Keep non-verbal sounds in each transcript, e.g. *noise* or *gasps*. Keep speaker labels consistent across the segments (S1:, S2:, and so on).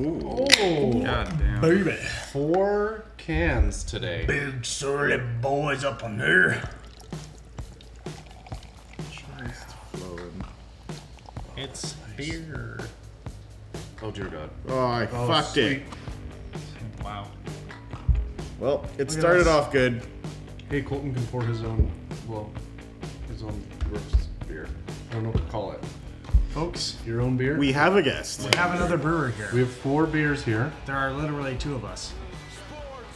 S1: Ooh,
S2: God damn.
S3: Oh, Baby.
S1: four cans today.
S3: Big surly boys up on there.
S2: Christ flowing.
S3: It's beer.
S1: Oh dear God.
S2: Oh, I fucked it.
S3: Wow.
S2: Well, it
S1: at
S2: started
S1: us.
S2: off good.
S1: Hey, Colton can pour his own. Well, his own roast beer. I don't know what to call it.
S3: Folks,
S1: Your own beer.
S2: We have a guest.
S3: we have another brewer here.
S1: we have four beers here.
S3: there are literally two of us.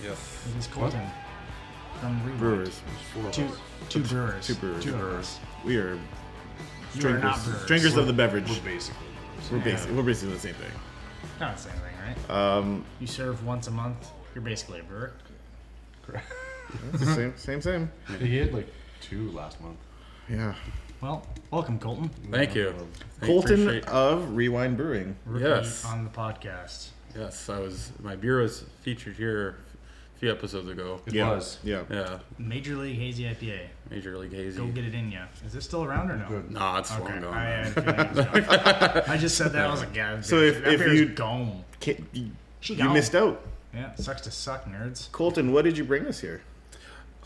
S1: Yes.
S3: It is Colton. From Rewind.
S2: Brewers.
S1: Four of
S3: Two,
S1: us.
S3: two brewers.
S2: Two brewers.
S3: Two of
S1: Brewers.
S3: us.
S2: We are
S3: You are not
S2: drinkers.
S3: brewers.
S2: drinkers of the beverage.
S1: We're basically.
S2: We're basically, we're basically the same thing.
S3: Not the same thing, right?
S2: Um,
S3: You serve once a month. You're basically a brewer.
S1: Correct.
S2: same, same, same.
S1: he had like two last month.
S2: Yeah.
S3: Well, welcome, Colton.
S4: Thank you. Um, I
S2: Colton
S4: appreciate-
S2: of Rewind Brewing.
S3: Rookie
S4: Yes.
S3: On the podcast.
S4: yes, I was. My beer was featured here a few episodes ago.
S1: It
S2: yeah.
S1: was.
S2: Yeah.
S4: Yeah,
S3: Major League Hazy IPA.
S4: Major League Hazy.
S3: Go get it in ya. Is this still around or no?
S1: Good.
S4: Nah, it's
S3: Okay.
S4: long gone.
S3: I,
S4: man.
S3: had a feeling it was gone. I just said that. I was like, yeah.
S2: So
S3: that
S2: if-
S3: beer-
S2: if
S3: that beer's
S2: you-
S3: gone.
S2: Ca- you
S3: She
S2: you missed out.
S3: Yeah, sucks to suck, nerds.
S2: Colton, what did you bring us here?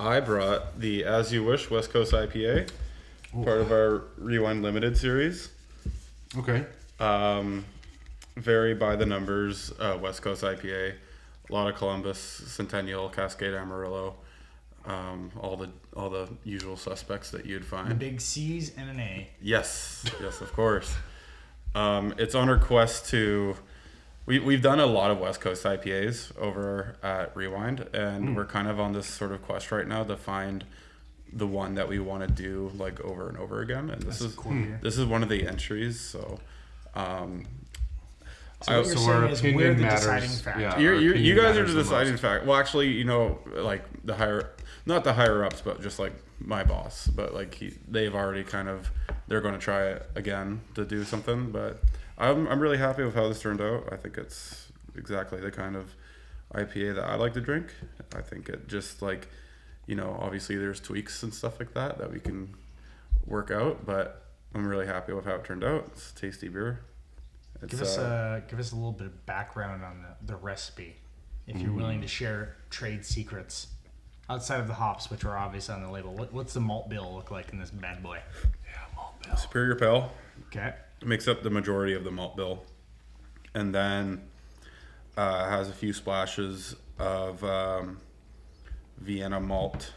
S4: I brought the As You Wish West Coast IPA, part of our Rewind Limited series.
S1: Okay.
S4: Um, very by the numbers uh, West Coast IPA. A lot of Columbus, Centennial, Cascade, Amarillo, um, all the all the usual suspects that you'd find.
S3: Big C's and an A.
S4: Yes, yes, of course. Um, it's on our quest to. We, we've done a lot of West Coast IPAs over at Rewind, and we're kind of on this sort of quest right now to find the one that we want to do like over and over again. And this is
S3: cool beer.
S4: this is one of the entries. So, um,
S3: So what
S4: I-
S3: you're
S1: so our
S3: saying is we're
S1: opinion
S3: the
S1: matters.
S3: deciding factor.
S1: Yeah.
S4: you're,
S1: our
S4: you you
S1: opinion
S4: guys are
S1: matters
S4: the
S1: the
S4: deciding
S1: most.
S4: fact. Well, actually, you know, like the higher, not the higher ups, but just like my boss. But like he, they've already kind of, they're going to try it again to do something. But I'm, I'm really happy with how this turned out. I think it's exactly the kind of IPA that I like to drink. I think it just like, you know, obviously there's tweaks and stuff like that that we can work out. But I'm really happy with how it turned out. It's a tasty beer. It's,
S3: Give us
S4: uh,
S3: a give us a little bit of background on the, the recipe, if you're
S4: Mm-hmm.
S3: willing to share trade secrets outside of the hops, which are obvious on the label. What, what's the malt bill look like in this bad boy?
S4: superior pale.
S3: Okay,
S4: makes up the majority of the malt bill, and then uh, has a few splashes of um, Vienna malt,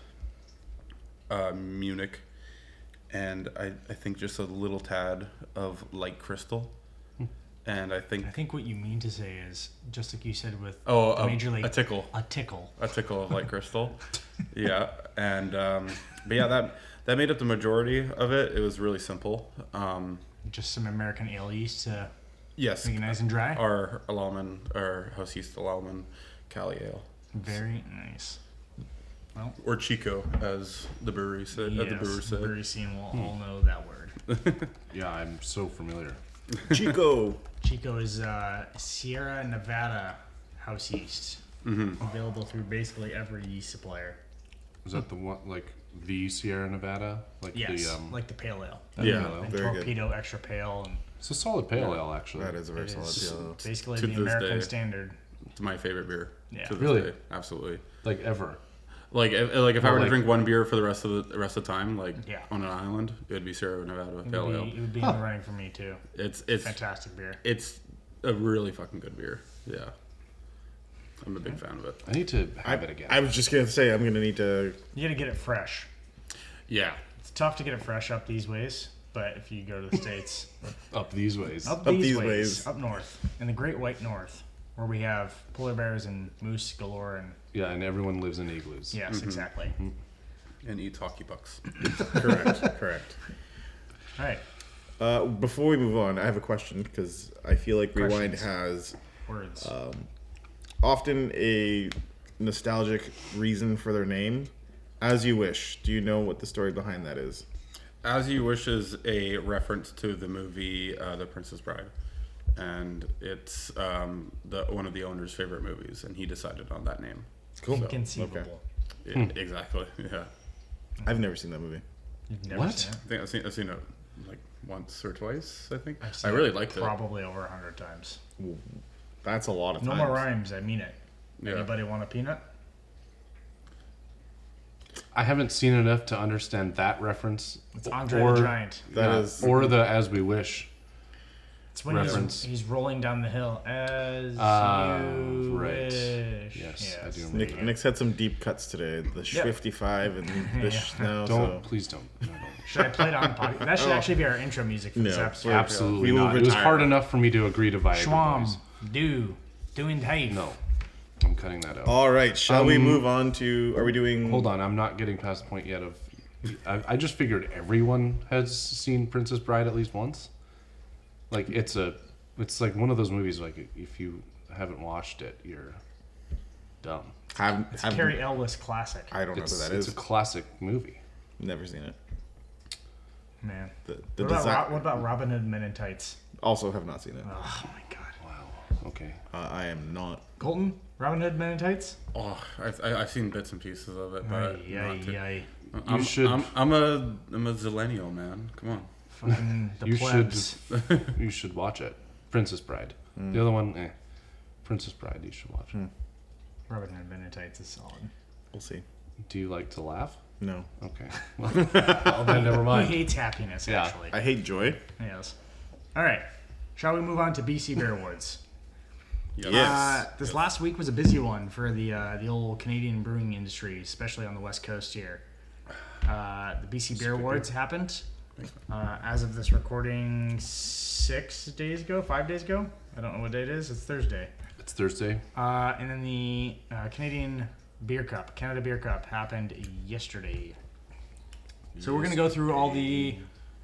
S4: uh, Munich, and I, I think just a little tad of light crystal, and I think
S3: I think what you mean to say is just like you said with
S4: oh
S3: the
S4: a,
S3: major league
S4: a tickle
S3: a tickle.
S4: a tickle of light crystal. yeah, and um, but yeah that that made up the majority of it. It was really simple. Um,
S3: just some American ale yeast to
S4: yes,
S3: make it nice and dry.
S4: our Alaman, our house yeast Alaman Cali Ale,
S3: Very nice.
S4: or Chico, as the brewery Hmm. said. At the
S3: Yes,
S4: brewer said.
S3: brewery scene will all know that word.
S1: Yeah, I'm so familiar.
S2: Chico.
S3: Chico is uh, Sierra Nevada house yeast, available through basically every yeast supplier.
S1: Is that the one like the Sierra Nevada? Like
S3: Yes,
S1: the um. Oh,
S3: like the pale ale.
S4: Yeah,
S3: and
S2: very good.
S3: torpedo extra pale and
S1: It's a solid pale ale, actually.
S2: That is a very solid deal.
S3: basically
S4: to
S3: the
S4: this
S3: American
S4: day.
S3: standard.
S4: it's my favorite beer.
S3: Yeah.
S4: to this
S1: Really?
S4: day, absolutely.
S1: Like ever.
S4: Like, if, like if I were
S1: like-
S4: to drink one beer for the rest of the, the rest of the time, like
S3: Yeah.
S4: on an island, it would be Sierra Nevada
S3: It
S4: Pale
S3: would
S4: Ale.
S3: be, it would be in the running for me too.
S4: It's it's
S3: Fantastic beer.
S4: it's a really fucking good beer. Yeah, I'm a big fan of it.
S1: I need to have it again.
S2: I was just gonna say I'm gonna need to.
S3: You gotta get it fresh.
S4: Yeah,
S3: It's tough to get it fresh up these ways, but if you go to the states,
S1: Up these ways.
S3: up,
S2: Up
S3: these,
S2: these
S3: ways,
S2: ways.
S3: up north in the Great White North, where we have polar bears and moose galore and
S1: Yeah, and everyone lives in igloos.
S3: yes, exactly.
S4: and eat hockey pucks.
S1: *laughs*
S2: Correct. correct.
S3: All right,
S2: Uh, before we move on, I have a question because I feel like Rewind
S3: Questions.
S2: has
S3: words.
S2: often a nostalgic reason for their name. As you wish. Do you know what the story behind that is?
S4: As You Wish is a reference to the movie uh, The Princess Bride, and it's um, the one of the owner's favorite movies, and he decided on that name.
S2: Cool.
S3: Inconceivable.
S2: Okay.
S4: Yeah,
S3: Hmm.
S4: Exactly. *laughs* Yeah,
S2: I've never seen that movie.
S3: You've never
S1: What?
S3: Seen it?
S4: I think I've seen, I've seen it like once or twice. I think
S3: I've
S4: I
S3: seen
S4: really
S3: it
S4: liked it.
S3: Probably over a hundred times.
S2: That's a lot of
S3: No
S2: times.
S3: more rhymes. I mean it.
S4: Yeah.
S3: Anybody want a peanut?
S1: I haven't seen enough to understand that reference.
S3: It's Andre
S1: or-
S3: the Giant.
S2: That
S1: yeah,
S2: is-
S1: or the as we wish.
S3: It's when he's,
S1: reference.
S3: he's rolling down the hill as
S1: Ah,
S3: you
S1: right.
S3: wish.
S1: Yes, I do remember.
S2: Nick, Nick's had some deep cuts today. The
S3: Yeah.
S2: 55
S1: *laughs*
S2: and this now.
S1: Don't
S2: So.
S1: please don't.
S2: *laughs*
S1: No, don't.
S3: Should I play it on the podcast? That should actually be our intro music for this
S2: No,
S3: episode.
S2: we're-
S1: Absolutely
S2: We will
S1: not. It was
S2: retire.
S1: hard enough for me to agree to Viagra
S3: Schwam,
S1: Boys.
S3: do, doing tape.
S1: No, I'm cutting that out.
S2: All right, shall we
S1: Um,
S2: move on to? Are we doing?
S1: Hold on, I'm not getting past the point yet of. I, I just figured everyone has seen Princess Bride at least once. Like it's a, it's like one of those movies. Like if you haven't watched it, you're dumb.
S2: Have, have,
S3: Carrie Elwes classic.
S2: I don't know
S1: It's,
S2: who that
S1: it's
S2: is.
S1: a classic movie.
S2: Never seen it.
S3: Man.
S2: The, the
S3: what, about,
S2: design.
S3: Ro- what about Robin Hood Men in Tights?
S2: Also, have not seen it.
S3: Oh my god.
S1: Wow. Okay.
S2: Uh, I am not.
S3: Colton, Robin Hood Men in Tights?
S4: Oh, I've, I- I've seen bits and pieces of it, but
S3: Ay,
S4: Uh, not
S3: ay,
S4: too-
S3: ay.
S4: I'm,
S1: You should-
S4: I'm, I'm a I'm a zillennial man. Come on.
S3: Fucking the
S1: You
S3: plebs.
S1: should. you should watch it. Princess Bride. The other one, eh. Princess Bride. You should watch.
S3: Hmm. Robin Hood Men in Tights is solid.
S2: We'll see.
S1: Do you like to laugh?
S2: No,
S3: *laughs*
S1: Okay. Well, then never
S3: He
S1: mind.
S3: hates happiness,
S1: Yeah.
S3: actually.
S2: I hate joy.
S3: Yes. All right. Shall we move on to BC Bear Awards?
S4: Yep.
S2: Yes.
S3: Uh, this last week was a busy one for the uh, the old Canadian brewing industry, especially on the West Coast here. Uh, the BC Beer Awards happened. Uh, as of this recording, six days ago, five days ago. I don't know what day it is. It's Thursday.
S1: It's Thursday.
S3: Uh, and then the uh, Canadian Beer Cup, Canada Beer Cup, happened yesterday. So we're gonna go through all the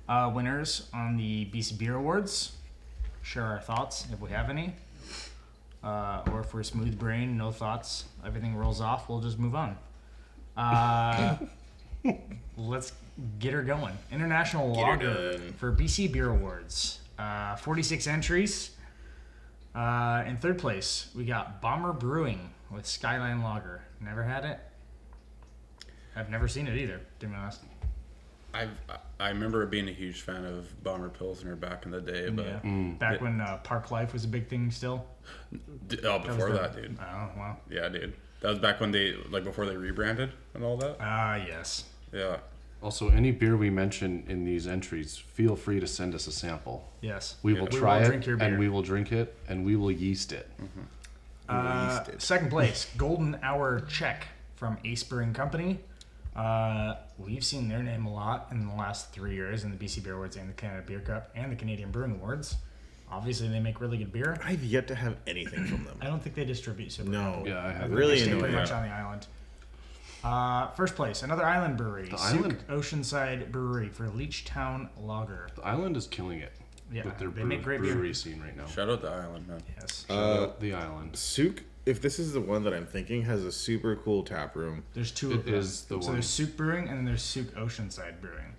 S3: uh, winners on the BC Beer Awards, share our thoughts if we have any, uh, or if we're smooth brain, no thoughts, everything rolls off. We'll just move on. Uh, *laughs* let's get her going. International Lager
S2: done.
S3: for BC Beer Awards. Uh, 46 entries. Uh, in third place, we got Bomber Brewing with Skyline Lager. Never had it. I've never seen it either. To be honest.
S4: I've I remember being a huge fan of Bomber Pilsner back in the day, but
S3: Yeah. Back when uh, Park Life was a big thing still.
S4: D- oh, before
S3: their-
S4: that, dude.
S3: Oh wow.
S4: Yeah, dude. That was back when they like before they rebranded and all that.
S3: Ah yes.
S4: Yeah.
S1: Also, any beer we mention in these entries, feel free to send us a sample.
S3: Yes.
S1: We will
S3: We
S1: try
S3: will
S1: it,
S3: drink your beer.
S1: and we will drink it, and we will yeast it.
S3: Uh, second place, Golden Hour Check from Ace Brewing Company. Uh, we've seen their name a lot in the last three years in the BC Beer Awards and the Canada Beer Cup and the Canadian Brewing Awards. Obviously, they make really good beer.
S2: I've yet to have anything from them.
S3: I don't think they distribute super.
S2: No.
S1: *clears throat* Yeah, I haven't.
S2: really
S3: Stay
S2: annoying.
S3: pretty much on the island. Uh, first place, another island brewery, Souk
S1: island?
S3: Oceanside Brewery for Leechtown Lager.
S1: The island is killing it
S3: Yeah,
S1: with their
S3: they
S1: brew-
S3: make great beer.
S1: brewery scene right now.
S4: Shout out to Island, man.
S3: Yes,
S2: Uh,
S1: Shout out the island.
S2: Souk, if this is the one that I'm thinking, has a super cool tap room.
S3: there's two
S1: It
S3: of them.
S1: is the
S3: so
S1: one.
S3: there's Souk Brewing and then there's Souk Oceanside Brewing.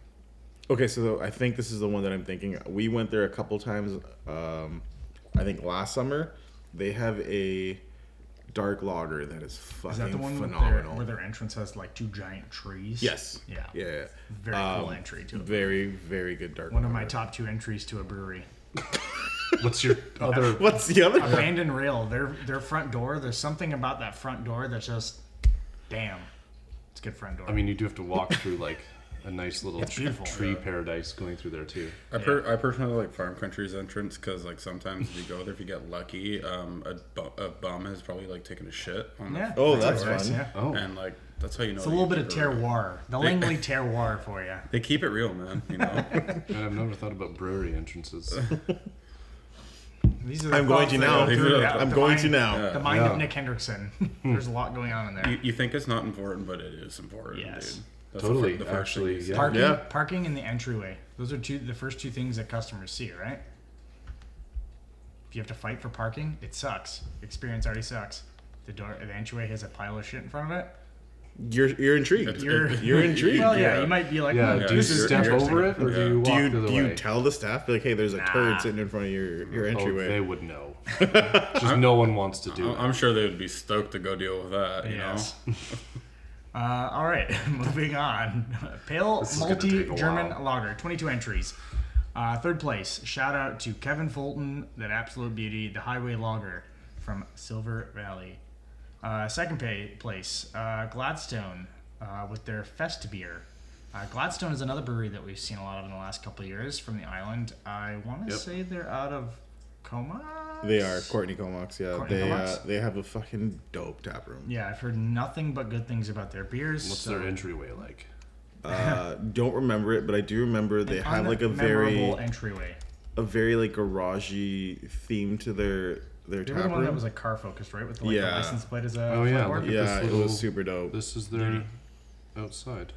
S2: Okay, so I think this is the one that I'm thinking. We went there a couple times. Um, I think last summer they have a dark lager that is fucking
S3: Is that the one with their,
S2: phenomenal.
S3: where their entrance has like two giant trees?
S2: yes.
S3: Yeah.
S2: Yeah. yeah.
S3: Very cool
S2: Um,
S3: entry to it.
S2: Very, very good dark.
S3: One of my
S2: lager.
S3: top two entries to a brewery.
S1: What's
S3: *laughs*
S1: your other?
S2: *laughs* What's the other? one?
S3: Abandoned rail. Their their front door. There's something about that front door that's just, damn, it's a good front door.
S1: I mean, you do have to walk through like a nice little tr-
S3: beautiful.
S1: tree paradise going through there too.
S4: I, per- I personally like Farm Country's entrance because like sometimes if you go there, if you get lucky, um, a, bu- a bum has probably like taken a shit on the
S3: yeah.
S2: Oh, that's
S3: nice,
S2: fun.
S3: Yeah.
S1: Oh,
S4: and like that's how you know.
S3: It's a little bit of
S4: terroir.
S3: terroir. The Langley
S4: *laughs*
S3: terroir for you.
S4: They keep it real, man. You know.
S3: *laughs*
S1: man, I've never thought about brewery entrances.
S3: These are the
S2: I'm going
S3: thoughts
S2: to
S3: that
S2: now.
S3: go
S4: These
S3: through
S4: are the
S3: the-
S4: thoughts.
S2: I'm
S3: the
S2: going
S3: mind-
S2: to now.
S3: The mind
S1: Yeah.
S3: of Nick
S4: *laughs*
S3: Hendrickson. There's a lot going on in there.
S4: you, you think it's not important, but it is important,
S3: Yes.
S4: dude. That's the
S1: Totally,
S4: fir- the first
S1: actually,
S4: thing you
S1: yeah.
S4: see.
S3: Parking,
S2: Yeah.
S3: parking in the entryway. Those are two the first two things that customers see, right? If you have to fight for parking, it sucks. Experience already sucks. The door, the entryway has a pile of shit in front of it.
S2: You're you're intrigued.
S4: It's-
S2: You're,
S3: *laughs*
S4: it-
S2: you're intrigued.
S3: Well, yeah,
S4: Yeah.
S3: you might be like,
S1: yeah,
S3: hmm,
S1: do you
S3: this is
S1: step
S3: interesting.
S1: over it or
S4: Yeah.
S1: do you walk
S2: do you
S1: the other
S2: do you
S1: way?
S2: tell the staff like, hey, there's a
S3: Nah.
S2: turd sitting in front of your your
S1: Oh, they
S2: entryway?
S1: would know. Just no one wants to do
S4: I-
S1: it.
S4: I'm sure they would be stoked to go deal with that.
S1: *laughs*
S4: You
S3: Yes. uh, all right, *laughs* moving on. Pale
S1: is gonna
S3: multi
S1: take a
S3: German
S1: while.
S3: lager, 22 entries. Uh, third place. Shout out to Kevin Fulton, that absolute beauty, the Highway Lager. from Silver Valley. Uh, second pay, place, uh, Gladstone uh, with their Fest beer. Uh, Gladstone is another brewery that we've seen a lot of in the last couple of years from the island. I want to
S1: Yep.
S3: say they're out of Coma.
S2: They are Courtney Comox. Yeah,
S3: Courtney
S2: they
S3: Comox?
S2: Uh, they have a fucking dope tap room.
S3: Yeah, I've heard nothing but good things about their beers.
S1: What's
S3: so-
S1: their entryway like?
S2: Uh, don't remember it, but I do remember they have like a very
S3: unmemorable entryway.
S2: a very like garagey theme to their their
S3: They were the
S2: tap
S3: one that
S2: room.
S3: was like car focused, right? With the, like, the
S2: Yeah.
S3: license plate as a
S1: Oh, yeah,
S3: flower.
S1: look at
S2: yeah,
S1: this
S2: it
S1: little-
S2: was super dope.
S1: This is their outside.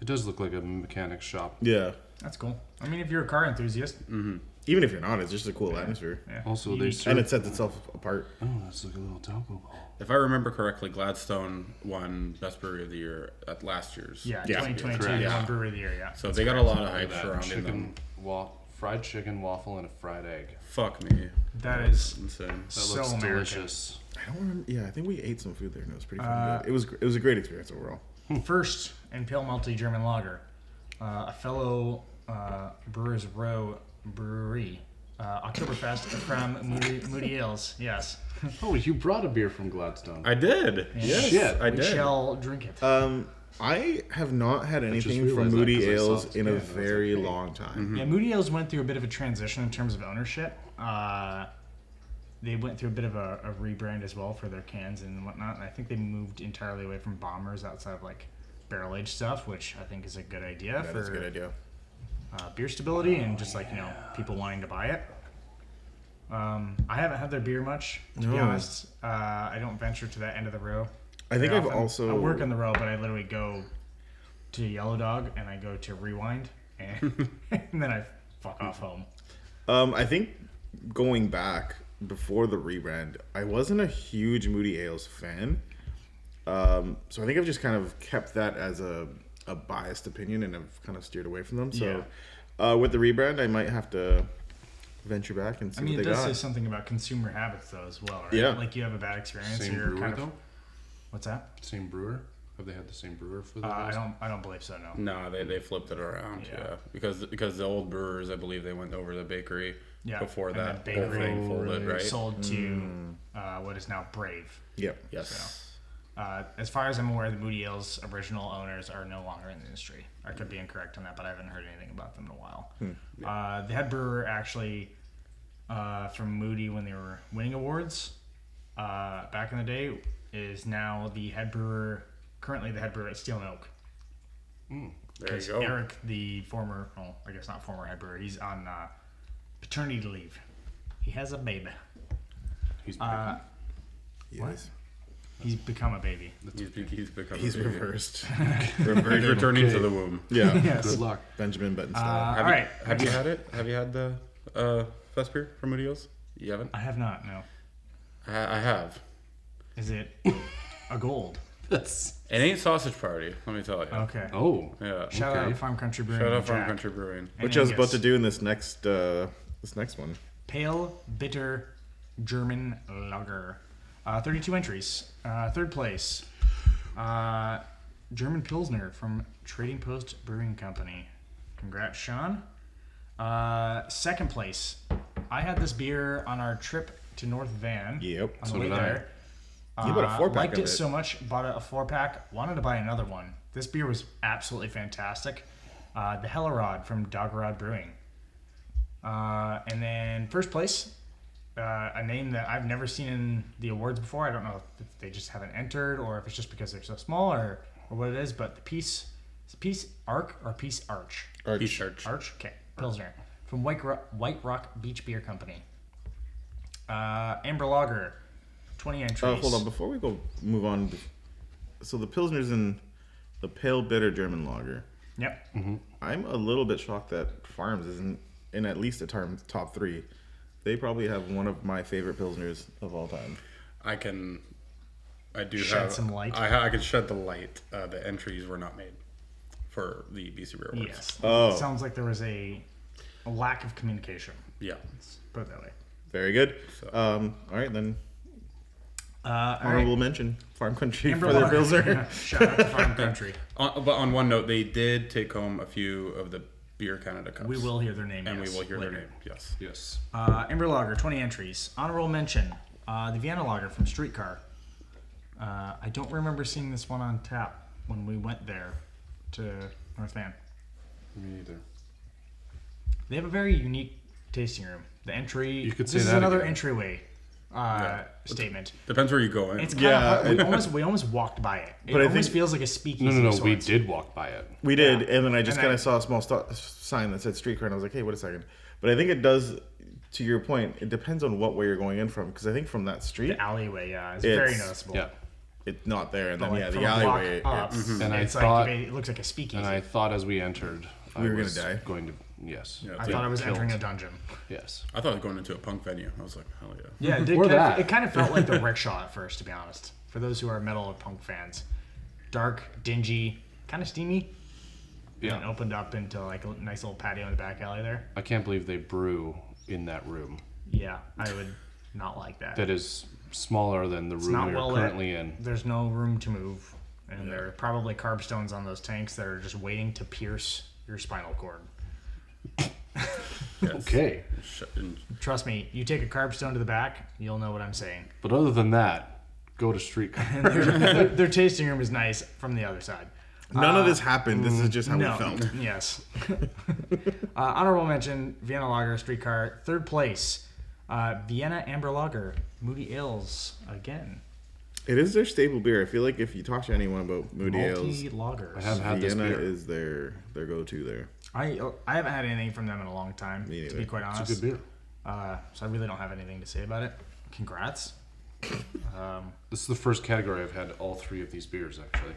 S1: It does look like a mechanic shop.
S2: Yeah,
S3: That's cool. I mean, if you're a car enthusiast,
S2: Mm. even if you're not, it's just a cool atmosphere,
S3: yeah.
S1: Also,
S3: you-
S1: they
S2: and
S1: serve.
S2: it sets itself apart.
S1: Oh, that's like a little taco ball.
S4: If I remember correctly, Gladstone won Best Brewery of the Year at last year's.
S3: yeah,
S2: Yeah.
S3: 2022
S1: Correct.
S3: yeah.
S4: Yeah.
S3: Brewery of the Year, yeah.
S4: So they got a lot of
S1: Look
S4: hype
S1: at that.
S4: surrounding
S1: Chicken,
S4: them.
S1: wa- fried chicken waffle and a fried egg.
S4: Fuck me.
S3: That is
S4: Insane.
S1: That
S3: so
S1: looks
S3: American.
S1: delicious.
S2: I don't remember. Yeah, I think we ate some food there, and it was pretty fucking
S3: Uh,
S2: good. It was gr- it was a great experience overall.
S1: Hmm.
S3: First and pale malty German lager, uh, a fellow uh, Brewers Row brewery, uh, Oktoberfest from Moody, Moody Hills. Yes,
S1: Oh, you brought a beer from Gladstone.
S4: I did. Yes,
S1: Shit.
S4: I
S3: we
S4: did.
S3: shall drink it.
S2: Um, I have not had anything from
S1: realized that
S2: Moody
S1: 'cause I saw
S2: Ales
S1: it
S2: in a
S1: again, and I was like,
S2: very
S1: hey.
S2: long time.
S1: Mm-hmm.
S3: Yeah, Moody Ales went through a bit of a transition in terms of ownership. Uh, they went through a bit of a, a rebrand as well for their cans and whatnot. And I think they moved entirely away from bombers outside of like barrel aged stuff, which I think is a good idea
S2: That
S3: for
S2: is a good idea.
S3: uh, beer stability and just like you know people wanting to buy it. Um, I haven't had their beer much to be
S2: No.
S3: honest. Uh, I don't venture to that end of the row.
S2: I think
S3: very
S2: I've
S3: often.
S2: also
S3: I work on the row, but I literally go to Yellow Dog and I go to Rewind and, *laughs* and then I fuck off home.
S2: Um, I think going back before the rebrand, I wasn't a huge Moody Ales fan. Um, so I think I've just kind of kept that as a, a biased opinion and I've kind of steered away from them. So uh, with the rebrand, I might have to venture back and see
S3: I mean,
S2: what
S3: it
S2: they
S3: does
S2: got.
S3: say something about consumer habits though as well, right?
S2: Yeah.
S3: Like you have a bad experience,
S1: Same
S3: or you're
S1: brewer
S3: kind of
S1: though.
S3: what's that?
S1: Same brewer. Have they had the same brewer for the?
S3: Uh, I
S1: last-
S3: don't, I don't believe so. No.
S4: No, they, they flipped it around.
S3: Yeah.
S4: Yeah. because because the old brewers, I believe, they went over to the bakery
S3: Yeah.
S4: before
S3: and
S4: that
S3: the
S4: whole
S3: bakery
S4: thing folded, right? Mm.
S3: sold to uh, what is now Brave.
S2: yep.
S4: yes.
S3: Uh, as far as I'm aware, the Moody Ales original owners are no longer in the industry. I could be incorrect on that, but I haven't heard anything about them in a while.
S4: Hmm.
S3: Uh, the head brewer actually uh, from Moody when they were winning awards uh, back in the day is now the head brewer, currently the head brewer at Steel and Oak.
S4: There you
S3: Because
S4: go.
S3: Eric, the former, well, I guess not former head brewer, he's on uh, paternity leave. He has a baby.
S1: He's
S3: Uh,
S2: Yes.
S3: he's become a baby.
S4: He's, be- he's become.
S2: He's
S4: a
S3: *laughs*
S4: baby.
S2: reversed.
S4: *laughs* He's
S2: Reverted.
S4: returning
S1: Okay.
S4: to the womb.
S2: Yeah.
S3: Yes.
S1: good
S3: *laughs*
S1: luck.
S2: Benjamin Button
S3: Uh,
S2: style.
S4: Have
S3: all
S4: you,
S3: right.
S4: Have you had it? Have you had the uh, fest beer from Mudios? You haven't?
S3: I have not, no.
S4: I, I have.
S3: Is it a gold?
S1: That's
S4: It ain't sausage party. Let me tell you.
S3: Okay.
S1: oh.
S4: Yeah.
S3: Shout
S1: okay.
S3: out Farm Country Brewing.
S4: Shout out
S3: and
S4: Farm
S3: Jack.
S4: Country Brewing.
S3: And
S2: Which I was about
S3: Angus.
S2: to do in this next uh, this next one.
S3: Pale Bitter German Lager. Uh, 32 entries. Uh, third place. Uh, German Pilsner from Trading Post Brewing Company. Congrats, Sean. Uh, second place. I had this beer on our trip to North Van.
S2: Yep.
S3: On the
S1: So
S3: way
S1: did I.
S3: there.
S2: You bought a
S3: Uh,
S2: four-pack
S3: Liked
S2: of
S3: it
S2: it.
S3: so much, bought a, a four pack. Wanted to buy another one. This beer was absolutely fantastic. Uh, the Hellerod from Doggerod Brewing. Uh, and then first place, uh, a name that I've never seen in the awards before. I don't know if they just haven't entered or if it's just because they're so small or, or what it is. But the piece, is it piece arc or piece arch,
S2: Arch.
S4: Peace Church.
S3: arch, okay, Pilsner from White Rock, White Rock Beach Beer Company. Uh, Amber Lager, twenty entries.
S2: Uh, hold on, before we go move on. So the Pilsner's in the pale bitter German lager.
S3: Yep.
S2: I'm a little bit shocked that Farms isn't in at least a term top three. They probably have one of my favorite Pilsners of all time.
S4: I can. I do
S3: Shed
S4: have
S3: some light.
S4: I, ha- I can shed the light. Uh, the entries were not made for the BC Beer Awards.
S3: Yes.
S2: Oh.
S3: Sounds like there was a, a lack of communication.
S4: Yeah.
S3: Put it that way.
S2: Very good. Um, all right, then.
S3: Uh, all right.
S2: Honorable mention Farm Country
S3: Amber
S2: for their
S3: Lager.
S2: *laughs* Pilsner.
S3: *laughs* Shout out to Farm Country.
S4: On, but on one note, they did take home a few of the Beer Canada cups.
S3: We will hear their name.
S4: and
S3: yes, Uh,
S4: we will hear
S3: later.
S4: their name. Yes.
S1: Yes.
S3: Uh, Amber Lager, 20 entries. Honorable mention uh, the Vienna Lager from Streetcar. Uh, I don't remember seeing this one on tap when we went there to North Van.
S1: Me either.
S3: They have a very unique tasting room. The entry.
S1: You could
S3: this
S1: say
S3: is
S1: that
S3: another
S1: again.
S3: entryway uh, statement.
S4: Depends where you go in.
S3: It's kind yeah,
S2: Yeah,
S3: of, we
S2: it-
S3: almost we almost walked by it. It
S2: But I
S3: almost
S2: think-
S3: feels like a speakeasy.
S1: No, no,
S3: of
S1: no. We
S3: sorts.
S1: did walk by it.
S2: We did, and then I just
S3: And
S2: kind
S3: I-
S2: of saw a small st- sign that said streetcar, and I was like, "Hey, wait a second. But I think it does. To your point, it depends on what way you're going in from, because I think from that street,
S3: The alleyway, yeah, it's,
S2: It's-
S3: very noticeable.
S1: Yeah. Mm-hmm.
S2: it's not there, and then
S3: Like,
S2: yeah,
S3: from
S2: the
S3: a block
S2: alleyway.
S3: up,
S2: it's-
S1: And I
S3: it's
S1: thought-
S3: like it looks like a speakeasy.
S1: And I thought as we entered, I
S2: We were gonna
S1: was
S2: die.
S1: Going to yes,
S4: Yeah,
S3: I
S4: it's like-
S3: thought I was
S1: killed.
S3: entering a dungeon.
S1: yes.
S4: I thought I was going into a punk venue. I was like, hell yeah.
S3: Yeah, it did
S1: Or
S3: kind
S1: that.
S3: Of, it kind of felt
S1: *laughs*
S3: like the rickshaw at first, to be honest. For those who are metal or punk fans, dark, dingy, kind of steamy. And
S1: Yeah.
S3: opened up into like a nice little patio in the back alley there.
S1: I can't believe they brew in that room
S3: Yeah, I would not like that.
S1: that is smaller than the room
S3: not
S1: we are
S3: well lit.
S1: currently in.
S3: There's no room to move, and there are probably carb stones on those tanks that are just waiting to pierce your spinal cord.
S4: Yes.
S1: Okay.
S4: Shut- and-
S3: Trust me, you take a carb stone to the back, you'll know what I'm saying.
S1: But other than that, go
S2: *laughs*
S1: to streetcar.
S3: their, their tasting room is nice from the other side.
S2: None of this happened. This is just how
S3: Uh, No.
S2: we
S3: *laughs*
S2: felt.
S3: Yes. uh, honorable mention: Vienna Lager Streetcar. Third place, uh, Vienna Amber Lager. Moody Ales again.
S2: It is their staple beer. I feel like if you talk to anyone about Moody Ales,
S3: Multi lagers.
S1: I have had this
S2: Vienna
S1: beer.
S2: is their their go to there.
S3: I I haven't had anything from them in a long time.
S2: Me
S3: To
S2: neither.
S3: be quite
S1: it's
S3: honest,
S1: a good beer.
S3: Uh, so I really don't have anything to say about it. Congrats.
S1: This is the first category I've had all three of these beers actually.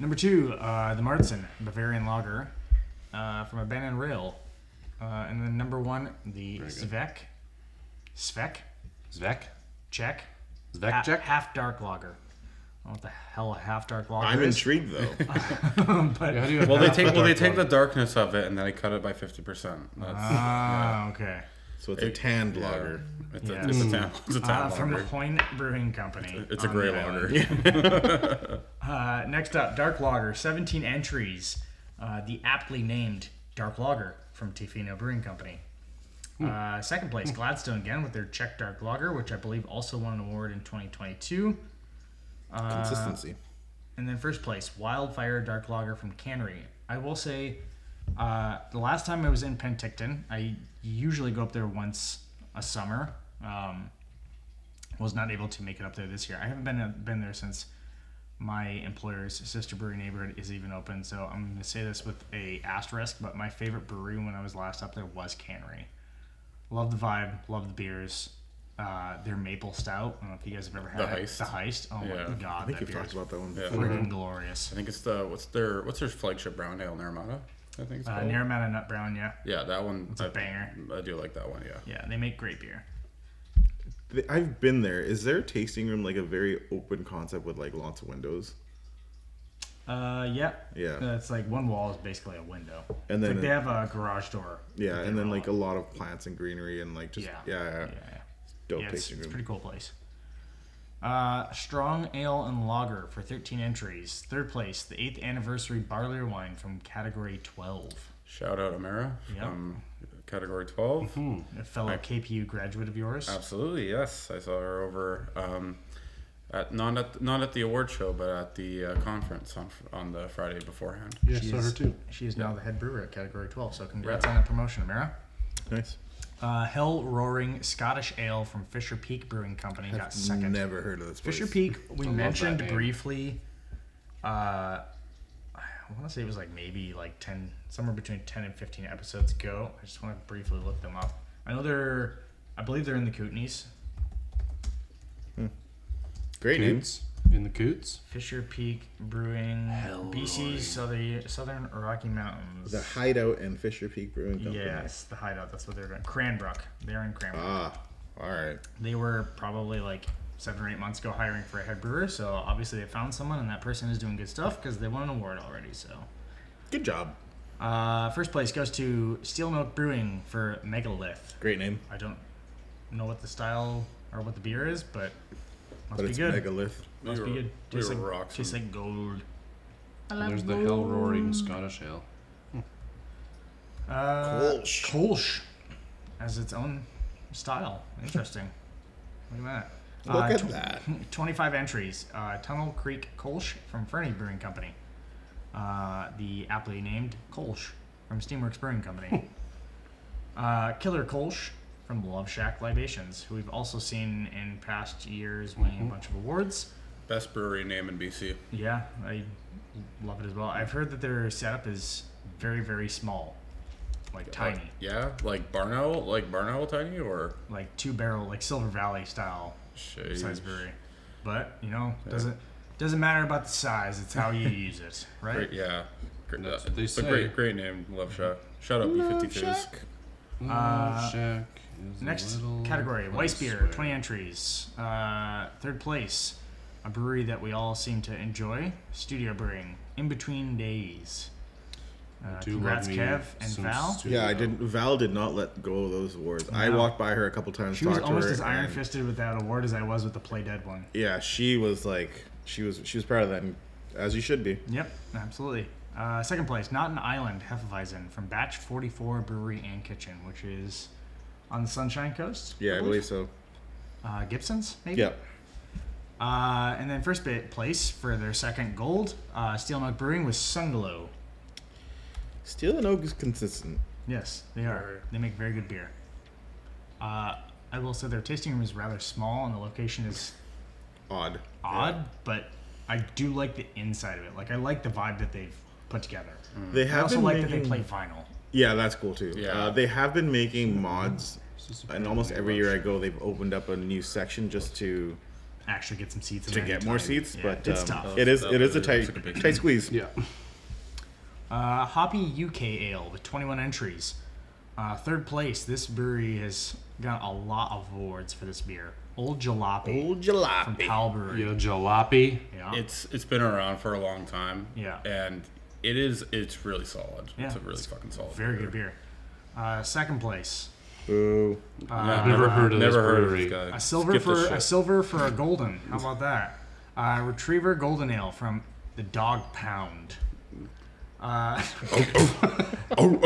S3: Number two, uh, the Marzen Bavarian Lager uh, from Abandoned Rail. Uh, and then number one, the
S1: good.
S3: Svek. Svek?
S1: Zvek?
S3: Czech?
S1: Zvek
S3: Ha-
S1: check?
S3: Half Dark Lager. I don't know what the hell a half dark lager
S2: I'm
S3: is.
S2: intrigued though.
S3: *laughs*
S1: Yeah,
S3: but,
S1: how do you
S4: Well, they
S1: have
S4: take
S1: that
S4: well they
S1: dark
S4: take the
S1: lager?
S4: darkness of it and then I cut it by fifty percent. That's
S3: Ah, okay.
S2: So it's a tanned lager.
S4: It's,
S3: Yeah.
S4: a, it's a town. *laughs* It's a
S3: Uh,
S4: town
S3: from the
S4: lager.
S3: Point Brewing Company. Um,
S4: It's a
S3: on the
S4: gray
S3: island.
S4: lager.
S3: Uh, next up, Dark Lager, 17 entries. Uh, the aptly named Dark Lager from Tifino Brewing Company. Uh, second place, Gladstone again with their Czech Dark Lager, which I believe also won an award in 2022. Uh,
S2: Consistency.
S3: And then first place, Wildfire Dark Lager from Cannery. I will say, uh, the last time I was in Penticton, I usually go up there once a summer. Um, was not able to make it up there this year. I haven't been uh, been there since my employer's sister brewery neighborhood is even open. So I'm going to say this with a asterisk, but my favorite brewery when I was last up there was Cannery. Love the vibe, love the beers. Uh, their maple stout. I don't know if you guys have ever had
S4: The
S3: it.
S4: heist.
S3: The heist. Oh
S4: Yeah.
S3: my god,
S2: I think
S3: that
S2: you've
S3: beer
S2: talked
S3: is
S2: about that one.
S4: Yeah.
S2: before.
S3: friggin' glorious.
S4: I think it's the what's their what's their flagship brown ale Naramata. I think it's
S3: Uh,
S4: called.
S3: Naramata Nut Brown, yeah.
S4: yeah, that one. It's
S3: a banger.
S4: I do like that one. Yeah.
S3: Yeah, they make great beer.
S2: Th- I've been there. Is their tasting room like a very open concept with like lots of windows?
S3: Uh, yeah.
S2: Yeah.
S3: Uh, It's like one wall is basically a window.
S2: And
S3: It's
S2: then
S3: like they
S2: it-
S3: have a garage door.
S2: Yeah,
S3: that they
S2: and then
S3: roll
S2: like a
S3: up.
S2: lot of plants and greenery and like just
S3: Yeah.
S2: yeah, yeah, yeah.
S3: Yeah, yeah.
S2: dope
S3: Yeah, it's,
S2: tasting
S3: it's a
S2: room.
S3: pretty cool place. Uh, strong ale and lager for 13 entries. Third place, the eighth anniversary barley wine from category 12.
S4: Shout out Amara
S3: Yeah.
S4: from category 12
S3: A fellow KPU graduate of yours.
S4: Absolutely, yes. I saw her over um, at not at not at the award show, but at the uh, conference on on the Friday beforehand.
S1: Yeah, I
S3: She
S1: saw her
S3: is-
S1: too.
S3: She is now the head brewer at category 12. So congrats
S4: Yeah.
S3: on that promotion, Amira.
S2: Nice.
S3: Uh, Hell Roaring Scottish Ale from Fisher Peak Brewing Company got second.
S2: Never heard of this place.
S3: Fisher Peak, we mentioned
S1: name.
S3: briefly. Uh, I want to say it was like maybe like ten, somewhere between ten and fifteen episodes ago. I just want to briefly look them up. I know they're, I believe they're in the Kootenays.
S2: Great name.
S1: Coots in the Coots.
S3: Fisher Peak Brewing, BC's southern, southern Rocky Mountains.
S2: The Hideout and Fisher Peak Brewing Company.
S3: yes, the hideout. That's what they're doing. Cranbrook. They're in Cranbrook.
S2: Ah, all right.
S3: they were probably like seven or eight months ago hiring for a head brewer. So obviously they found someone, and that person is doing good stuff because they won an award already. So.
S2: Good job.
S3: Uh, first place goes to Steel Milk Brewing for Megalith.
S2: Great name.
S3: I don't know what the style or what the beer is, but must
S2: But
S3: be
S2: it's
S3: good.
S2: Megalith.
S4: We
S3: must
S4: were,
S3: be good.
S4: we
S3: Tastes
S4: were
S3: like,
S4: rocks.
S3: tastes like gold.
S1: There's the hell roaring Scottish ale.
S3: Uh,
S2: Kolsch.
S3: Kolsch. Has its own style. Interesting. Look at that.
S2: Look
S3: Uh,
S2: at
S3: tw- *laughs*
S2: that.
S3: 25 entries. Uh, Tunnel Creek Kolsch from Fernie Brewing Company. Uh, the aptly named Kolsch from Steamworks Brewing Company. uh, Killer Kolsch from Love Shack Libations, who we've also seen in past years winning a bunch of awards.
S4: Best brewery name in BC.
S3: Yeah, I love it as well. I've heard that their setup is very, very small, like
S4: Like,
S3: tiny,
S4: yeah, like Barn Owl, like Barn Owl Tiny or
S3: like two barrel, like Silver Valley style size
S4: Shades.
S3: brewery. But you know, doesn't doesn't matter about the size. It's
S2: *laughs*
S3: how you use it, right?
S4: Great, yeah. Great,
S1: That's
S4: that's
S1: what they
S4: but
S1: say.
S4: great, great name, Love Shack. Shut up, you 52s.
S1: Love Shack is a
S3: Uh, Next
S1: little
S3: category:
S1: place
S3: Weiss beer,
S1: where-
S3: 20 entries. Uh, third place, a brewery that we all seem to enjoy, Studio Brewing. In between days. Uh,
S1: Do
S3: congrats,
S1: love me
S3: Kev and
S1: some
S3: Val.
S1: studio.
S2: Yeah, I didn't. Val did not let go of those awards. I
S3: No.
S2: walked by her a couple times.
S3: She was
S2: talked to
S3: almost
S2: her,
S3: as iron
S2: and-
S3: fisted with that award as I was with the Play Dead one.
S2: Yeah, she was like, she was, she was proud of that, and as you should be.
S3: Yep, absolutely. Uh, second place, Not an Island Hefeweizen from Batch 44 Brewery and Kitchen, which is on the Sunshine Coast.
S2: Yeah, I believe so.
S3: Uh, Gibson's, maybe?
S2: Yeah.
S3: Uh, and then first bit place for their second gold, uh, Steel Milk Brewing with Sungalow.
S2: Steel and Oak is consistent.
S3: Yes, they are. They make very good beer. Uh, I will say their tasting room is rather small and the location is
S2: Odd.
S3: odd, but I do like the inside of it. Like, I like the vibe that they've put together.
S2: They have
S3: I also
S2: been
S3: like that
S2: making,
S3: they play vinyl.
S2: Yeah, that's cool too.
S4: Yeah.
S2: Uh, they have been making mods,
S1: This is
S2: and almost every year I go, they've opened up a new section just to
S3: Actually, get some seats in
S2: to
S3: there
S2: get
S3: anytime.
S2: more seats.
S3: Yeah,
S2: but
S3: it's
S2: um,
S3: tough.
S2: it is
S4: That
S2: it is a
S4: was-
S2: tight
S4: that's a big-
S2: tight squeeze.
S1: Yeah.
S3: Uh, Hoppy UK Ale with 21 entries. Uh, third place. This brewery has got a lot of awards for this beer. Old Jalopy
S2: Old
S3: from
S2: jalopy.
S3: Powell Brewery.
S1: Yo, jalopy.
S3: Yeah.
S4: It's it's been around for a long time.
S3: Yeah.
S4: And it is it's really solid.
S3: Yeah,
S4: It's a really
S3: it's
S4: fucking solid.
S3: Very good beer. Uh, second place.
S2: Boo.
S4: I've
S1: Uh-huh. never heard of
S4: never
S1: this
S4: heard
S1: brewery.
S4: of this guy.
S3: A silver
S4: Skip this
S3: for a
S4: shit.
S3: silver for a golden. How about that? Uh, Retriever Golden Ale from the Dog Pound. *laughs* Uh,
S2: Oh,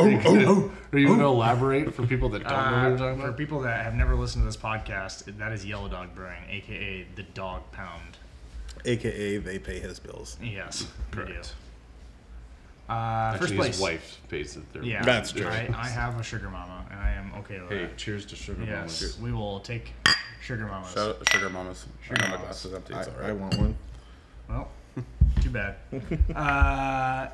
S2: *laughs*
S1: Are you going to elaborate for people that don't know what
S3: Uh,
S1: you're talking
S3: for
S1: about?
S3: people that have never listened to this podcast, that is Yellow Dog Brewing, aka the Dog Pound.
S2: AKA they pay his bills.
S3: Yes, correct. Uh, first
S1: Actually,
S3: place.
S1: his wife pays it. There.
S3: Yeah,
S2: That's true.
S3: I, I have a sugar mama, and I am okay with
S1: Hey,
S3: that.
S1: cheers to Sugar
S3: Yes,
S1: Mamas.
S3: we will take sugar mamas.
S4: Shout out Sugar Mamas. Sugar I know my
S3: Mamas.
S4: glass is empty.
S2: I,
S4: It's all
S2: I
S4: right.
S2: want one.
S3: Well,
S2: *laughs*
S3: too bad. Uh,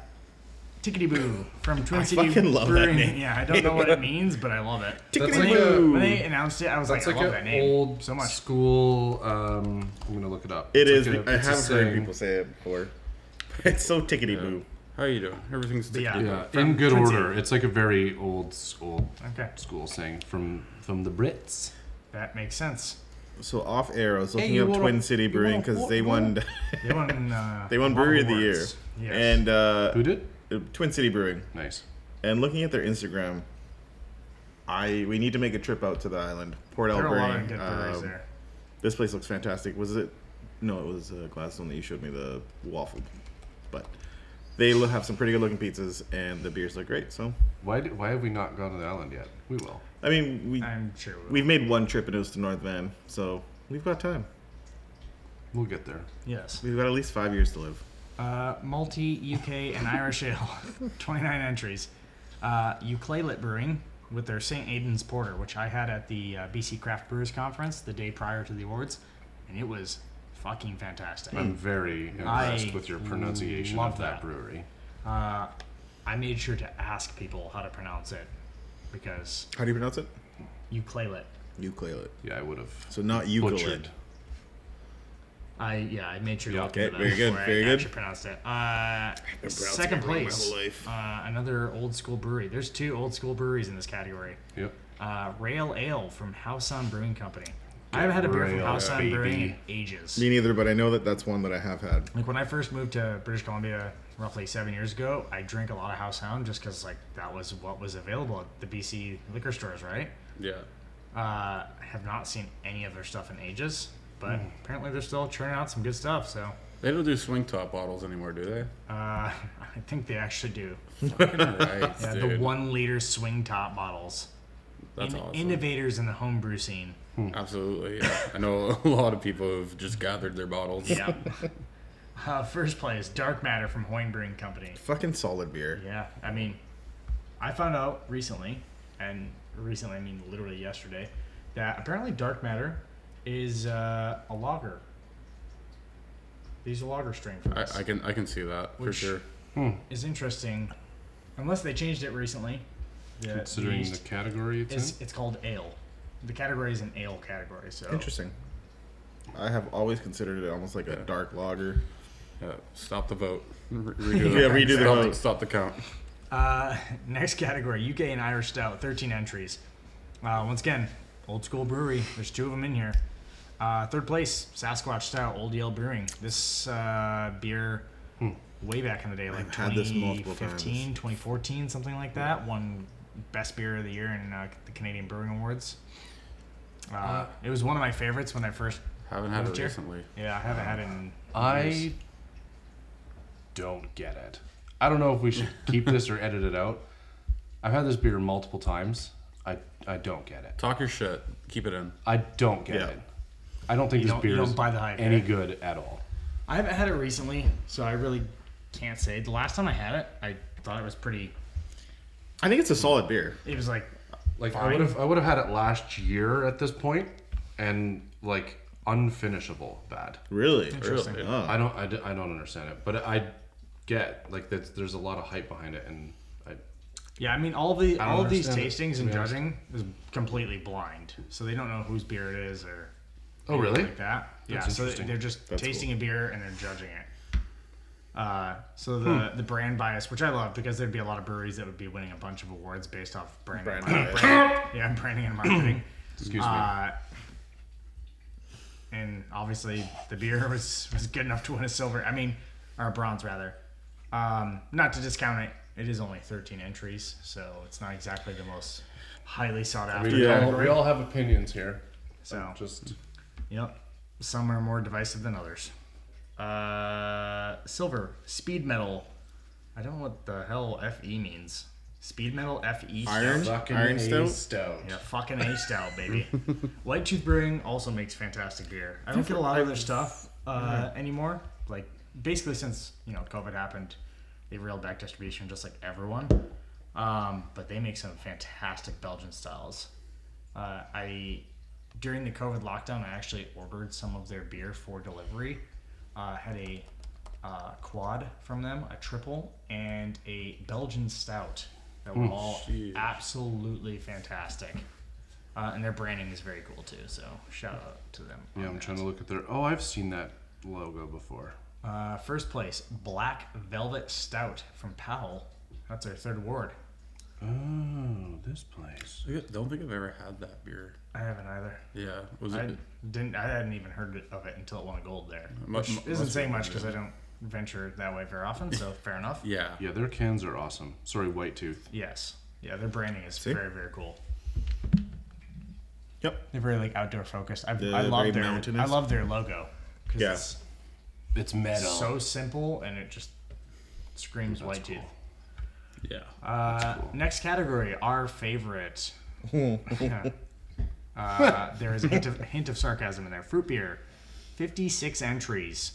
S3: Tickety Boo from Twin City
S2: fucking love that
S3: Brewing.
S2: name.
S3: Yeah, I don't know what it means, but
S2: *laughs*
S3: I love it.
S1: That's
S3: When
S1: like
S3: they-
S1: a-
S3: when they announced it, I was like,
S1: That's like
S3: I love
S1: an
S3: that name
S1: old
S3: so much.
S1: school. Um, I'm gonna look it up.
S2: It
S1: It's
S2: is.
S1: like a-
S2: I
S1: it's a
S2: have heard
S1: saying.
S2: people say it before. *laughs* It's so tickety boo.
S4: How you doing? Everything's
S3: But yeah.
S1: Yeah,
S3: From
S1: in good
S3: Twin City.
S1: order. It's like a very old school
S3: Okay,
S1: school saying from from the Brits.
S3: that makes sense.
S2: So off air, I was looking
S1: you
S2: up
S1: wanna-
S2: Twin City
S1: you
S2: Brewing
S1: wanna
S2: because
S1: walk
S2: they won. *laughs*
S1: *laughs*
S3: They won. Uh,
S2: they won
S3: a lot
S2: Brewery of the Year.
S3: awards. Yes.
S2: And uh,
S1: Who did?
S2: Twin City Brewing.
S1: Nice.
S2: And looking at their Instagram, I we need to make a trip out to the island, Port
S3: there are a lot
S2: Alberni.
S3: of good breweries
S2: Um,
S3: there.
S2: This place looks fantastic. Was it? No, it was uh, Gladstone that you showed me the waffle, but they lo- have some pretty good looking pizzas and the beers look great. So,
S1: Why did, why have we not gone to the island yet? We will.
S2: I mean, we
S3: I'm sure. we will.
S2: we've made one trip and it was to North Van, so we've got time.
S1: We'll get there.
S3: Yes.
S2: We've got at least five years to live.
S3: Uh, multi UK and Irish ale, *laughs* 29 entries. Uh, Euclalit Brewing with their St. Aidan's Porter, which I had at the uh, BC Craft Brewers Conference the day prior to the awards, and it was fucking fantastic.
S2: Mm.
S1: I'm very impressed
S3: I
S1: with your pronunciation
S3: love
S1: of that,
S3: that.
S1: brewery.
S3: Uh, I made sure to ask people how to pronounce it because
S2: How do you pronounce it?
S3: Euclalit.
S2: Euclid.
S1: Yeah, I would have
S2: So not
S1: butchered.
S2: Euclid.
S3: I yeah, I made sure to
S1: Yeah,
S3: look
S1: okay,
S3: into that
S2: very good,
S3: before
S2: very
S3: I
S2: good.
S3: actually pronounced it. Uh, second
S2: it wrong my
S3: place,
S2: whole life.
S3: uh, another old school brewery. There's two old school breweries in this category.
S1: Yep.
S3: uh, Rail Ale from House on Brewing Company. I haven't had a beer from
S1: railed,
S3: House on
S1: baby.
S3: Brewing in ages.
S2: Me neither, but I know that that's one that I have had.
S3: Like when I first moved to British Columbia roughly seven years ago, I drank a lot of House Hound just because like that was what was available at the BC liquor stores, right?
S4: Yeah.
S3: Uh, I have not seen any of their stuff in ages, but apparently they're still churning out some good stuff. So
S4: They don't do swing top bottles anymore, do they?
S3: uh, *laughs* I think they actually do.
S4: Fucking *laughs* right,
S3: Yeah, the
S4: dude.
S3: one liter swing top bottles.
S4: That's
S3: in-
S4: awesome.
S3: innovators in the homebrew scene.
S4: Absolutely. Yeah. I know a *laughs* lot of people who've just gathered their bottles.
S3: Yeah. *laughs* uh, first place, Dark Matter from Hoyne Brewing Company.
S2: Fucking solid beer.
S3: Yeah, I mean, I found out recently, and recently I mean literally yesterday, that apparently Dark Matter is uh, a logger. These are lager strain for
S4: I,
S3: this.
S4: I can I can see that for
S3: Which-
S4: sure.
S3: is interesting, unless they changed it recently. The,
S1: Considering the
S3: yeast
S1: category it's
S3: is it's called ale. The category is an ale category. So
S2: Interesting. I have always considered it almost like a dark lager.
S4: Yeah. Stop the vote. Re- redo
S2: Yeah, redo
S4: it.
S2: the
S4: Stop
S2: vote.
S4: Stop the count.
S3: Uh, *laughs* next category: UK and Irish Stout, 13 entries. Uh, once again, old school brewery. There's two of them in here. Uh, third place: Sasquatch Stout, Old Yale Brewing. This uh, beer, way back in the day, like
S2: I've had this multiple
S3: 2015, 2014, something like that. Won best beer of the year in uh, the Canadian Brewing Awards. Uh, it was one of my favorites when I first.
S4: Haven't had it
S3: Chair.
S4: recently. Uh,
S3: Yeah, I haven't had it. In years.
S1: I don't get it. I don't know if we should keep this or *laughs* edit it out. I've had this beer multiple times. I I don't get it.
S4: Talk your shit. Keep it in.
S1: I don't get
S2: Yeah.
S1: it. I don't think
S3: You
S1: this
S3: don't- you
S1: beer
S3: don't
S1: is
S3: buy the hype,
S1: any
S3: eh?
S1: good at all.
S3: I haven't had it recently, so I really can't say. The last time I had it, I thought it was pretty.
S2: I think it's a solid beer.
S3: It was like,
S1: Like I
S3: Fine.
S1: would have I would have had it last year at this point, and like unfinishable bad.
S2: Really?
S3: Interesting.
S2: Really?
S1: I
S2: Oh.
S1: don't I, d- I don't understand it, but I get like that. There's a lot of hype behind it, and I
S3: yeah. I mean, all the
S1: I don't
S3: all of these
S1: understand it,
S3: tastings
S1: to
S3: and
S1: be honest.
S3: judging is completely blind, so they don't know whose beer it is or
S1: oh really?
S3: like that. Yeah,
S1: That's
S3: so they-
S1: interesting.
S3: they're just
S2: That's
S3: tasting a beer and they're judging it. Uh, so the
S1: Hmm.
S3: the brand bias, which I love, because there'd be a lot of breweries that would be winning a bunch of awards based off brand,
S2: Brand
S3: and mar- brand- *coughs* yeah, branding and
S1: *coughs*
S3: marketing.
S1: Excuse
S3: Uh, and obviously, the beer *laughs* was was good enough to win a silver. I mean, or a bronze rather. Um, not to discount it, it is only 13 entries, so it's not exactly the most highly sought after.
S1: me. We,
S2: Yeah.
S1: all, we all have opinions here.
S3: So,
S1: Just
S3: yep, some are more divisive than others. Uh, silver speed metal. I don't know what the hell FE means. Speed metal E FE.
S2: Iron?
S1: fucking
S2: Iron
S1: A
S2: stout?
S3: Yeah, fucking A style, baby. White Tooth Brewing also makes fantastic beer. I don't get a lot of their stuff uh, anymore. Like basically since you know COVID happened, they reeled back distribution just like everyone. Um, but they make some fantastic Belgian styles. Uh, I during the COVID lockdown, I actually ordered some of their beer for delivery. Uh, had a uh, quad from them, a triple, and a Belgian stout that were all absolutely fantastic. Uh, and their branding is very cool too. So shout out to them.
S1: Yeah, I'm trying to look at their. Oh, I've seen that logo before.
S3: Uh, first place, Black Velvet Stout from Powell. That's our third award.
S1: Oh, this place.
S4: I don't think I've ever had that beer.
S3: I haven't either.
S4: Yeah. Was
S3: I
S4: it?
S3: didn't. I hadn't even heard it- of it until it won a gold there,
S4: Mu-
S3: which
S4: mu-
S3: isn't
S4: must
S3: saying
S4: be
S3: much because I don't venture that way very often. So fair enough.
S4: Yeah.
S1: Yeah, their cans are awesome. Sorry, White Tooth.
S3: Yes. Yeah, their branding is
S2: See?
S3: very very cool.
S2: Yep.
S3: They're very like outdoor focused. I,
S2: The-
S3: I
S2: very
S3: love their I
S2: mountainous.
S3: love their logo because
S2: Yeah.
S3: it's
S1: It's metal.
S3: so simple and it just screams white tooth.
S4: Yeah.
S3: Uh, Next category, our favorite. *laughs* uh, there is a hint of, hint of sarcasm in there. Fruit beer, fifty-six entries.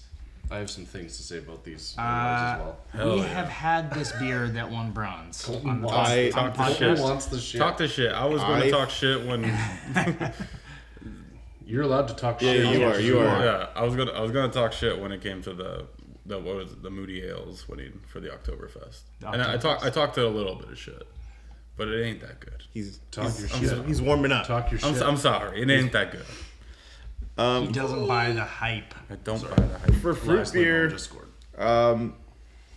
S1: I have some things to say about these
S2: Uh,
S1: otherwise as
S4: Hell
S3: we
S4: yeah.
S3: have had this beer that won bronze.
S1: well.
S3: on the
S1: Wants-
S2: I-
S1: Colton
S4: Talk the shit.
S1: wants the shit.
S4: Talk the shit. I was going
S2: I-
S4: to talk shit when.
S1: You're allowed to talk
S2: Yeah,
S1: shit.
S2: you
S1: on
S2: are.
S1: this.
S2: You are.
S4: Yeah, I was gonna I was gonna talk shit when it came to the the what was it, the Moody Ales winning for the Oktoberfest.
S3: The
S4: And I, I talked
S3: Oktoberfest.
S4: I talked a little bit of shit, but it ain't that good.
S2: He's
S1: Talk
S2: he's,
S1: your
S2: he's,
S1: shit.
S2: he's warming up.
S1: Talk your
S4: I'm,
S1: shit.
S4: I'm sorry, it ain't that good.
S3: he doesn't buy the hype.
S4: I don't buy the hype.
S2: For fruit
S1: Lastly,
S2: beer,
S1: Mom just scored.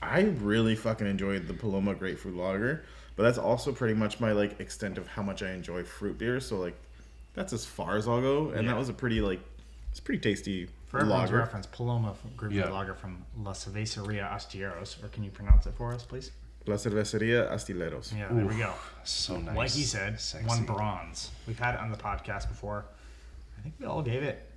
S2: I really fucking enjoyed the Paloma Grapefruit Lager, but that's also pretty much my like extent of how much I enjoy fruit beer. So like, that's as far as I'll go. And
S3: Yeah.
S2: that was a pretty like, it's a pretty tasty
S3: For everyone's
S2: lager.
S3: reference, Paloma Group
S1: Yeah.
S3: Lager from La Cerveceria Astilleros, or can you pronounce it for us, please?
S2: La Cervecería Astilleros.
S3: Yeah, there we go.
S1: So nice.
S3: Like he said,
S1: Sexy.
S3: won bronze. We've had it on the podcast before. I think we all gave it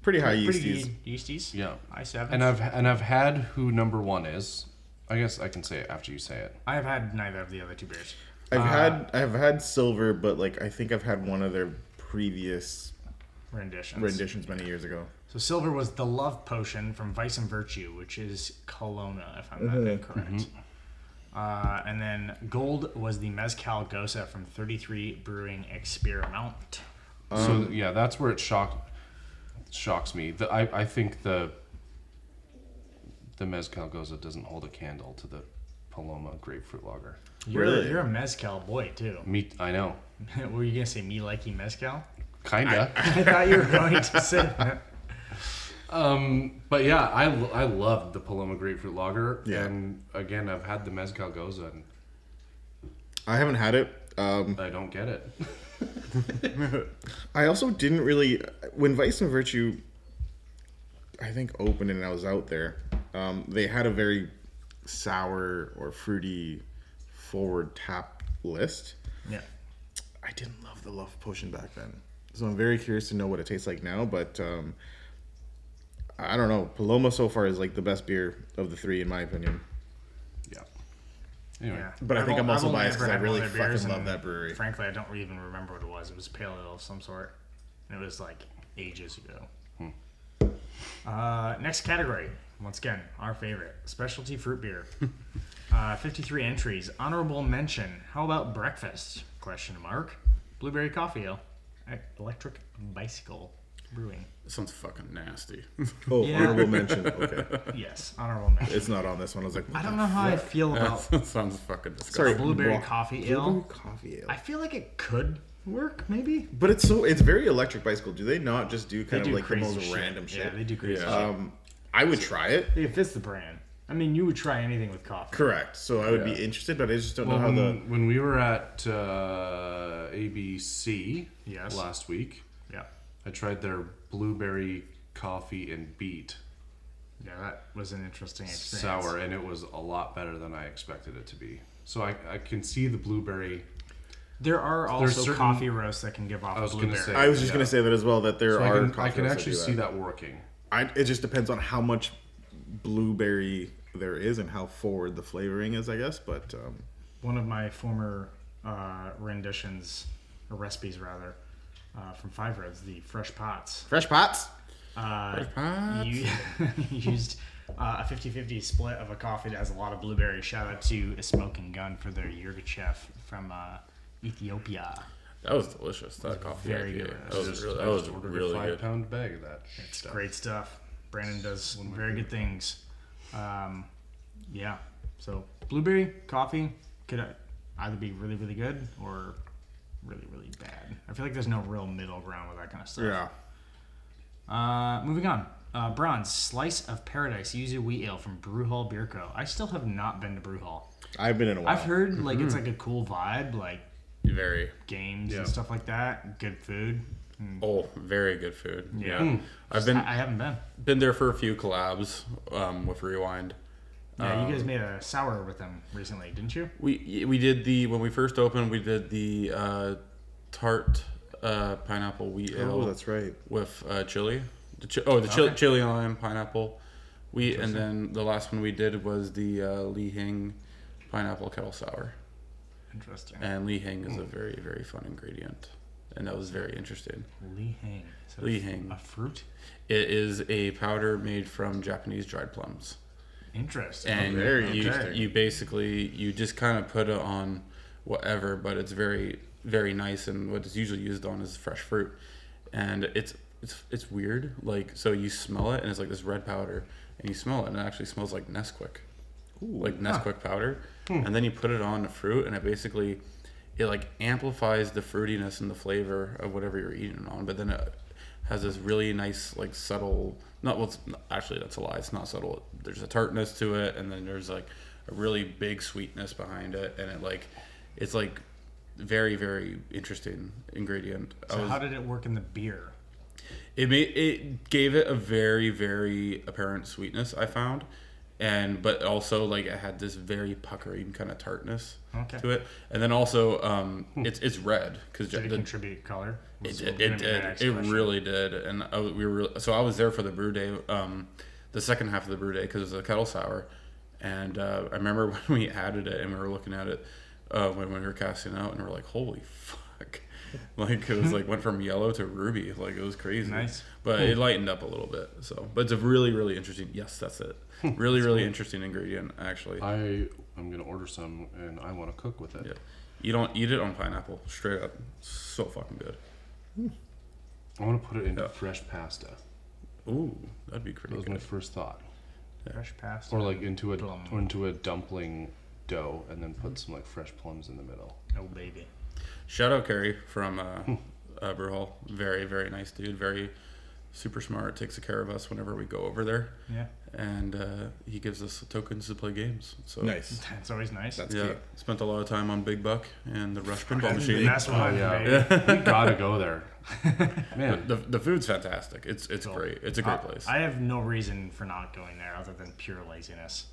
S2: Pretty high
S3: pretty
S2: yeasties.
S3: ye- yeasties.
S1: Yeah.
S3: I seven.
S1: And uh, I've and I've had who number one is. I guess I can say it after you say it.
S3: I have had neither of the other two beers.
S2: I've had I've had silver, but like I think I've had one of their previous
S3: renditions.
S2: renditions many years ago.
S3: So silver was the love potion from Vice and Virtue, which is Kelowna, if I'm not incorrect. Uh, and then gold was the mezcal gosa from 33 Brewing Experiment.
S2: Um,
S1: so yeah, that's where it shock shocks me. The, I I think the the mezcal goza doesn't hold a candle to the Paloma grapefruit lager.
S3: You're,
S2: Really?
S3: you're a mezcal boy too. *laughs*
S1: Me, I know,
S3: Were you gonna say me likey mezcal?
S1: kinda.
S3: I thought you were going to say *laughs* that.
S1: Um, but yeah, I, I love the Paloma grapefruit lager.
S2: Yeah.
S1: And again, I've had the mezcal goza and
S2: I haven't had it. Um,
S1: I don't
S2: *laughs*
S1: get it.
S2: I also didn't really when Vice and Virtue, I think opened and I was out there. Um, they had a very sour or fruity forward tap list.
S3: Yeah.
S2: I didn't love the love potion back then, so I'm very curious to know what it tastes like now. But um, I don't know. Paloma so far is like the best beer of the three, in my opinion.
S1: Yeah. Anyway,
S3: Yeah.
S2: But I
S3: I've
S2: think
S3: o-
S2: I'm also
S3: I've only
S2: biased 'cause
S3: ever
S2: I
S3: had
S2: really
S3: one of their beers,
S2: fucking love
S3: and
S2: that brewery.
S3: Frankly, I don't even remember what it was. It was pale ale of some sort, and it was like ages ago.
S2: Hmm.
S3: Uh, next category, once again, our favorite specialty
S2: *laughs*
S3: fruit beer. uh, 53 entries. Honorable mention. How about breakfast? Question mark. Blueberry coffee ale. E- Electric bicycle brewing.
S4: sounds fucking nasty. *laughs*
S2: Oh,
S3: Yeah.
S2: honorable mention. Okay,
S3: Yes, honorable mention.
S2: it's not on this one. I was like,
S3: *laughs* I don't know how I feel
S2: *laughs*
S3: about
S4: that sounds fucking disgusting.
S2: Sorry,
S3: blueberry
S2: wa-
S3: coffee ale.
S2: blueberry coffee ale.
S3: I feel like it could work, maybe.
S2: But it's so it's very electric bicycle. Do they not just do
S3: They
S2: kind
S3: do
S2: of like the
S3: crazy
S2: most
S3: shit.
S2: random shit?
S3: Yeah, they do crazy
S4: Yeah.
S3: shit.
S2: Um, I would try it.
S3: It fits the brand. I mean, you would try anything with coffee.
S2: Correct. So I would
S4: Yeah.
S2: be interested, but I just don't
S1: Well, um,
S2: know how
S1: when,
S2: the
S1: when we were at uh, ABC
S3: Yes.
S1: last week,
S3: Yeah.
S1: I tried their blueberry coffee and beet
S3: Yeah, that was an interesting experience.
S1: sour, and it was a lot better than I expected it to be. So I, I can see the blueberry.
S3: There are also
S1: certain-
S3: coffee roasts that can give off
S1: I was gonna
S3: blueberry.
S1: say-
S2: I was just
S1: yeah.
S2: gonna say that as well. That there
S1: So I
S2: are.
S1: can, I
S2: coffee
S1: can
S2: roasts
S1: actually
S2: do
S1: see that working.
S2: I, it just depends on how much blueberry there is and how forward the flavoring is, I guess. But um,
S3: One of my former uh, renditions, or recipes rather, uh, from Five Roads, the fresh pots.
S2: fresh pots.
S3: Uh,
S4: Pots.
S3: You *laughs* used uh, a 50-50 split of a coffee that has a lot of blueberry. Shout out to Smoking Gun for their Yurgachev from uh, Ethiopia.
S4: That was delicious. That coffee
S3: very
S4: IPA.
S3: good.
S4: That was
S1: Just-
S4: really,
S1: I
S4: that was
S1: just ordered a
S4: really
S1: five
S4: good.
S1: pound bag of that.
S3: It's great stuff. Brandon does very good things. Um, yeah. So blueberry coffee could uh, either be really, really good or really, really bad. I feel like there's no real middle ground with that kind of stuff.
S2: Yeah.
S3: Uh, moving on. Uh, bronze slice of paradise yuzu wheat ale from Brew Hall Beer Co. I still have not been to Brew Hall.
S2: I've been in a while.
S3: I've heard like it's like a cool vibe, like
S4: Very.
S3: games
S1: Yeah.
S3: and stuff like that. Good food. Mm,
S4: Oh, very good food.
S3: Yeah.
S4: Yeah. I've been
S3: I, I haven't been.
S4: been there for a few collabs um, with Rewind.
S3: Yeah, you guys made a sour with them recently, didn't you?
S4: We we did the when we first opened we did the uh, tart uh, pineapple wheat ale.
S2: Oh, that's right.
S4: With uh, chili, the chi- oh the chili, chili and lime pineapple wheat, and then the last one we did was the uh, Li Hing pineapple kettle sour.
S3: Interesting.
S4: And Li Hing
S2: Hmm.
S4: is a very very fun ingredient, and that was very interesting.
S3: Li Hang. Is that
S4: Li
S3: a, fr-
S4: Hang.
S3: A fruit?
S4: It is a powder made from Japanese dried plums.
S3: Interesting.
S4: and
S2: Oh, very
S4: you,
S2: interesting.
S4: you basically you just kind of put it on whatever but it's very very nice and what it's usually used on is fresh fruit and it's it's it's weird like so you smell it and it's like this red powder and you smell it and it actually smells like Nesquik like Nesquik powder and then you put it on the fruit and it basically it like amplifies the fruitiness and the flavor of whatever you're eating it on but then it has this really nice like subtle not well it's, actually that's a lie it's not subtle there's a tartness to it and then there's like a really big sweetness behind it and it like it's like very very interesting ingredient I
S3: so
S4: was-
S3: how did it work in the beer?
S4: it made it gave it a very very apparent sweetness I found, and but also like it had this very puckering kind of tartness
S3: Okay.
S4: to it, and then also um it's it's red because
S3: Did it contribute color?
S4: it
S3: Was-
S4: did.
S3: gonna
S4: It,
S3: be my next
S4: did. it
S3: question.
S4: really did. And I, w- we were really, so I was there for the brew day, um, the second half of *laughs* the brew day because it was a kettle sour, and uh, I remember when we added it and we were looking at it. uh, when we were casting out, and we are like, holy fuck. *laughs* Like it was like went from yellow to ruby, like it was crazy.
S3: Nice.
S4: but it lightened up a little bit. So, but it's a really, really interesting. Yes, that's
S3: *laughs*
S4: it. Really, really interesting ingredient, actually.
S1: I am gonna order some and I want to cook with it.
S4: Yeah. You don't eat it on pineapple, straight up. So fucking good.
S1: I want to put it in
S4: Yeah.
S1: fresh pasta.
S4: Ooh, that'd be
S1: That
S4: pretty
S1: was my
S4: good.
S1: first thought.
S3: Fresh pasta.
S1: Or like into a
S3: Plum.
S1: or into a dumpling dough and then put some like fresh plums in the middle.
S3: Oh baby.
S4: Shout out Kerry from uh,
S3: Hmm.
S4: uh, Brewhall. Very, very nice dude. Very super smart. Takes care of us whenever we go over there,
S3: Yeah.
S4: and uh, he gives us tokens to play games. So
S2: Nice.
S3: That's always nice.
S2: That's
S4: Yeah,
S2: cute.
S4: spent a lot of time on Big Buck and the Rush pinball
S2: Fucking
S4: machine.
S2: Big
S3: That's one, baby.
S4: *laughs*
S1: we gotta go there. Man,
S4: The, the food's fantastic. It's it's
S3: Cool.
S4: great. It's a great
S3: Uh,
S4: place.
S3: I have no reason for not going there other than pure laziness.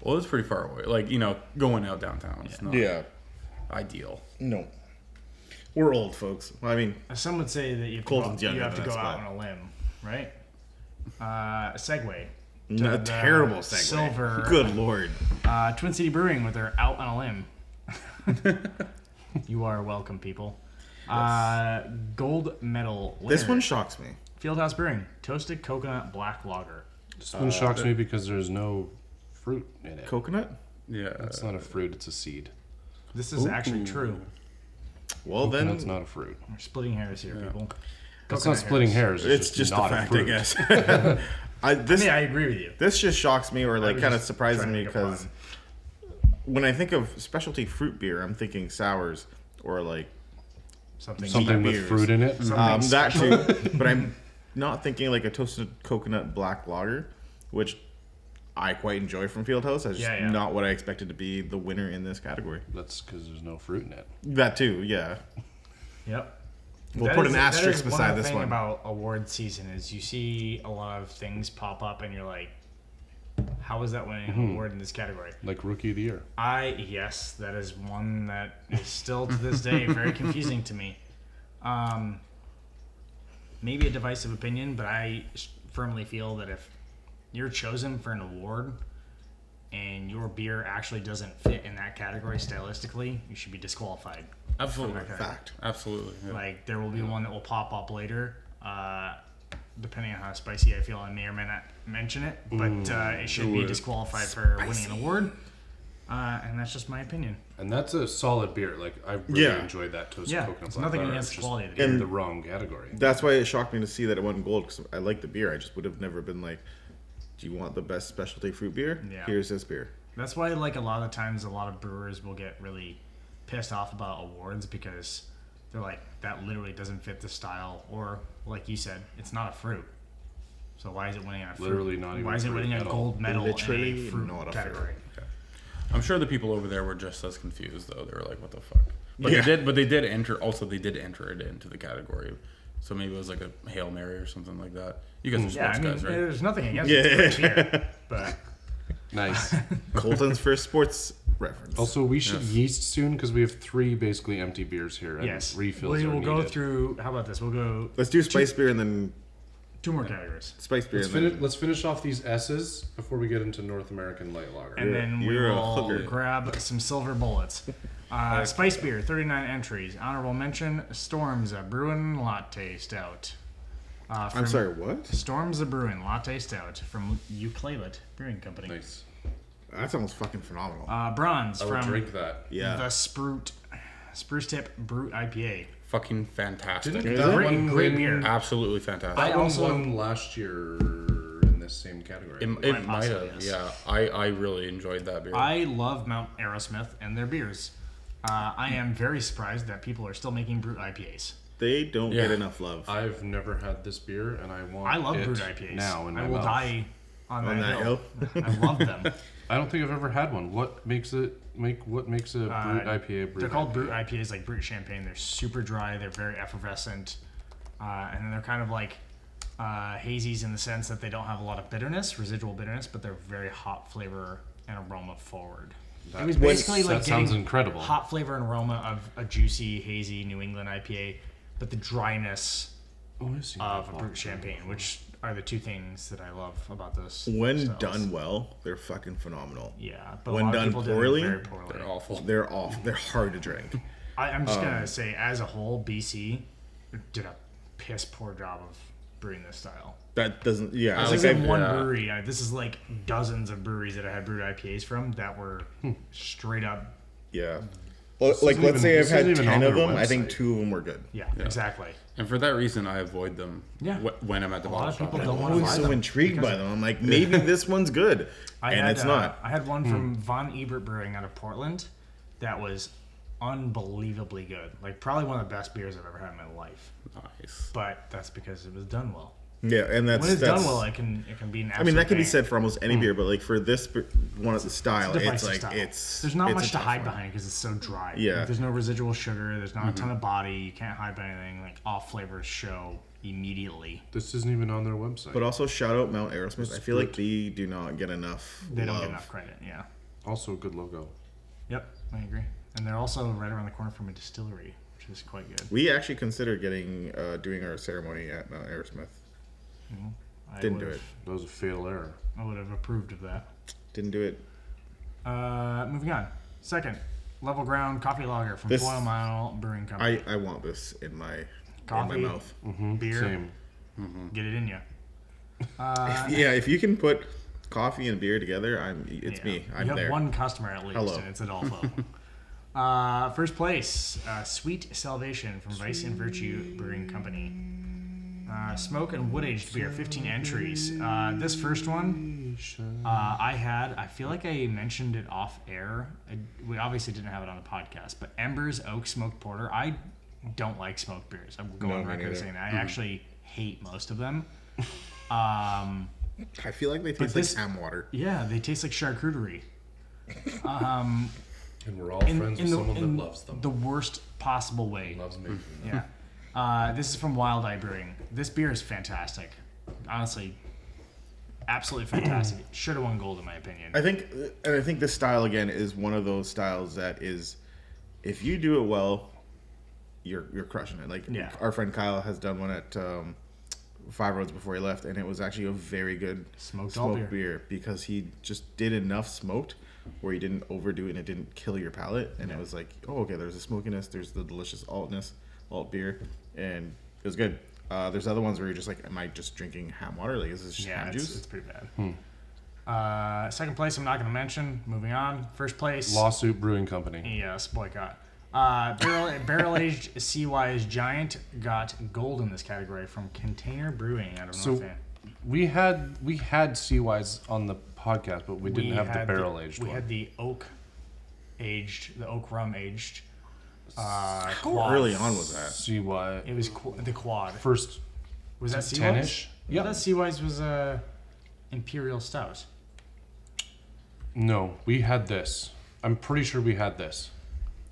S4: well, it's pretty far away. Like you know, going out downtown is not
S2: Yeah.
S4: ideal.
S2: No. We're old, folks. Well, I mean,
S3: Some would say that you have to
S2: Colton's
S3: go, you
S2: younger
S3: have to
S2: than us,
S3: go out
S2: but-
S3: on a limb, right? Uh, segue.
S2: n- a
S3: the
S2: terrible segue.
S3: silver-
S2: Good lord.
S3: Uh, Twin City Brewing with their Out on a Limb. *laughs* you are welcome, people. Uh, gold medal. Winner,
S2: This one shocks me.
S3: Fieldhouse Brewing toasted coconut black lager.
S1: this
S2: Uh,
S1: one shocks me because there's no fruit in it.
S2: Coconut?
S4: Yeah,
S1: It's not a fruit; it's a seed.
S3: This is actually true.
S2: Well, then.
S4: Mm.
S1: And it's not a fruit.
S3: We're splitting hairs here, people.
S1: That's
S3: Coconut
S1: not splitting
S3: hairs.
S1: hairs.
S2: It's just a
S1: not
S2: fact,
S1: fruit.
S2: I
S3: *laughs*
S2: guess. I, this,
S3: Yeah, I agree with you.
S2: this just shocks me or like
S3: was
S2: kind of
S3: just
S2: surprises
S3: trying to
S2: me
S3: make a pun.
S2: because when I think of specialty fruit beer, I'm thinking sours or like
S3: Something.
S1: Something with
S2: Beers.
S1: fruit in it.
S2: um, that
S3: *laughs*
S2: too. But I'm not thinking like a toasted coconut black lager, which I quite enjoy from Fieldhouse. That's just
S3: Yeah, yeah.
S2: not what I expected to be the winner in this category.
S1: That's because there's no fruit in it.
S2: That too, yeah.
S3: Yep.
S2: We'll
S3: That
S2: put
S3: is-
S2: an
S3: that is
S2: asterisk beside
S3: of the
S2: this
S3: thing
S2: one.
S3: About award season is you see a lot of things pop up and you're like, how is that winning
S2: Mm-hmm.
S3: an award in this category?
S1: Like rookie of the year.
S3: I yes, that is one that is still to this
S4: *laughs*
S3: day very confusing to me. Um, maybe a divisive opinion, but I s- firmly feel that if you're chosen for an award and your beer actually doesn't fit in that category stylistically, you should be disqualified.
S4: absolutely,
S2: Fact.
S4: absolutely. yeah.
S3: Like there will be one that will pop up later, uh, depending on how spicy I feel. I may or may not mention it, but uh, it should be
S4: Ooh,
S3: disqualified for winning an award. Uh, and that's just my opinion.
S1: And that's a solid beer. Like I really
S2: Yeah.
S1: enjoyed that toasted
S3: Yeah,
S1: coconut.
S3: it's
S1: black
S3: nothing
S1: lager.
S3: against
S1: It's
S3: the
S1: just
S3: quality of the
S1: in
S2: beer.
S1: the wrong category.
S2: That's why it shocked me to see that it won gold because I like the beer. I just would have never been like, do you want the best specialty fruit beer?
S3: Yeah.
S2: Here's this beer.
S3: That's why, like a lot of times, a lot of brewers will get really pissed off about awards because they're like, that literally doesn't fit the style, or like you said, it's not a fruit. So why is it winning a fruit?
S1: Literally not even
S3: Why is it
S1: fruit
S3: winning a
S1: at all.
S3: gold medal in
S2: Literally
S3: a fruit
S2: not a
S3: category?
S4: I'm sure the people over there were just as confused though. They were like, "What the fuck?" But
S2: Yeah.
S4: they did. But they did enter. Also, they did enter it into the category. So maybe it was like a hail mary or something like that. You guys are
S3: Yeah,
S4: sports
S3: I mean,
S4: guys, right?
S3: there's nothing against
S2: Yeah.
S3: it. It's great beer,
S1: *laughs*
S3: but *laughs*
S1: Nice.
S2: Colton's first sports reference.
S1: also, we should yeast soon because we have three basically empty beers here. And
S3: yes,
S1: refills
S3: We
S1: are
S3: will
S1: needed.
S3: go through. How about this? We'll go
S2: Let's do spice beer and then
S3: two more categories,
S2: spice beer
S1: Let's,
S2: and then.
S1: fini- let's finish off these S's before we get into North American light lager.
S3: and
S2: You're-
S3: then we
S2: you're a
S3: will
S2: hooker.
S3: grab some silver bullets. Uh, Spice beer, 39 entries. Honorable mention: Storms a Bruin Latte Stout. Uh, from
S2: I'm sorry, what?
S3: Storms a Bruin Latte Stout from Euclid Brewing Company.
S1: Nice.
S2: That sounds fucking phenomenal.
S3: Uh, bronze
S1: I will
S3: from
S1: drink that.
S2: yeah.
S3: the Spruit Spruce Tip Brute IPA.
S4: Fucking fantastic.
S1: Didn't
S2: that
S1: that one
S3: great
S1: win-
S3: beer.
S4: Absolutely fantastic.
S1: That
S3: I
S1: one
S3: also-
S1: won last year in this same category.
S4: It, it might
S3: possibly
S4: have,
S3: is.
S4: yeah. I, I really enjoyed that beer.
S3: I love Mount Aerosmith and their beers. Uh, I am very surprised that people are still making Brute IPAs.
S2: They don't
S4: Yeah.
S2: get enough love.
S3: Uh,
S1: I've never had this beer, and I want.
S3: I love
S1: it
S3: Brute IPAs.
S1: now. In my
S3: I will
S1: mouth.
S3: die on,
S2: On
S3: that
S2: that
S3: hill. *laughs* I love them.
S1: I don't think I've ever had one. What makes it make? What makes a
S3: Uh,
S1: brute IPA? Brute
S3: They're called brute IPAs, like brute champagne. They're super dry. They're very effervescent, uh, and then they're kind of like uh, hazies in the sense that they don't have a lot of bitterness, residual bitterness, but they're very hot flavor and aroma forward. it was basically
S1: that
S3: like
S1: sounds
S3: getting
S1: incredible.
S3: hot flavor and aroma of a juicy, hazy New England IPA, but the dryness
S1: Oh, I see.
S3: of a brut champagne, which are the two things that I love about this.
S2: When
S3: styles.
S2: done well, they're fucking phenomenal.
S3: yeah, but a
S2: when
S3: lot of
S2: done
S3: people did them
S2: poorly,
S3: very poorly.
S4: They're awful.
S2: They're off. They're hard to drink.
S3: I, I'm just gonna say, as a whole, BC did a piss poor job of brewing this style.
S2: That doesn't. Yeah, I
S3: It's like
S2: think uh,
S3: they
S2: they've-
S3: have one
S4: yeah.
S3: brewery. I, this is like dozens of breweries that I had brewed IPAs from that were straight up.
S2: yeah. Well, like
S1: isn't
S2: let's say
S1: even-
S2: I've
S1: this
S2: had
S1: isn't even
S2: ten
S1: on
S2: of
S1: their
S2: them. I think
S1: website.
S2: two of them were good.
S3: Yeah, exactly.
S4: And for that reason, I avoid them.
S3: Yeah.
S4: wh- when I'm at the
S3: A lot
S4: bottle
S3: of
S4: shop.
S3: people don't
S2: I'm
S3: want to
S2: always
S3: buy
S2: so
S3: them.
S2: intrigued by them. I'm like, maybe this one's good,
S3: *laughs* I
S2: and
S3: had,
S2: it's
S3: uh,
S2: not.
S3: I had one from Von Ebert Brewing out of Portland that was unbelievably good. Like probably one of the best beers I've ever had in my life.
S4: Nice.
S3: But that's because it was done well.
S2: Yeah, and that's
S3: When it's
S2: that's.
S3: done well, it can it can be an.
S2: I mean, that can be
S3: absolute
S2: said for almost any beer, but like for this b- one of the
S3: bang.
S2: style,
S3: It's a
S2: it's,
S3: divisive
S2: like
S3: Hmm. style.
S2: it's
S3: there's not
S2: it's a
S3: much to
S2: tough
S3: hide
S2: one.
S3: behind because it's so dry. Like,
S2: Yeah. Mm-hmm.
S3: there's no residual sugar. There's not a ton of body. You can't hide behind anything. Like all flavors show immediately.
S1: This isn't even on their website.
S2: But also shout out Mount Aerosmith. I feel like they do not get enough.
S3: They don't
S2: love.
S3: get enough credit. Yeah.
S1: also, a good logo.
S3: Yep, I agree. And they're also right around the corner from a distillery, which is quite good.
S2: We actually considered getting uh, doing our ceremony at Mount Aerosmith.
S3: I
S2: Didn't do
S3: would've-
S2: it.
S1: That was a fail error.
S3: I would have approved of that.
S2: Didn't do it.
S3: Uh, moving on. Second, Level Ground Coffee Lager from
S2: This-
S3: Foil Mile Brewing Company.
S2: I, I want this in my
S3: Coffee.
S2: in my mouth.
S3: Beer,
S1: Same.
S3: get it in you.
S2: yeah, if you can put coffee and beer together, I'm it's me. I'm
S3: you have
S2: there.
S3: one customer at least,
S2: Hello.
S3: and it's Adolfo.
S2: *laughs*
S3: uh, first place, uh, Sweet Salvation from Vice and Virtue Brewing Company. Uh, smoke and wood aged beer, 15 entries. Uh, this first one uh, I had, I feel like I mentioned it off air. I, we obviously didn't have it on the podcast, but Ember's Oak Smoked Porter. I don't like smoked beers. I'm going
S2: No,
S3: on
S2: me
S3: record
S2: neither. Mm-hmm.
S3: saying that. I actually hate most of them. Um,
S2: I feel like they taste like
S3: this-
S2: ham water.
S3: yeah, they taste like charcuterie.
S1: And we're all friends with someone
S3: in
S1: that loves them.
S3: The worst possible way.
S1: loves making them.
S3: Yeah. Uh, this is from Wild Eye Brewing. This beer is fantastic. Honestly, absolutely fantastic. Should have won gold in my opinion.
S2: I think and I think this style again is one of those styles that is if you do it well, you're you're crushing it. Like
S3: Yeah.
S2: our friend Kyle has done one at um, Five Roads before he left, and it was actually a very good
S3: Smoked all
S2: smoked
S3: beer.
S2: beer. because he just did enough smoked where he didn't overdo it and it didn't kill your palate, and it was like, oh okay, there's the smokiness, there's the delicious altness, alt beer, and it was good. Uh, there's other ones where you're just like, am I just drinking ham water? Like, is this just
S3: yeah,
S2: ham
S3: it's,
S2: juice?
S3: it's pretty bad. Uh, second place, I'm not going to mention. Moving on. First place.
S1: Lawsuit Brewing Company.
S3: Yes, boycott. Uh, barrel barrel aged *laughs* CY's Giant got gold in this category from Container Brewing out of
S1: So
S3: North Van.
S1: we had we had CYs on the podcast, but we didn't have the
S3: had
S1: barrel aged
S3: We
S1: one.
S3: had the oak aged, the oak rum aged. Uh,
S2: How
S3: quad.
S2: early on was that?
S1: CY
S3: It was qu- the quad.
S1: first
S3: Was that Seawise?
S1: ten-ish.
S3: Yeah, that Seawise was a imperial stout.
S1: No, we had this. I'm pretty sure we had this.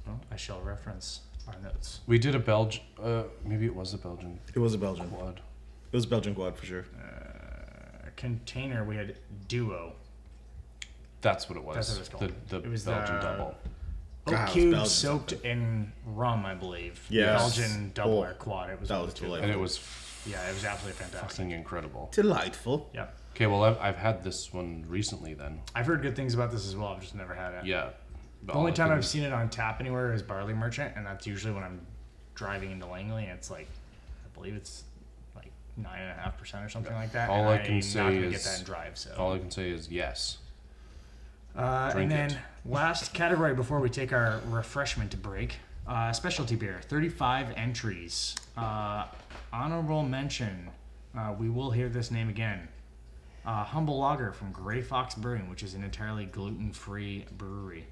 S3: Well, I shall reference our notes.
S1: We did a Belgian. Uh, maybe it was a Belgian
S2: It was a Belgian.
S1: quad.
S2: It was Belgian quad for sure.
S3: A container we had duo.
S1: That's what it uh, was.
S3: That's what it's called.
S1: The, the
S3: It was
S1: Belgian
S3: the-
S1: double.
S3: Oak
S2: God, it was
S3: cube
S2: Belgian
S3: soaked in rum, I believe.
S2: Yes.
S3: Belgian double
S2: Oh,
S3: or quad. It was
S2: that
S3: one of
S2: was
S3: the two.
S2: delightful.
S1: And it was
S3: Yeah, it was absolutely fantastic.
S1: fucking incredible.
S2: Delightful.
S3: Yep.
S1: Okay, well, I've, I've had this one recently then.
S3: I've heard good things about this as well. I've just never had it.
S1: Yeah.
S3: The only time I've seen it on tap anywhere is Barley Merchant, and that's usually when I'm driving into Langley, and it's like, I believe it's like nine and a half percent or something like that.
S1: All
S3: and
S1: I can
S3: I'm not
S1: say
S3: gonna get
S1: is-
S3: that and drive. So,
S1: All I can say is yes.
S3: uh, and
S1: drink
S3: then
S1: it.
S3: last category before we take our refreshment break, uh, specialty beer, thirty-five entries. Uh, honorable mention. Uh, we will hear this name again. Uh, Humble Lager from Gray Fox Brewing, which is an entirely gluten-free brewery.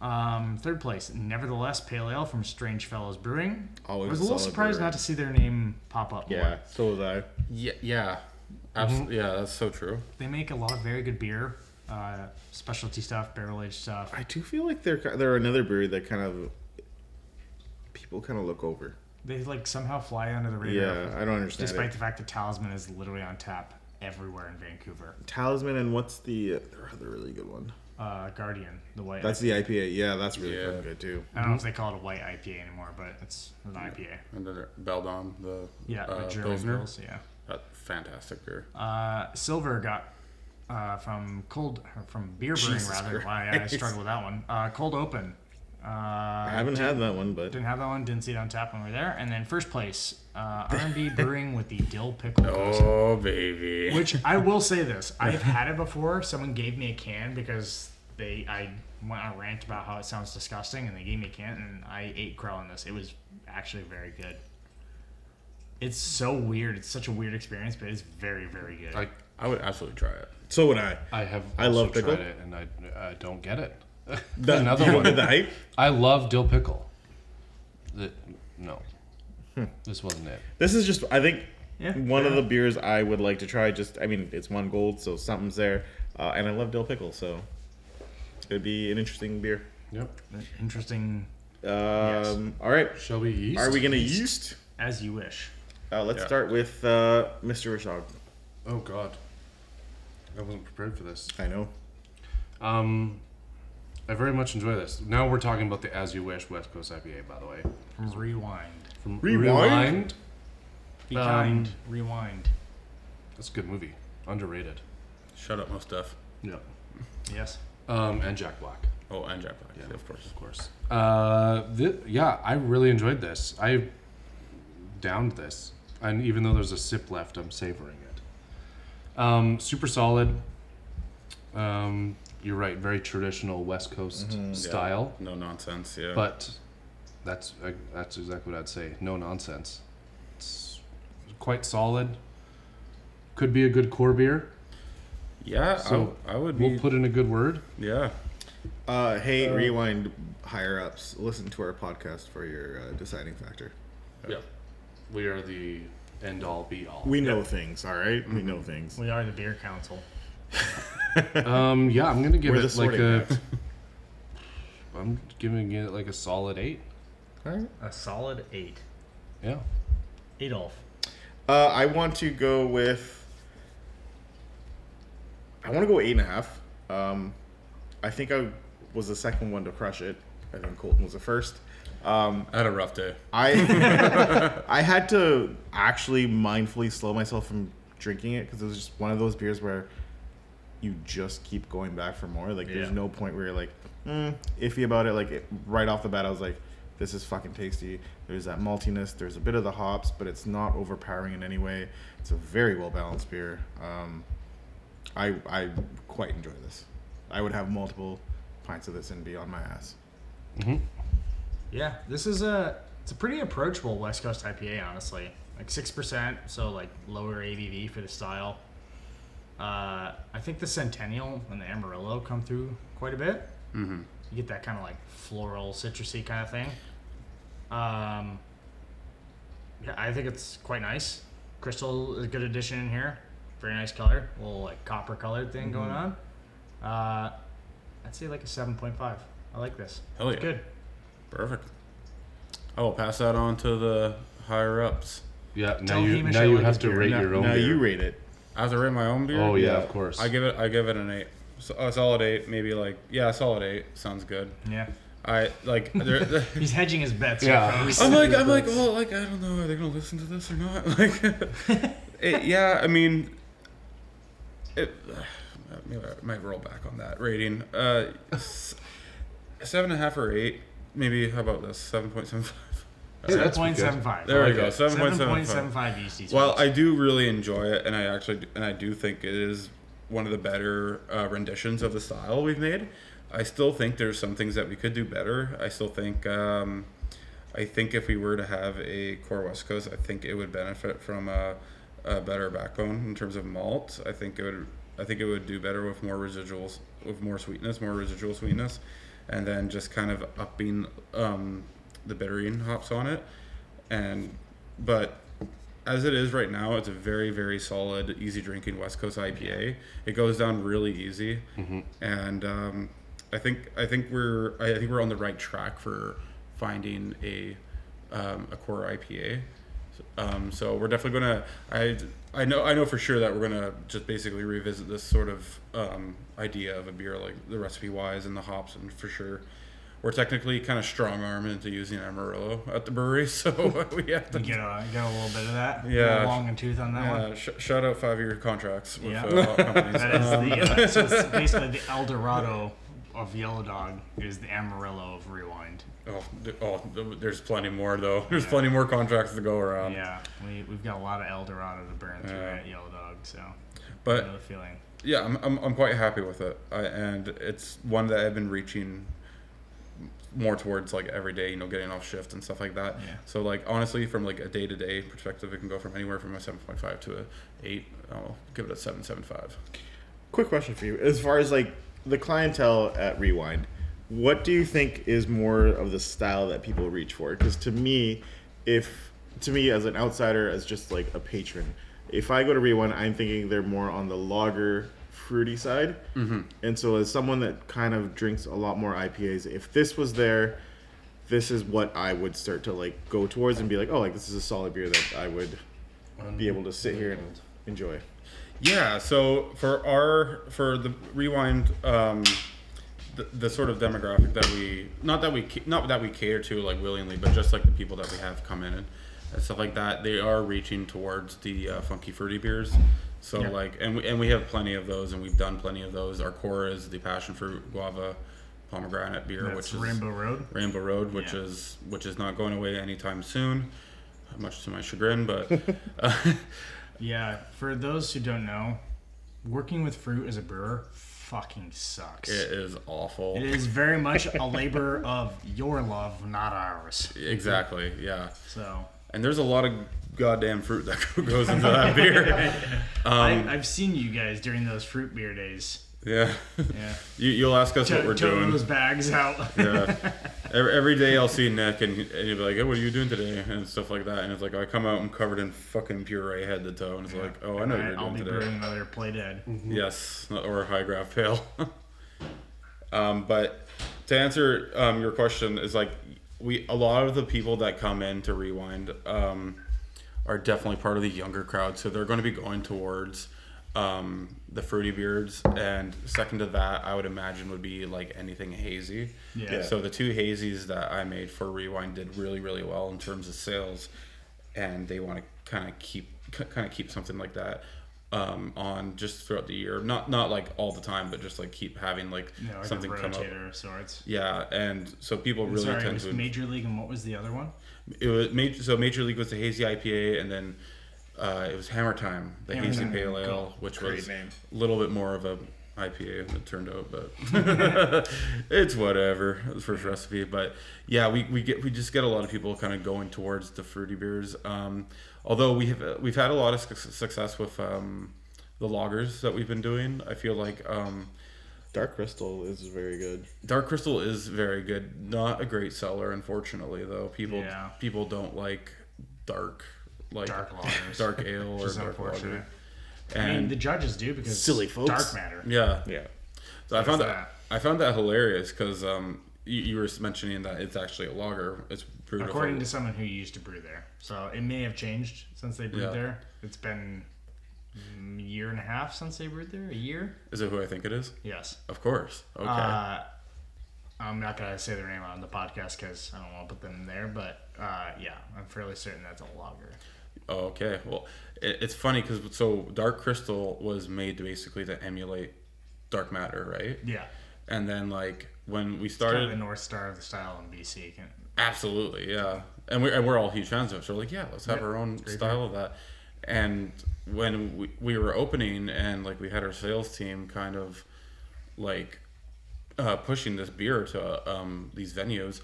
S3: Um, third place, nevertheless, Pale Ale from Strange Fellows Brewing.
S2: Always
S3: I was
S2: a
S3: a little
S2: solid
S3: surprised
S2: brewery.
S3: not to see their name pop up more.
S2: Yeah, so was I.
S4: Yeah, yeah,
S3: Mm-hmm.
S4: absolutely. Yeah, that's so true.
S3: They make a lot of very good beer, uh, specialty stuff, barrel aged stuff.
S2: I do feel like they're they're another brewery that kind of people kind of look over.
S3: They like somehow fly under the radar,
S2: Yeah, I don't understand.
S3: despite
S2: it.
S3: the fact that Talisman is literally on tap everywhere in Vancouver.
S2: Talisman and what's the their other really good one?
S3: uh, Guardian, the white.
S2: That's the IPA. Yeah, that's really
S4: Yeah.
S2: fucking good too.
S3: I don't know if they call it a white IPA anymore, but it's an IPA.
S4: And then Beldon, the
S3: Yeah,
S4: uh,
S3: the German
S4: Pilsner.
S3: Bills, yeah.
S4: That fantastic beer.
S3: Uh, Silver got uh, from cold or from beer brewing
S2: Jesus
S3: rather. Why I
S2: Christ.
S3: struggle with that one. Uh, cold open.
S2: I
S3: Uh,
S2: haven't had that one, but
S3: didn't have that one. Didn't see it on tap when we were there. And then first place, uh, R&B brewing with the dill pickle. Ghost.
S4: Oh baby.
S3: Which I will
S1: *laughs*
S3: say this: I've had it before. Someone gave me a can because they I went on a rant about how it sounds disgusting, and they gave me a can, and I ate crow on this. It was actually very good. It's so weird. It's such a weird experience, but it's very, very good.
S1: I
S4: I would absolutely try it.
S2: so would I.
S1: I have
S2: I
S1: also
S2: love pickle.
S1: tried it and I, I don't get it.
S2: The,
S1: Another
S2: you don't
S1: one.
S2: get the hype.
S1: I love dill pickle. The, no,
S2: Hmm.
S1: this wasn't it.
S2: This is just I think
S3: Yeah,
S2: one
S3: fair
S2: of the beers I would like to try. Just I mean, it's one gold, so something's there, uh, and I love dill pickle, so it'd be an interesting beer.
S1: Yep.
S3: Interesting,
S2: Um, All right,
S1: Shall we yeast?
S2: are we gonna yeast?
S3: as you wish.
S2: Uh, let's
S4: Yeah.
S2: start with uh, Mr. Rashog.
S1: Oh God, I wasn't prepared for this.
S2: I know.
S1: Um, I very much enjoy this. Now we're talking about the As You Wish West Coast IPA, by the way.
S3: Rewind.
S1: From
S2: Rewind?
S3: Be
S1: Um,
S3: kind. Rewind.
S1: That's a good movie. Underrated.
S4: Shut up, most Def.
S1: Yep.
S3: Yes.
S1: Um, and Jack Black.
S4: Oh, and Jack Black, of course.
S1: of course. Uh, thi- yeah, I really enjoyed this. I downed this, and even though there's a sip left, I'm savoring it. Um, super solid. Um, you're right, very traditional West Coast style,
S4: No nonsense. Yeah.
S1: but that's I, that's exactly what I'd say. No nonsense. It's quite solid. Could be a good core beer.
S4: yeah,
S1: so
S4: I, I would.
S1: We'll
S4: be-
S1: put in a good word.
S4: yeah.
S2: Uh, hey, rewind higher ups. Listen to our podcast for your uh, deciding factor.
S1: Yep. We are the end all be all.
S2: We know things, all right? We know things.
S3: We are the beer council.
S1: Um, yeah, I'm gonna give
S2: We're the
S1: it like
S2: sorting
S1: a. *laughs*
S2: hat.
S1: I'm giving it like a solid eight.
S2: All right.
S3: A solid eight.
S1: Yeah.
S3: Adolf.
S2: Uh, I want to go with. I want to go eight and a half. Um, I think I was the second one to crush it. I think Colton was the first. Um,
S4: I had a rough day.
S1: *laughs*
S2: I I had to actually mindfully slow myself from drinking it because it was just one of those beers where you just keep going back for more. Like there's
S3: Yeah.
S2: no point where you're like mm, iffy about it. Like it, right off the bat, I was like, this is fucking tasty. There's that maltiness. There's a bit of the hops, but it's not overpowering in any way. It's a very well balanced beer. Um, I I quite enjoy this. I would have multiple pints of this and be on my ass.
S3: Yeah, this is a it's a pretty approachable West Coast IPA, honestly. Like six percent, so like lower ABV for the style. Uh, I think the Centennial and the Amarillo come through quite a bit. Mm-hmm. You get that kind of like floral, citrusy kind of thing. Um, yeah, I think it's quite nice. Crystal is a good addition in here. Very nice color, little like copper colored thing going on. Uh, I'd say like a seven point five. I like this.
S4: Hell
S3: It's
S4: yeah.
S3: good.
S4: Perfect. I will pass that on to the higher ups.
S1: Yeah. Now
S3: Tell
S1: you
S3: Hamish
S1: now
S3: I
S1: you
S3: like
S1: have
S3: his
S1: to
S3: beer.
S1: rate
S2: Now,
S1: your own.
S2: now
S1: beer.
S2: you rate it.
S4: I have to rate my own beer.
S1: Oh yeah,
S2: Yeah.
S1: of course. *laughs*
S4: I give it. I give it an eight. So, a solid eight, maybe like yeah, a solid eight sounds good.
S3: Yeah.
S4: I like. There, *laughs*
S3: He's hedging his bets,
S1: Yeah.
S3: yeah. folks.
S4: I'm like, I'm like, well, like, I don't know, are they gonna listen to this or not? *laughs* Like, it, yeah, I mean, it, *sighs* maybe I might roll back on that rating. Uh, s- seven and a half or eight, maybe. How about this? Seven point seven five.
S1: Hey, that's
S3: Seven
S1: pretty
S3: point
S1: good.
S3: seven five.
S4: There we go.
S1: it.
S4: Seven point seven
S3: seven
S4: five.
S3: five E UCs.
S4: Well, I do really enjoy it, and I actually and I do think it is one of the better uh, renditions of the style we've made. I still think there's some things that we could do better. I still think um, I think if we were to have a core West Coast, I think it would benefit from a, a better backbone in terms of malt. I think it would I think it would do better with more residuals, with more sweetness, more residual sweetness, and then just kind of upping um, the bittering hops on it. And but as it is right now, it's a very, very solid, easy drinking West Coast IPA. It goes down really easy, and um, I think I think we're I think we're on the right track for finding a um, a core IPA. Um, so we're definitely gonna. I I know I know for sure that we're gonna just basically revisit this sort of um, idea of a beer, like the recipe wise and the hops, and for sure. We're technically kind of strong armed into using Amarillo at the brewery, *laughs* so we have to
S3: You get a, get a little bit of that.
S4: Yeah.
S3: Get a long and tooth on that one.
S4: Yeah, Uh, sh- shout out five year contracts with
S3: Yeah.
S4: uh,
S3: *laughs*
S4: all companies.
S3: That is
S4: *laughs*
S3: the, uh, so it's basically the El Dorado of Yellow Dog is the Amarillo of Rewind.
S4: oh, th- oh, th- there's plenty more though. There's plenty more contracts to go around.
S3: yeah, we, we've got a lot of El Dorado to burn through
S4: Um, Yeah.
S3: at Yellow Dog, so I know
S4: But
S3: the feeling.
S4: yeah, I'm, I'm, I'm quite happy with it, I, and it's one that I've been reaching more towards like every day. You know, getting off shift and stuff like that.
S3: Yeah.
S4: So like honestly, from like a day to day perspective, it can go from anywhere from a seven point five to a eight. I'll give it a seven seven five.
S2: Quick question for you: As far as like the clientele at Rewind, what do you think is more of the style that people reach for? Because to me, if to me as an outsider, as just like a patron, if I go to Rewind, I'm thinking they're more on the lager fruity side. Mm-hmm. And so, as someone that kind of drinks a lot more IPAs, if this was there, this is what I would start to like go towards and be like, oh, like this is a solid beer that I would be able to sit here and enjoy.
S4: Yeah. So for our for the rewind, um, the, the sort of demographic that we not that we ca- not that we cater to like willingly, but just like the people that we have come in and, and stuff like that, they are reaching towards the uh, funky fruity beers. So like, and we and we have plenty of those, and we've done plenty of those. Our core is the passion fruit guava pomegranate beer,
S3: That's
S4: which is
S3: Rainbow Road.
S4: Rainbow Road, which
S3: Yeah.
S4: is which is not going away anytime soon, much to my
S3: *laughs*
S4: chagrin. But *laughs* uh,
S3: Yeah, for those who don't know, working with fruit as a brewer fucking sucks.
S4: it is awful.
S3: It is very much a labor of your love, not ours.
S4: Exactly. Yeah.
S3: So
S4: And there's a lot of goddamn fruit that *laughs* goes into that
S3: *laughs*
S4: beer. Um,
S3: I, I've seen you guys during those fruit beer days.
S4: Yeah.
S3: Yeah,
S4: You, you'll ask us what
S3: toting
S4: we're doing.
S3: those bags out.
S4: Yeah. Every, every day I'll see Nick and, and he'll be like, "Hey, what are you doing today?" and stuff like that. And it's like I come out, I'm covered in fucking puree head to toe, and it's like, "Oh, I know what
S3: Alright, *laughs*
S4: you're
S3: I'll
S4: doing
S3: be
S4: today."
S3: brewing another Playdead.
S4: Yes, or a high graph *laughs* pale. um, but to answer um, your question is like we a lot of the people that come in to rewind um, are definitely part of the younger crowd, so they're going to be going towards um, the fruity beards, and second to that, I would imagine would be like anything hazy.
S3: Yeah.
S4: So the two hazies that I made for Rewind did really really well in terms of sales, and they want to kind of keep kind of keep something like that um, on just throughout the year. Not not like all the time, but just like keep having like
S3: You know, like
S4: something
S3: a
S4: come up.
S3: rotator of sorts.
S4: Yeah, and so people really
S3: Sorry, it
S4: tend
S3: was
S4: to
S3: Major League, and what was the other one?
S4: it was major. So major league was the hazy IPA, and then uh, it was Hammer Time, the
S3: Hammer
S4: hazy
S3: Time,
S4: pale
S3: cool.
S4: ale, which
S2: Great
S4: was
S2: name.
S4: a little bit more of a IPA. It turned
S3: *laughs*
S4: out, but *laughs* it's whatever. It was first recipe, but yeah, we, we get we just get a lot of people kind of going towards the fruity beers. Um, although we have we've had a lot of suc success with um, the loggers that we've been doing. I feel like. Um,
S2: Dark Crystal is very good.
S4: Dark Crystal is very good. Not a great seller, unfortunately, though. People
S3: Yeah.
S4: people don't like dark, like *laughs*
S3: Dark lagers.
S4: dark ale or
S3: is
S4: dark
S3: unfortunate.
S4: lager.
S3: I mean,
S4: And
S3: the judges do because
S2: Silly folks.
S3: dark matter.
S4: yeah,
S2: Yeah.
S4: So I found
S3: There's
S4: that I found that hilarious because um, you, you were mentioning that it's actually a lager. It's brewed with
S3: According
S4: a-
S3: to someone who used to brew there, so it may have changed since they brewed
S4: Yeah.
S3: there. It's been mm, a year and a half since they brewed there. A year?
S4: is it who I think it is?
S3: Yes.
S4: Of course. Okay.
S3: Uh, I'm not gonna say their name on the podcast because I don't want to put them there, but uh, yeah, I'm fairly certain that's a logger.
S4: Oh, okay. Well, it, it's funny because so Dark Crystal was made to basically to emulate dark matter, right?
S3: Yeah,
S4: And then like when we
S3: kind of
S4: started
S3: the North Star of the style in BC. Can,
S4: Absolutely, yeah. And we're, and we're all huge fans of it. So we're like, yeah, let's have our own style of that. And when we, we were opening and like we had our sales team kind of like uh, pushing this beer to um, these venues,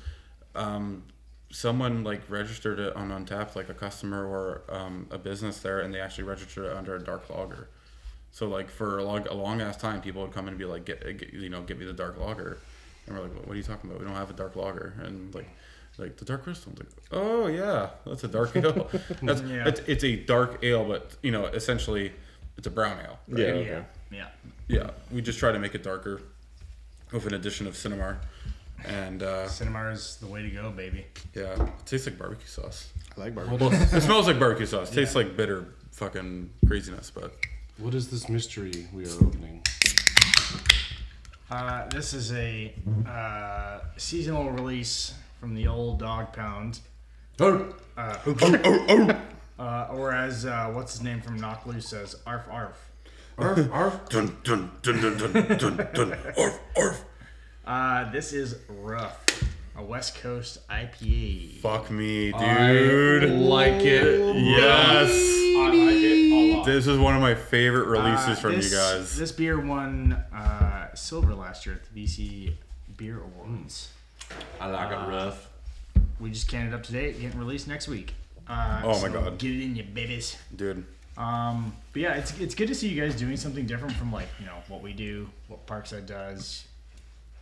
S4: um, someone like registered it on Untapped, like a customer or um, a business there, and they actually registered it under a dark lager. So like for a long, a long ass time, people would come and be like, get, get you know, get me the dark lager, and we're like, what are you talking about? We don't have a dark lager, and like, like the dark crystal. It's like, oh yeah, that's a dark *laughs* ale. That's
S3: Yeah.
S4: it's, it's a dark ale, but you know, essentially, it's a brown ale. right?
S2: Yeah.
S3: yeah,
S2: Okay.
S3: yeah.
S4: yeah. We just try to make it darker, with an addition of cinnamar, and uh,
S3: Cinema is the way to go, baby.
S4: yeah, it tastes like barbecue sauce.
S2: I like barbecue.
S1: What is,
S4: It smells like barbecue sauce. Tastes like bitter fucking craziness, but
S1: what is this mystery we are opening?
S3: Uh, this is a uh, seasonal release from the old dog pound.
S1: Oh,
S3: Uh, uh, or as uh, what's his name from Knock Loose says, arf arf.
S1: arf, *laughs* arf.
S4: dun dun dun dun dun dun dun. Orf, orf.
S3: Uh, this is rough. A West Coast E. IPA.
S4: Fuck me,
S1: I
S4: dude.
S1: like it.
S4: Yes.
S3: I like it a lot.
S4: This is one of my favorite
S3: Uh,
S4: releases from
S3: this,
S4: you guys.
S3: This beer won uh, silver last year at the BC Beer Awards. Uh,
S1: I like it rough.
S3: We just canned it up today. It Getting released next week. Uh,
S4: Oh my
S3: so
S4: God.
S3: Get it in your babies.
S4: Dude.
S3: Um, but yeah, it's it's good to see you guys doing something different from like you know what we do, what Parkside does,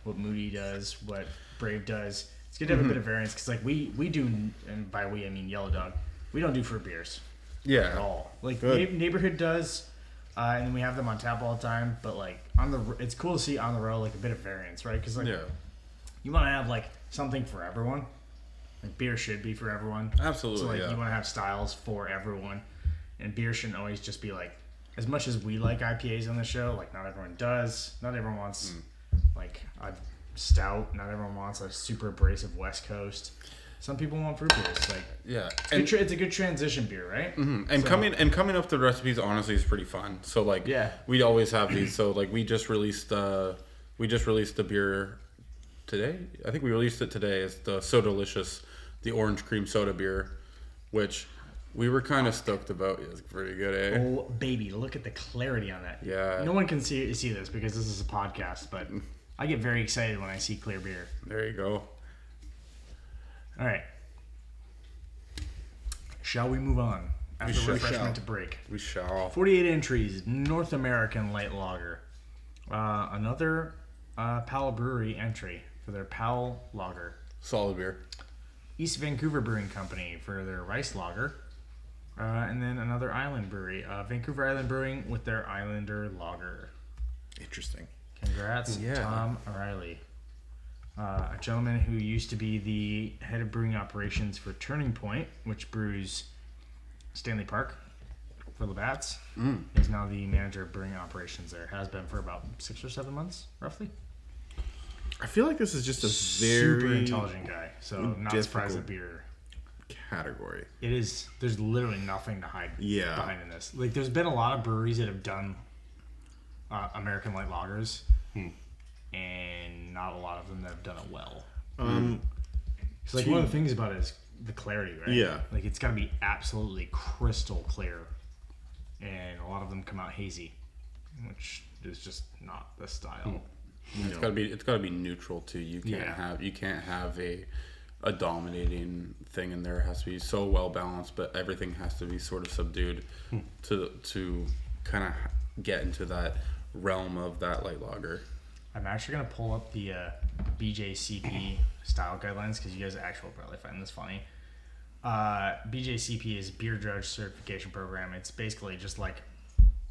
S3: what Moody does, what Brave does. It's good to have
S4: Mm-hmm.
S3: a bit of variance because like we we do, and by we I mean Yellow Dog. We don't do fruit beers at
S4: Yeah.
S3: all. Like
S2: Good.
S3: neigh- neighborhood does, uh, and we have them on tap all the time. But like on the, r- it's cool to see on the road like a bit of variance, right? Because like
S4: Yeah.
S3: you want to have like something for everyone. Like beer should be for everyone. So
S4: Absolutely,
S3: like
S4: yeah.
S3: you want to have styles for everyone, and beer shouldn't always just be like. As much as we like IPAs on the show, like not everyone does. Not everyone wants
S4: Hmm.
S3: like a stout. Not everyone wants a super abrasive West Coast. Some people want fruit beers. Like
S4: Yeah.
S3: good
S4: And
S3: tra- it's a good transition beer, right? Mm-hmm.
S4: and
S3: So-
S4: coming and coming up with the recipes honestly is pretty fun. So like
S3: Yeah.
S4: we always have these. So like we just released the we just released the beer today. I think we released it today. It's the So Delicious, the orange cream soda beer, which we were kind of stoked about. It's pretty good, eh?
S3: Oh baby, look at the clarity on that.
S4: Yeah.
S3: No one can see see this because this is a podcast, but I get very excited when I see clear beer.
S4: There you go.
S3: All right. Shall we move on after
S4: shall.
S3: refreshment to break?
S4: We shall.
S3: 48 entries, North American light lager. Uh, another uh, Powell Brewery entry for their Powell lager.
S4: Solid beer.
S3: East Vancouver Brewing Company for their rice lager. Uh, and then another island brewery, uh, Vancouver Island Brewing with their Islander lager.
S2: Interesting.
S3: Congrats,
S4: Yeah.
S3: Tom O'Reilly. Uh, a gentleman who used to be the head of brewing operations for Turning Point, which brews Stanley Park for Labatt's,
S2: Mm.
S3: is now the manager of brewing operations there. Has been for about six or seven months, roughly.
S2: I feel like this is just a
S3: Super
S2: very
S3: intelligent guy, so not surprised
S2: difficult.
S3: at beer.
S2: category.
S3: It is. There's literally nothing to hide
S2: Yeah.
S3: behind in this. Like, there's been a lot of breweries that have done uh, American light lagers,
S2: Hmm.
S3: and not a lot of them that have done it well.
S2: Um,
S3: So, like, one of the things about it is the clarity, right?
S2: Yeah.
S3: Like, it's got to be absolutely crystal clear, and a lot of them come out hazy, which is just not the style.
S2: Hmm.
S4: It's gotta be it's gotta be neutral too. You can't
S3: Yeah.
S4: have you can't have a a dominating thing in there. It has to be so well balanced, but everything has to be sort of subdued to to kind of get into that realm of that light lager.
S3: I'm actually gonna pull up the uh, BJCP style guidelines because you guys actually will probably find this funny. Uh, BJCP is Beer Judge Certification Program. It's basically just like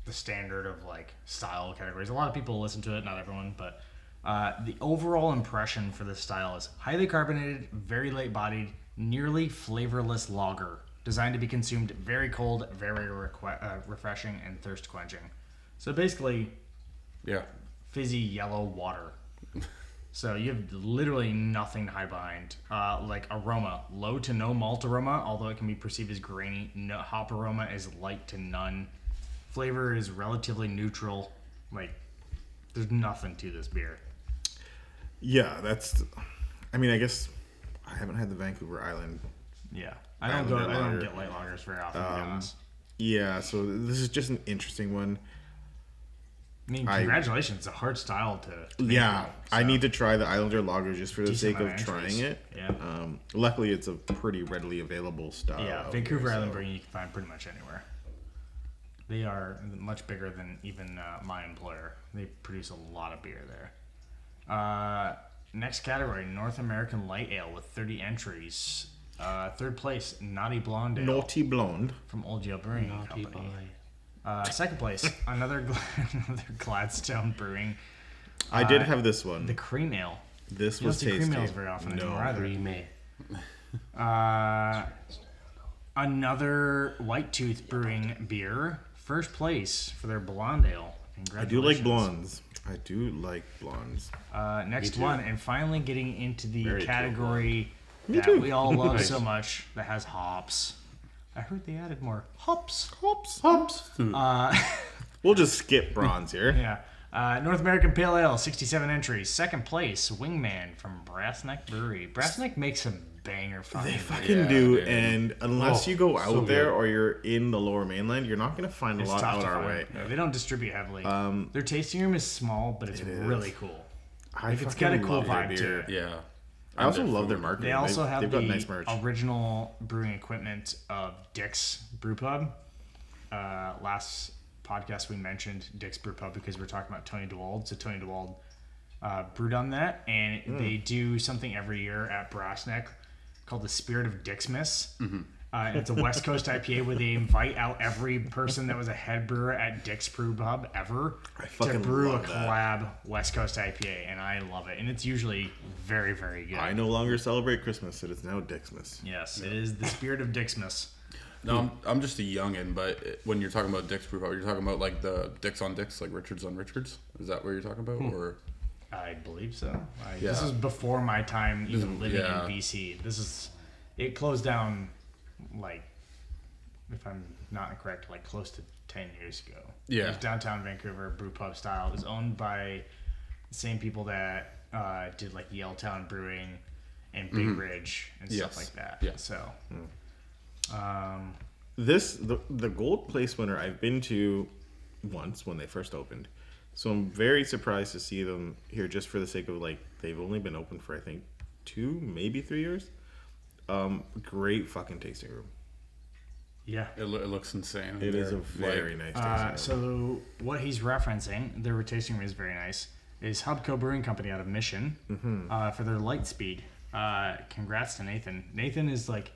S3: the standard of like style categories. A lot of people listen to it, not everyone, but uh, the overall impression for this style is highly carbonated, very light bodied, nearly flavorless lager, designed to be consumed very cold, very requ- uh, refreshing, and thirst quenching. So basically,
S4: Yeah,
S3: fizzy yellow water. So you have literally nothing to hide behind. Uh, like aroma, low to no malt aroma, although it can be perceived as grainy. No, hop aroma is light to none. Flavor is relatively neutral. Like there's nothing to this beer.
S2: yeah, that's. I mean, I guess I haven't had the Vancouver Island.
S3: Yeah, I don't go.
S2: Islander
S3: I don't
S2: lager.
S3: get light lagers very often. to
S2: um,
S3: be honest.
S2: Yeah, so this is just an interesting one.
S3: I mean,
S2: I-
S3: congratulations. It's a hard style to. make,
S2: Yeah,
S3: so
S2: I need to try the Islander Lager just for the
S3: decent
S2: sake of
S3: amount
S2: trying
S3: entries.
S2: it.
S3: Yeah.
S2: Um, luckily, it's a pretty readily available style.
S3: Yeah,
S2: out
S3: Vancouver
S2: there,
S3: Island
S2: so-
S3: Brewing you can find pretty much anywhere. They are much bigger than even uh, my employer. They produce a lot of beer there. Uh, next category: North American Light Ale with 30 entries. Uh, third place: Naughty Blonde Ale
S2: Naughty Blonde.
S3: from Old Yale Brewing Company. Uh, second place: *laughs* another Gla- another Gladstone Brewing,
S2: I did have this one.
S3: Uh, the Cream Ale.
S2: this
S3: You don't
S2: was
S3: see cream
S2: tasty.
S3: ales very often
S2: no,
S3: anymore either.
S1: Remake.
S3: Uh, Another White Tooth Brewing beer, first place for their blonde ale.
S2: I do like
S3: Congratulations.
S2: blondes. I do like blondes.
S3: Uh, next
S1: too.
S3: one, and finally getting into the
S1: Very cool
S3: category that
S2: too.
S3: we all love
S1: Nice.
S3: so much that has hops. I heard they added more hops. Hmm.
S2: Hops, hops. *laughs* we'll just skip bronze here.
S3: Yeah. Uh, North American Pale Ale, 67 entries. Second place, Wingman from Brassneck Brewery. Brassneck makes some banger fun.
S2: They fucking
S4: Yeah,
S2: do,
S4: dude.
S2: and unless
S1: Oh,
S2: you go out
S1: so
S2: there
S1: good.
S2: or you're in the Lower Mainland, you're not gonna find a lot out our way. Um,
S3: They don't distribute heavily. Their tasting room is small, but it's really cool.
S2: I
S3: it's
S2: fucking
S3: got a cool
S2: love their
S3: vibe to
S2: beer.
S3: it.
S4: Yeah.
S2: I also
S4: And their
S2: love their
S4: food.
S2: marketing.
S3: They also
S2: they've,
S3: have
S2: they've
S3: the
S2: got nice merch.
S3: original brewing equipment of Dick's Brew Pub. Uh, last podcast we mentioned Dick's Brew Pub because we are talking about Tony DeWald. So Tony DeWald uh, brewed on that, and
S2: Hmm.
S3: they do something every year at Brassneck called the Spirit of Dixmas.
S2: Mm-hmm.
S3: Uh, and it's a West Coast IPA where they invite out every person that was a head brewer at Dick's Brew Pub ever to
S2: fucking
S3: brew a
S2: love that.
S3: collab West Coast IPA, and I love it. And it's usually very, very good.
S2: I no longer celebrate Christmas; it is now Dixmas.
S3: Yes, it is the spirit of Dixmas.
S4: No, I'm, I'm just a youngin', but it- when you're talking about Dick's Brew Pub, you're talking about like the Dicks on Dicks, like Richards on Richards. Is that what you're talking about? Or
S3: I believe so. I, This
S4: Yeah.
S3: is before my time even living
S4: yeah.
S3: in BC. This is it closed down like if I'm not incorrect, like close to ten years ago. It
S4: Yeah.
S3: was downtown Vancouver brew pub style. It was owned by the same people that uh, did like Yale Town Brewing and Big Ridge and stuff
S4: Mm-hmm. Yes.
S3: like that.
S4: Yeah.
S3: So
S2: This the the gold place winner I've been to once when they first opened. So I'm very surprised to see them here just for the sake of like they've only been open for I think two, maybe three years. Um, great fucking tasting room.
S3: yeah.
S4: it, lo- it looks insane.
S2: It is a
S4: They're, like,
S2: very nice tasting
S3: Uh,
S2: room.
S3: so what he's referencing, their tasting room is very nice, is Hubco Brewing Company out of Mission uh, for their Lightspeed. Uh, congrats to Nathan. Nathan is like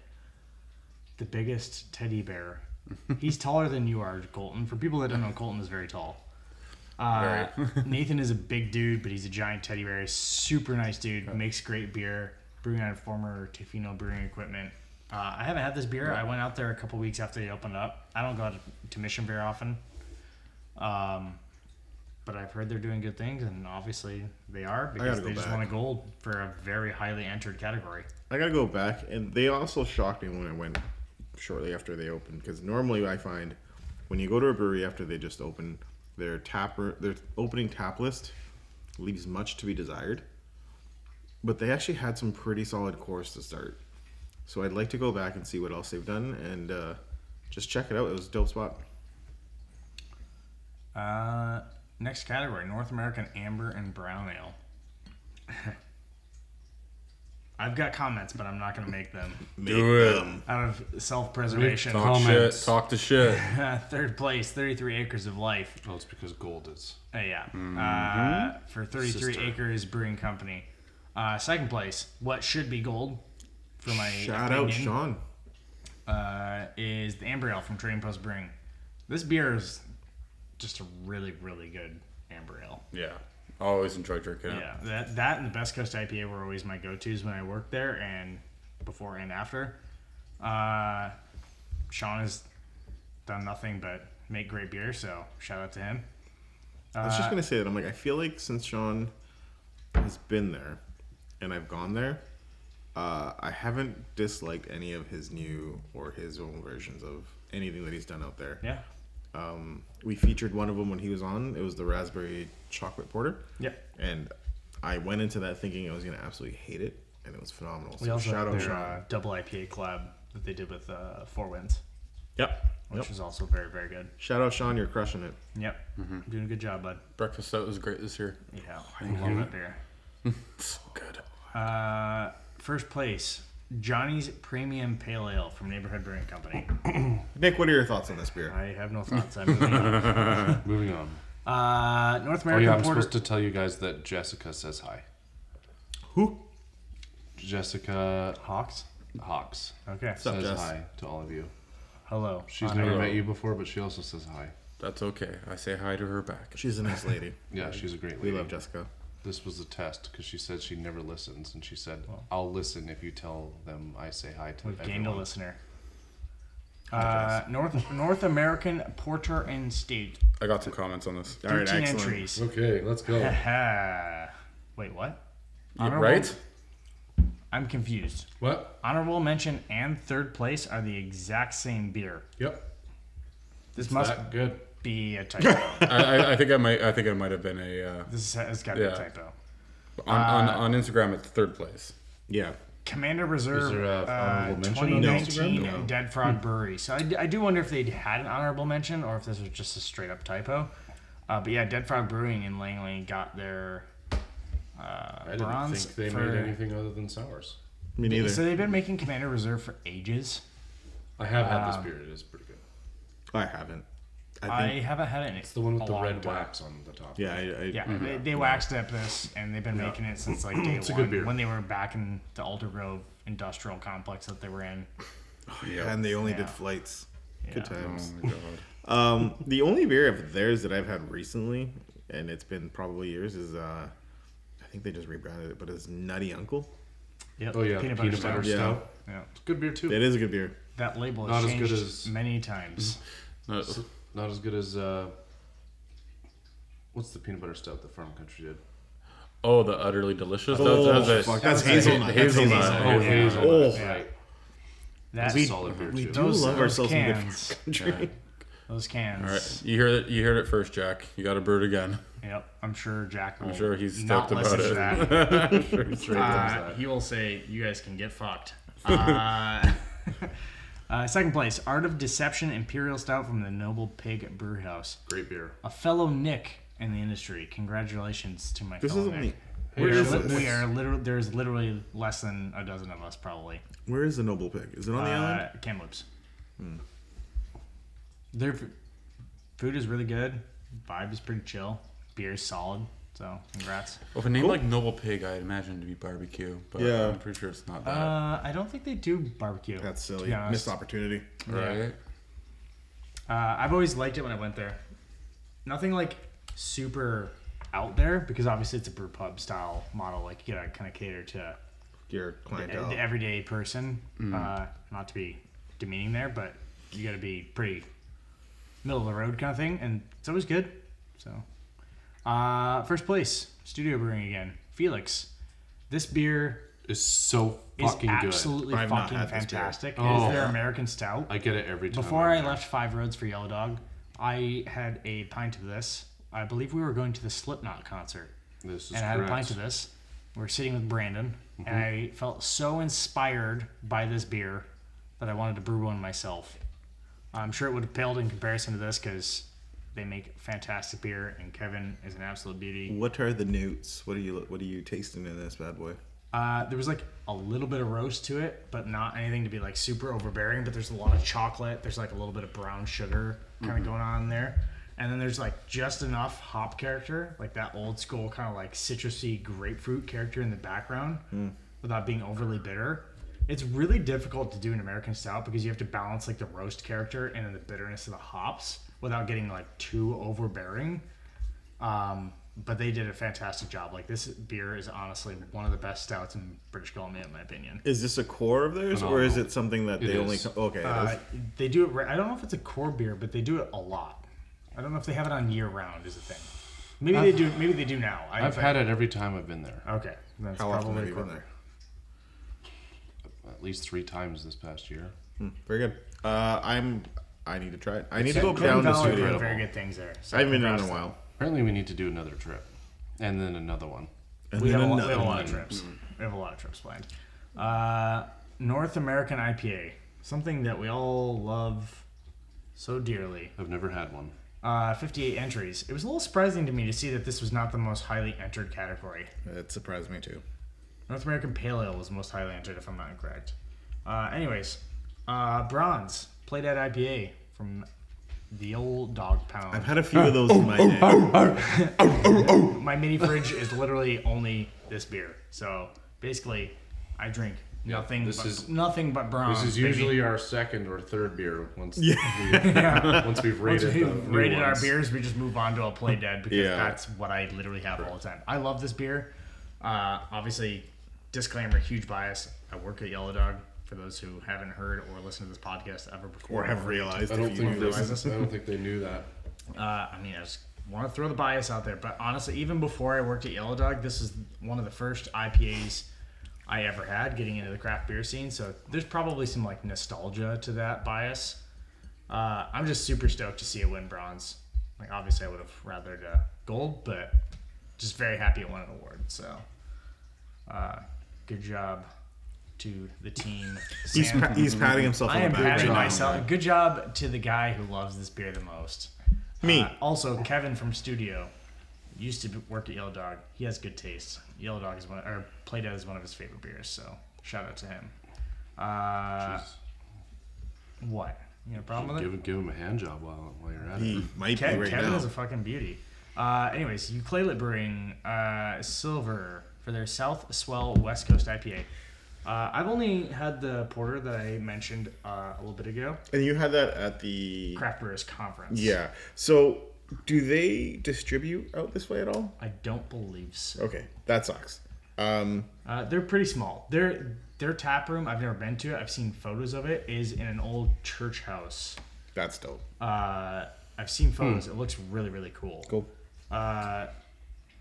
S3: the biggest teddy bear. He's taller than you are, Colton. For people that don't know, Colton is very tall. Uh, *laughs* Nathan is a big dude, but he's a giant teddy bear. He's super nice dude. Makes great beer. Brewing on former Tofino brewing equipment. Uh, I haven't had this beer. I went out there a couple weeks after they opened up. I don't go to, to Mission very often, um, but I've heard they're doing good things, and obviously they are because
S2: gotta
S3: they
S2: go
S3: just
S2: back.
S3: won a gold for a very highly entered category.
S2: I gotta go back, and they also shocked me when I went shortly after they opened. Because normally I find when you go to a brewery after they just open, their tap their opening tap list leaves much to be desired. But they actually had some pretty solid cores to start, so I'd like to go back and see what else they've done and uh, just check it out. It was a dope spot.
S3: Uh, next category: North American Amber and Brown Ale. *laughs* I've got comments, but I'm not going to make them
S4: Do it.
S2: um,
S3: out of self-preservation. Uh,
S1: Make
S4: Talk shit.
S1: Comments.
S4: Talk to shit.
S3: Third place, 33 acres of life.
S1: Oh, it's because gold is.
S3: Uh, yeah, uh,
S2: Mm-hmm.
S3: for 33
S1: Sister.
S3: acres brewing company. Uh, second place, what should be gold? For my
S2: Shout out
S3: opinion,
S2: Sean.
S3: uh, is the Amber Ale from Trading Post Brewing. This beer is just a really, really good Amber Ale.
S4: Yeah. I always enjoy drinking it.
S3: Yeah, that that and the Best Coast IPA were always my go-tos when I worked there and before and after. Uh, Sean has done nothing but make great beer, so shout out to him.
S2: I
S3: Uh,
S2: was just gonna say that I'm like I feel like since Sean has been there and I've gone there, uh, I haven't disliked any of his new or his own versions of anything that he's done out there.
S3: Yeah.
S2: Um, we featured one of them when he was on. It was the raspberry chocolate porter.
S3: Yep.
S2: And I went into that thinking I was gonna absolutely hate it, and it was phenomenal. So
S3: We also
S2: shout
S3: had
S2: out
S3: their
S2: Sean.
S3: uh, double IPA collab that they did with uh, Four Winds,
S2: Yep.
S3: which
S2: Yep.
S3: was also very, very good.
S2: Shout out Sean, you're crushing it.
S3: Yep. Doing a good job, bud.
S4: Breakfast out was great this year.
S3: Yeah. I love that beer.
S4: So good.
S3: Uh, first place, Johnny's Premium Pale Ale from Neighborhood Brewing Company.
S2: Nick, what are your thoughts on this beer?
S3: I have no thoughts. I'm moving on.
S1: Moving on.
S3: Uh, North
S1: Oh
S3: American
S1: yeah, I'm
S3: Porter.
S1: supposed to tell you guys that Jessica says hi.
S2: Who?
S1: Jessica
S3: Hawks.
S1: Hawks
S3: Okay.
S2: up,
S1: says
S2: Jess?
S1: hi to all of you.
S3: Hello.
S1: She's
S3: Uh,
S1: never
S4: hello.
S1: met you before, but she also says hi.
S4: That's okay. I say hi to her back.
S2: She's a nice lady.
S1: Yeah, she's a great
S2: We
S1: lady.
S2: love Jessica.
S1: This was a test because she said she never listens, and she said, "I'll listen if you tell them I say hi to
S3: we've gained a
S1: everyone."
S3: listener. Uh, North North American Porter and Stout.
S4: I got some comments on this.
S2: All right,
S3: 13
S2: excellent.
S3: entries.
S1: Okay, let's go.
S3: *laughs* Haha. Wait, what?
S4: Yeah,
S3: Honorable-
S4: right?
S3: I'm confused.
S1: What?
S3: Honorable mention and third place are the exact same beer.
S1: Yep.
S3: This must
S1: that good.
S3: be a typo.
S4: *laughs* *laughs* I, I, I think I might. I think I might have been a uh,
S3: this is, it's got to
S4: Yeah.
S3: be a typo.
S4: on, on on Instagram. It's third place.
S2: Yeah.
S3: Commander Reserve
S1: Is there a
S3: uh,
S1: honorable mention on Instagram?
S3: 2019
S1: No.
S3: Dead Frog Brewery. So I, d- I do wonder if they had an honorable mention or if this was just a straight up typo. Uh, but yeah, Dead Frog Brewing in Langley got their uh,
S1: I didn't
S3: bronze
S1: think they
S3: for.
S1: made anything other than sours.
S2: Me neither.
S3: So they've been making Commander Reserve for ages.
S1: I have had
S3: Um,
S1: this beer. It is pretty good.
S2: I haven't. I
S3: I
S2: think.
S3: haven't had it. in
S1: It's the one with
S3: a
S1: the
S3: long
S1: red
S3: time.
S1: wax on the top.
S2: yeah. I, I,
S3: Yeah, they, they waxed up this, and they've been making it
S1: *clears throat*
S3: since like day
S1: a
S3: one
S1: good beer.
S3: when they were back in the Alder Grove industrial complex that they were in.
S2: And they only
S3: Yeah.
S2: did flights. Good
S3: Yeah.
S4: Oh
S2: times.
S4: *laughs* my god.
S2: Um, the only beer of theirs that I've had recently, and it's been probably years, is uh, I think they just rebranded it, but it's Nutty Uncle.
S3: Yep.
S1: Oh yeah,
S3: peanut butter,
S1: peanut butter
S3: stout.
S2: Yeah.
S1: stout.
S3: Yeah.
S1: It's good beer too.
S2: It is a good beer.
S3: That label
S1: Not
S3: has
S1: as
S3: changed
S1: good as- Mm-hmm.
S3: many times.
S4: No,
S1: It's Not as good as uh, what's the peanut butter stout that Farm Country did?
S4: oh, the utterly delicious.
S2: Oh,
S4: that's, that's, a-
S2: fuck, that's
S4: ha-
S2: hazelnut. That's
S4: hazelnut.
S2: hazelnut.
S1: Oh,
S4: Hazelnut.
S1: hazelnut.
S2: Oh.
S1: that's right.
S3: That
S1: That's a solid beer
S3: we
S1: too.
S3: do those,
S2: love
S3: those
S2: ourselves some good
S3: cans.
S2: Country.
S3: Those cans.
S4: All right, you heard it. You heard it first, Jack. You got to brew it again.
S3: Yep. I'm sure Jack will.
S4: I'm sure he's
S3: not
S4: stoked
S3: listen
S4: about
S3: to
S4: it.
S3: that.
S4: *laughs* Sure, he's right.
S3: Uh, he will say, "You guys can get
S4: *laughs*
S3: fucked." Uh, *laughs* uh, second place, Art of Deception Imperial Stout from the Noble Pig Brewhouse.
S1: Great beer.
S3: A fellow Nick in the industry. Congratulations to my
S2: This
S3: fellow
S2: is
S3: Nick.
S2: only.
S3: We
S2: Where
S3: are
S2: is
S3: li- we
S2: this?
S3: are literally there's literally less than a dozen of us probably.
S2: Where is the Noble Pig? Is it on the
S3: Uh,
S2: island?
S3: Kamloops.
S2: Hmm.
S3: Their f- food is really good. Vibe is pretty chill. Beer is solid. So congrats.
S2: Uh,
S4: Well, if a name like Noble Pig, I imagine to be barbecue, but
S2: Yeah.
S4: I'm pretty sure it's not that.
S3: Uh, I don't think they do barbecue.
S2: That's
S3: to
S2: silly.
S3: be honest.
S2: Missed opportunity.
S4: right?
S3: Uh, I've always liked it when I went there. Nothing like super out there because obviously it's a brew pub style model. Like you gotta kind of cater to
S2: Your
S3: the,
S2: clientele.
S3: the everyday person.
S2: Mm.
S3: Uh, not to be demeaning there, but you gotta be pretty middle of the road kind of thing, and it's always good. So, uh, first place studio brewing again, Felix. This beer
S1: It's so
S3: is
S1: fucking good.
S3: absolutely
S2: I've not
S3: fucking
S2: had this beer.
S3: fantastic. It
S1: Oh.
S3: is their American stout.
S1: I get it every time.
S3: Before
S1: I'm
S3: I
S1: there.
S3: left Five Roads for Yellow Dog, I had a pint of this. I believe we were going to the Slipknot concert,
S1: this is
S3: and I had
S1: correct.
S3: a
S1: Mm-hmm.
S3: pint of this. We were sitting with Brandon, and I felt so inspired by this beer that I wanted to brew one myself. I'm sure it would have paled in comparison to this because they make fantastic beer, and Kevin is an absolute beauty.
S2: What are the newts? What are you? What are you tasting in this bad boy?
S3: Uh, there was like a little bit of roast to it, but not anything to be like super overbearing. But there's a lot of chocolate. There's like a little bit of brown sugar kind of going on there, and then there's like just enough hop character, like that old school kind of like citrusy grapefruit character in the background, without being overly bitter. It's really difficult to do an American stout because you have to balance like the roast character and then the bitterness of the hops without getting like too overbearing. Um, but they did a fantastic job. Like this beer is honestly one of the best stouts in British Columbia, in my opinion.
S2: Is this a core of theirs, or is
S1: Phenomenal.
S2: it something that
S1: It
S2: they only?
S1: is.
S2: co- Okay.
S3: Uh,
S2: that's-
S3: they do it. Re- I don't know if it's a core beer, but they do it a lot. I don't know if they have it on year round. Is the thing. Maybe they do. Maybe they do now. I,
S1: I've had it every time I've been there.
S3: Okay, that's
S2: how often
S3: probably
S2: have
S3: a
S2: you
S3: core
S2: been
S3: beer.
S2: there?
S1: At least three times this past year.
S2: Very good. Uh, I'm. I need to try it. I need to
S3: So
S2: go down to
S3: Valley heard
S2: studio.
S3: Very good things there. So
S2: I haven't been around
S3: congrats.
S2: in a while.
S1: Apparently, we need to do another trip, and then another one.
S2: And
S3: We
S2: then
S3: have, a, lot- we
S2: another
S3: have a lot of
S2: one.
S3: trips. We have a lot of trips planned. Uh, North American IPA, something that we all love so dearly.
S1: I've never had one.
S3: uh, 58 entries. It was a little surprising to me to see that this was not the most highly entered category.
S2: It surprised me too.
S3: North American Pale Ale was most highly entered, if I'm not incorrect. Uh, anyways, uh, Bronze, Play Dead IPA from the old dog pound.
S2: I've had a few of those in
S3: *laughs* Oh,
S2: my day.
S3: My mini fridge is literally only this beer. So basically, I drink nothing,
S1: this
S3: but,
S1: is-
S3: nothing but Bronze.
S1: This is
S3: baby. *laughs*
S1: usually our second or third beer once we,
S3: Yeah.
S1: once we've
S3: Once
S1: rated the
S3: we've
S1: new
S3: rated our
S1: ones.
S3: beers, we just move on to a play dead because
S2: Yeah.
S3: that's what I literally have all the time. I love this beer. Uh, obviously, disclaimer, huge bias. I work at Yellow Dog. for those who haven't heard or listened to this podcast ever before
S2: or have realized
S1: I
S2: if
S1: don't
S2: you
S1: think
S2: do
S1: this,
S2: realize
S1: I don't think they knew that.
S3: Uh, I mean, I just want to throw the bias out there, but honestly, even before I worked at Yellow Dog, this is one of the first IPAs I ever had getting into the craft beer scene. So there's probably some like nostalgia to that bias. Uh, I'm just super stoked to see it win bronze. Like, obviously, I would have rathered uh, gold, but just very happy it won an award. So, uh, good job to the team.
S2: He's,
S3: Sam.
S2: pa- he's patting himself on
S3: I am
S2: the back.
S3: patting
S2: right now.
S3: myself. Good job to the guy who loves this beer the most.
S2: Me.
S3: Uh, also, Kevin from Studio used to be- work at Yellow Dog. He has good taste. Yellow Dog is one, or Play Dead is one of his favorite beers. So shout out to him. Uh,
S1: Jeez.
S3: what? You got a problem with it?
S1: Give, him- give him a hand job while, while you're at it.
S2: He might
S3: Ke-
S2: be right
S3: Kevin
S2: now.
S3: is a fucking beauty. Uh, anyways, Euclid Brewing uh, Silver for their South Swell West Coast IPA. Uh, I've only had the porter that I mentioned uh, a little bit ago.
S2: and you had that at the
S3: Craft Brewers Conference.
S2: yeah. So do they distribute out this way at all?
S3: I don't believe so.
S2: Okay, that sucks. Um,
S3: Uh, they're pretty small. Their their tap room, I've never been to it. I've seen photos of it. Is in an old church house.
S2: that's dope.
S3: Uh, I've seen photos. It looks really really cool.
S2: Cool.
S3: Uh,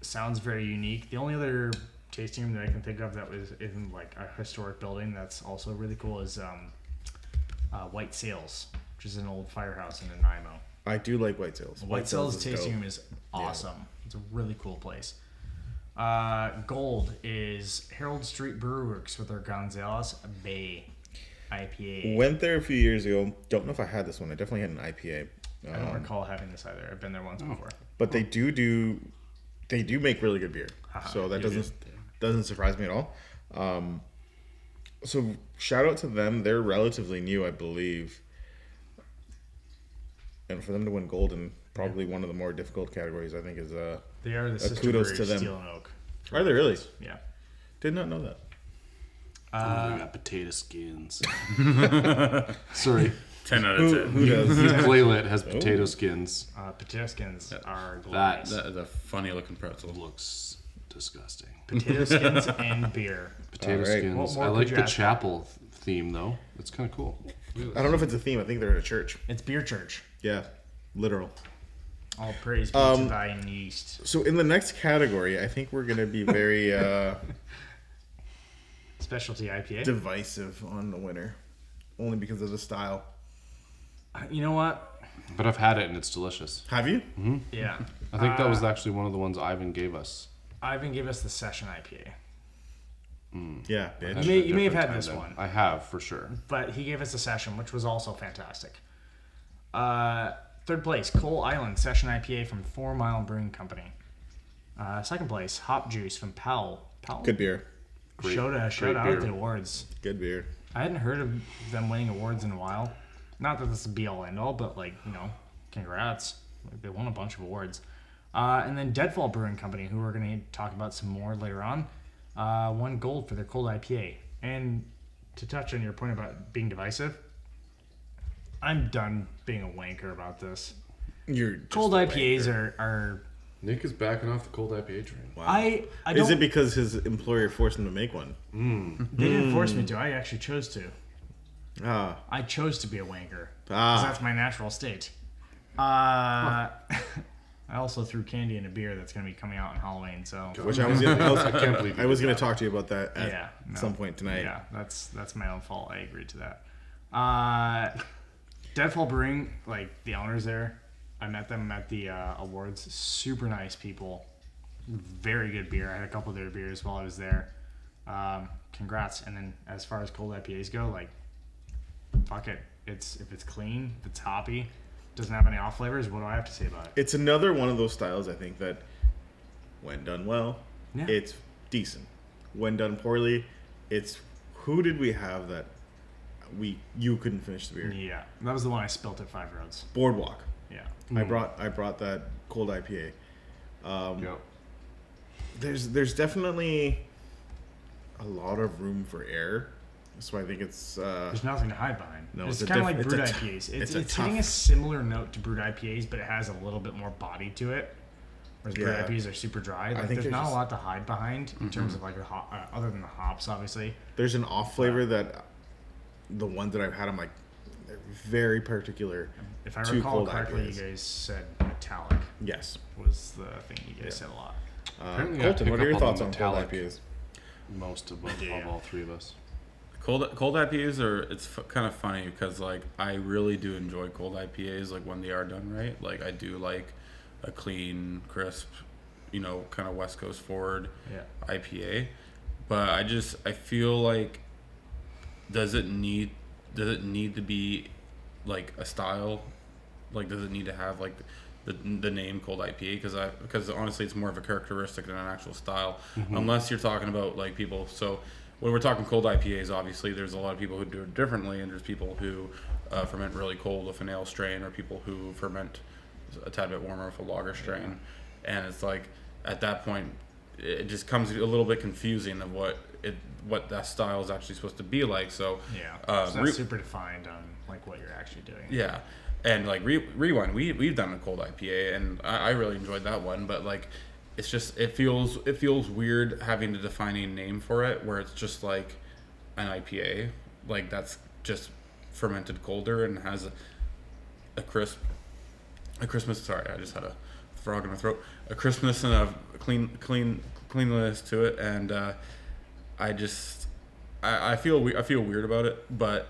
S3: sounds very unique. The only other tasting room that I can think of that was in like a historic building that's also really cool is um, uh, White Sails, which is an old firehouse in Nanaimo.
S2: I do like White Tails.
S3: White Sails
S2: is
S3: tasting
S2: dope.
S3: room is awesome. It's a really cool place. Uh, gold is Herald Street Brew Works with their Gonzales Bay IPA.
S2: Went there a few years ago. Don't know if I had this one. I definitely had an IPA.
S3: I
S2: Um,
S3: don't recall having this either. I've been there
S2: Oh.
S3: once before.
S2: but they do do, they do make really good beer.
S3: Haha,
S2: So that
S3: you
S2: doesn't doesn't surprise me at all. Um, so shout out to them. They're relatively new, I believe. And for them to win gold in probably one of the more difficult categories, I think is uh,
S3: They are the sister
S2: kudos
S3: brewery
S2: to them.
S3: Steel and Oak.
S2: are they really?
S3: Yeah.
S2: Did not know that.
S3: Uh,
S1: Oh, they got
S2: *laughs*
S1: potato skins. Sorry,
S4: Ten out of
S2: Who, *laughs*
S4: ten.
S2: who does?
S1: Playlet
S2: Oh.
S1: has potato skins.
S3: Uh, potato skins are
S1: That-
S3: glorious.
S4: That is a funny looking pretzel.
S1: Looks disgusting.
S3: potato skins and beer.
S1: Potato
S2: All right.
S3: What
S1: skins.
S3: more
S1: I
S3: could
S1: like
S3: you
S1: the
S3: ask?
S1: chapel th- theme though. It's kind of cool.
S2: I don't know if it's a theme. I think they're at a church.
S3: It's beer church.
S2: Yeah, literal.
S3: All praise be
S2: Um,
S3: to thine yeast.
S2: So in the next category, I think we're gonna be very uh,
S3: Specialty IPA.
S2: divisive on the winner, only because of the style.
S3: you know what?
S1: But I've had it and it's delicious.
S2: Have you?
S3: Mm-hmm. Yeah.
S1: I think that was
S3: Uh,
S1: actually one of the ones Ivan gave us.
S3: Ivan gave us the session IPA.
S2: Yeah,
S1: At
S2: bitch.
S3: You may-
S1: a
S3: you may have
S1: different
S3: had
S1: time
S3: this
S1: then.
S3: one.
S1: I have for sure.
S3: but he gave us a session, which was also fantastic. Uh, third place, Coal Island Session IPA from Four Mile Brewing Company. Uh, second place, Hop Juice from Powell. Powell
S2: Good beer.
S1: Great-
S3: showed, uh, showed
S1: great
S3: out
S1: beer.
S3: at the awards.
S2: Good beer.
S3: I hadn't heard of them winning awards in a while. Not that this is be all end all, but like you know, congrats. Like, they won a bunch of awards. Uh, and then Deadfall Brewing Company, who we're going to talk about some more later on, uh, won gold for their cold IPA. And to touch on your point about being divisive, I'm done being a wanker about this.
S2: You're just
S3: Cold
S2: a
S3: IPAs
S2: wanker.
S3: are, are
S1: Nick is backing off the cold IPA train.
S2: Wow.
S3: I I don't
S2: Is it because his employer forced him to make one?
S3: they didn't force me to. I actually chose to.
S2: Ah,
S3: I chose to be a wanker.
S2: Ah.
S3: 'Cause that's my natural state. Uh, *laughs* I also threw candy in a beer that's going to be coming out on Halloween. So
S2: *laughs* which I was gonna,
S3: *laughs*
S2: I was,
S1: I can't believe
S2: I was gonna talk to you about that at
S3: Yeah, no.
S2: some point tonight.
S3: yeah, that's that's my own fault. I agreed to that. Uh, Deadfall Brewing, like the owners there, I met them at the uh, awards. Super nice people. Very good beer. I had a couple of their beers while I was there. Um, congrats. And then as far as cold IPAs go, like fuck it. It's if it's clean, if it's hoppy, doesn't have any off flavors. What do I have to say about it?
S2: It's another one of those styles I think that, when done well,
S3: Yeah.
S2: it's decent. When done poorly, it's who did we have that we you couldn't finish the beer?
S3: Yeah, that was the one I spilt at Five Roads.
S2: Boardwalk.
S3: Yeah,
S2: I brought I brought that cold IPA.
S1: Yep.
S2: there's there's definitely a lot of room for error. So I think it's uh,
S3: There's nothing to hide behind.
S2: No,
S3: it's,
S2: it's a
S3: kind of
S2: diff-
S3: like
S2: it's
S3: brewed
S2: a t-
S3: IPAs. It's,
S2: it's
S3: it's,
S2: a
S3: hitting a
S2: tough-
S3: similar note to brewed IPAs, but it has a little bit more body to it. Whereas
S2: Yeah.
S3: brewed IPAs are super dry. Like,
S2: think
S3: there's
S2: they're
S3: not
S2: just- Mm-hmm.
S3: a lot to hide behind in terms of like a hop, uh, other than the hops, obviously.
S2: there's an off flavor that the ones that I've had, I'm like, they're very particular.
S3: If I
S2: Two
S3: recall
S2: cold
S3: correctly,
S2: IPAs.
S3: you guys said metallic
S2: Yes.
S3: was the thing you guys said a lot.
S2: Um,
S1: Apparently I
S2: Colton,
S1: pick
S2: what are
S1: up
S2: your
S1: on the
S2: thoughts on cold
S1: metallic.
S2: IPAs?
S1: most of, of
S3: Yeah.
S1: all three of us.
S4: Cold cold IPAs are it's f- kind of funny because like I really do enjoy cold IPAs like when they are done right. Like I do like a clean, crisp, you know, kind of West Coast forward
S3: Yeah.
S4: IPA. But I just I feel like does it need does it need to be like a style? Like does it need to have like the, the name cold IPA because I because honestly it's more of a characteristic than an actual style unless you're talking about like people so when we're talking cold IPAs obviously there's a lot of people who do it differently and there's people who uh, ferment really cold with an ale strain or people who ferment a tad bit warmer with a lager strain and it's like at that point it just comes a little bit confusing of what it what that style is actually supposed to be like so
S3: Yeah.
S4: uh,
S3: it's not
S4: re-
S3: super defined on like what you're actually doing.
S4: yeah, and like re- rewind, we we've done a cold IPA, and I, I really enjoyed that one. But like, it's just it feels it feels weird having a defining name for it, where it's just like an IPA, like that's just fermented colder and has a, a crisp, a Christmas. Sorry, I just had a frog in my throat. A Christmas and a clean clean cleanliness to it, and uh, I just I, I feel we- I feel weird about it, but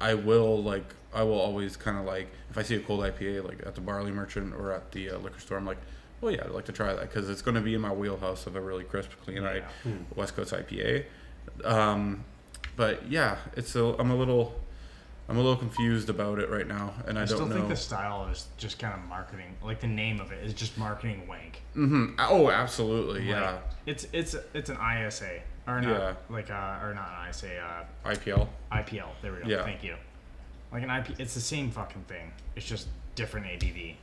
S4: I will like I will always kind of like if I see a cold IPA like at the barley merchant or at the uh, liquor store, I'm like, well yeah, I'd like to try that because it's going to be in my wheelhouse of a really crisp, clean I West Coast IPA. Um, but yeah, it's a I'm a little I'm a little confused about it right now, and I,
S3: I,
S4: don't
S3: still
S4: know.
S3: think the style is just kind of marketing. Like the name of it is just marketing wank.
S4: hmm Oh, absolutely, yeah.
S3: Like, it's it's it's an ISA or not
S4: Yeah.
S3: like uh or not an ISA uh,
S4: IPL.
S3: IPL. There we go.
S4: Yeah.
S3: Thank you. Like an IP, it's the same fucking thing. It's just different ABV.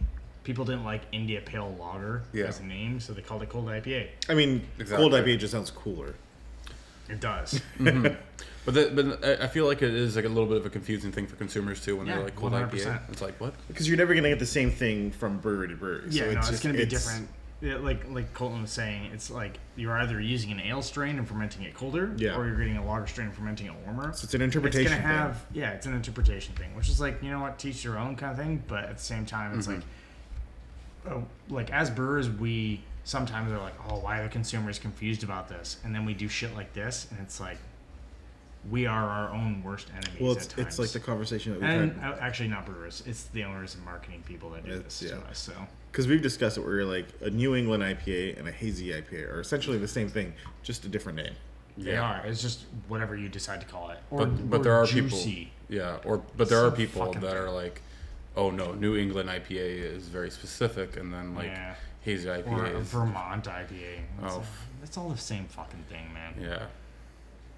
S3: People didn't like India Pale Lager
S4: Yeah.
S3: as a name, so they called it Cold IPA.
S2: I mean,
S4: Exactly.
S2: cold IPA just sounds cooler.
S3: It
S4: *laughs*
S3: does.
S4: But, the, but I- I feel like it is like a little bit of a confusing thing for consumers too when
S3: Yeah,
S4: they're like cold
S3: 100%.
S4: IPA. It's like what?
S2: Because you're never going to get the same thing from brewery to brewery.
S3: yeah,
S2: so
S3: no,
S2: it's,
S3: it's
S2: just-
S3: gonna be
S2: it's-
S3: different. Yeah, like like Colton was saying, it's like you're either using an ale strain and fermenting it colder,
S2: Yeah.
S3: or you're getting a lager strain and fermenting it warmer.
S2: So it's an interpretation
S3: It's gonna
S2: thing.
S3: have yeah, it's an interpretation thing, which is like you know what, teach your own kind of thing. But at the same time, it's
S2: Mm-hmm.
S3: like, oh, like as brewers, we sometimes are like, oh, why are the consumers confused about this? And then we do shit like this, and it's like, we are our own worst enemies.
S2: Well,
S3: at
S2: it's,
S3: times.
S2: it's like the conversation that we've
S3: and
S2: had.
S3: uh, actually not brewers, it's the owners and marketing people that do
S2: It's-
S3: this to
S2: yeah.
S3: us. So
S2: Because we've discussed it where you're like a New England IPA and a hazy IPA are essentially the same thing, just a different name.
S3: They are. It's just whatever you decide to call it. Or,
S4: but, but
S3: or
S4: there are
S3: juicy.
S4: people yeah or but there are
S3: Some
S4: people
S3: fucking
S4: that
S3: thing.
S4: are like oh no new england ipa is very specific and then like
S3: Yeah.
S4: hazy
S3: Or a
S4: ipa is,
S3: Vermont IPA. It's,
S4: Oh.
S3: it's all the same fucking thing, man.
S4: yeah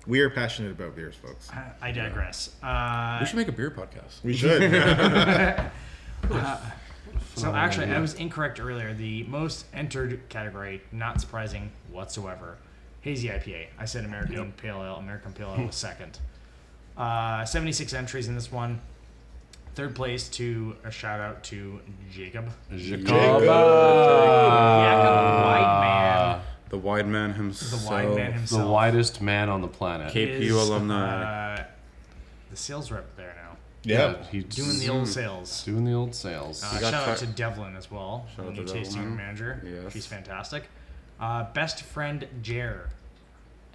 S2: We are passionate about beers, folks.
S3: I, I digress.
S4: we
S3: Uh,
S4: should make a beer podcast
S2: We *laughs* should.
S3: so actually, I was incorrect earlier. The most entered category, not surprising whatsoever, hazy IPA. I said American Pale Ale. American Pale Ale
S4: *laughs*
S3: was second. Uh, 76 entries in this one. Third place to a shout out to Jacob.
S4: Ah.
S3: Jacob White
S4: the wide man
S3: the
S4: himself
S3: wide man
S1: the
S3: himself.
S1: widest man on the planet.
S4: Cape- APU
S3: is,
S4: alumni.
S3: Uh, the sales rep there now.
S2: yeah.
S1: he's
S3: Doing the old sales.
S1: doing the old sales.
S3: Uh,
S4: Mm. got
S3: shout out to
S4: cut-
S3: Devlin as well,
S4: Shout
S3: the
S4: out
S3: new
S4: to
S3: tasting room
S4: Devlin.
S3: manager.
S4: Yes.
S3: She's fantastic. Uh, best friend Jer,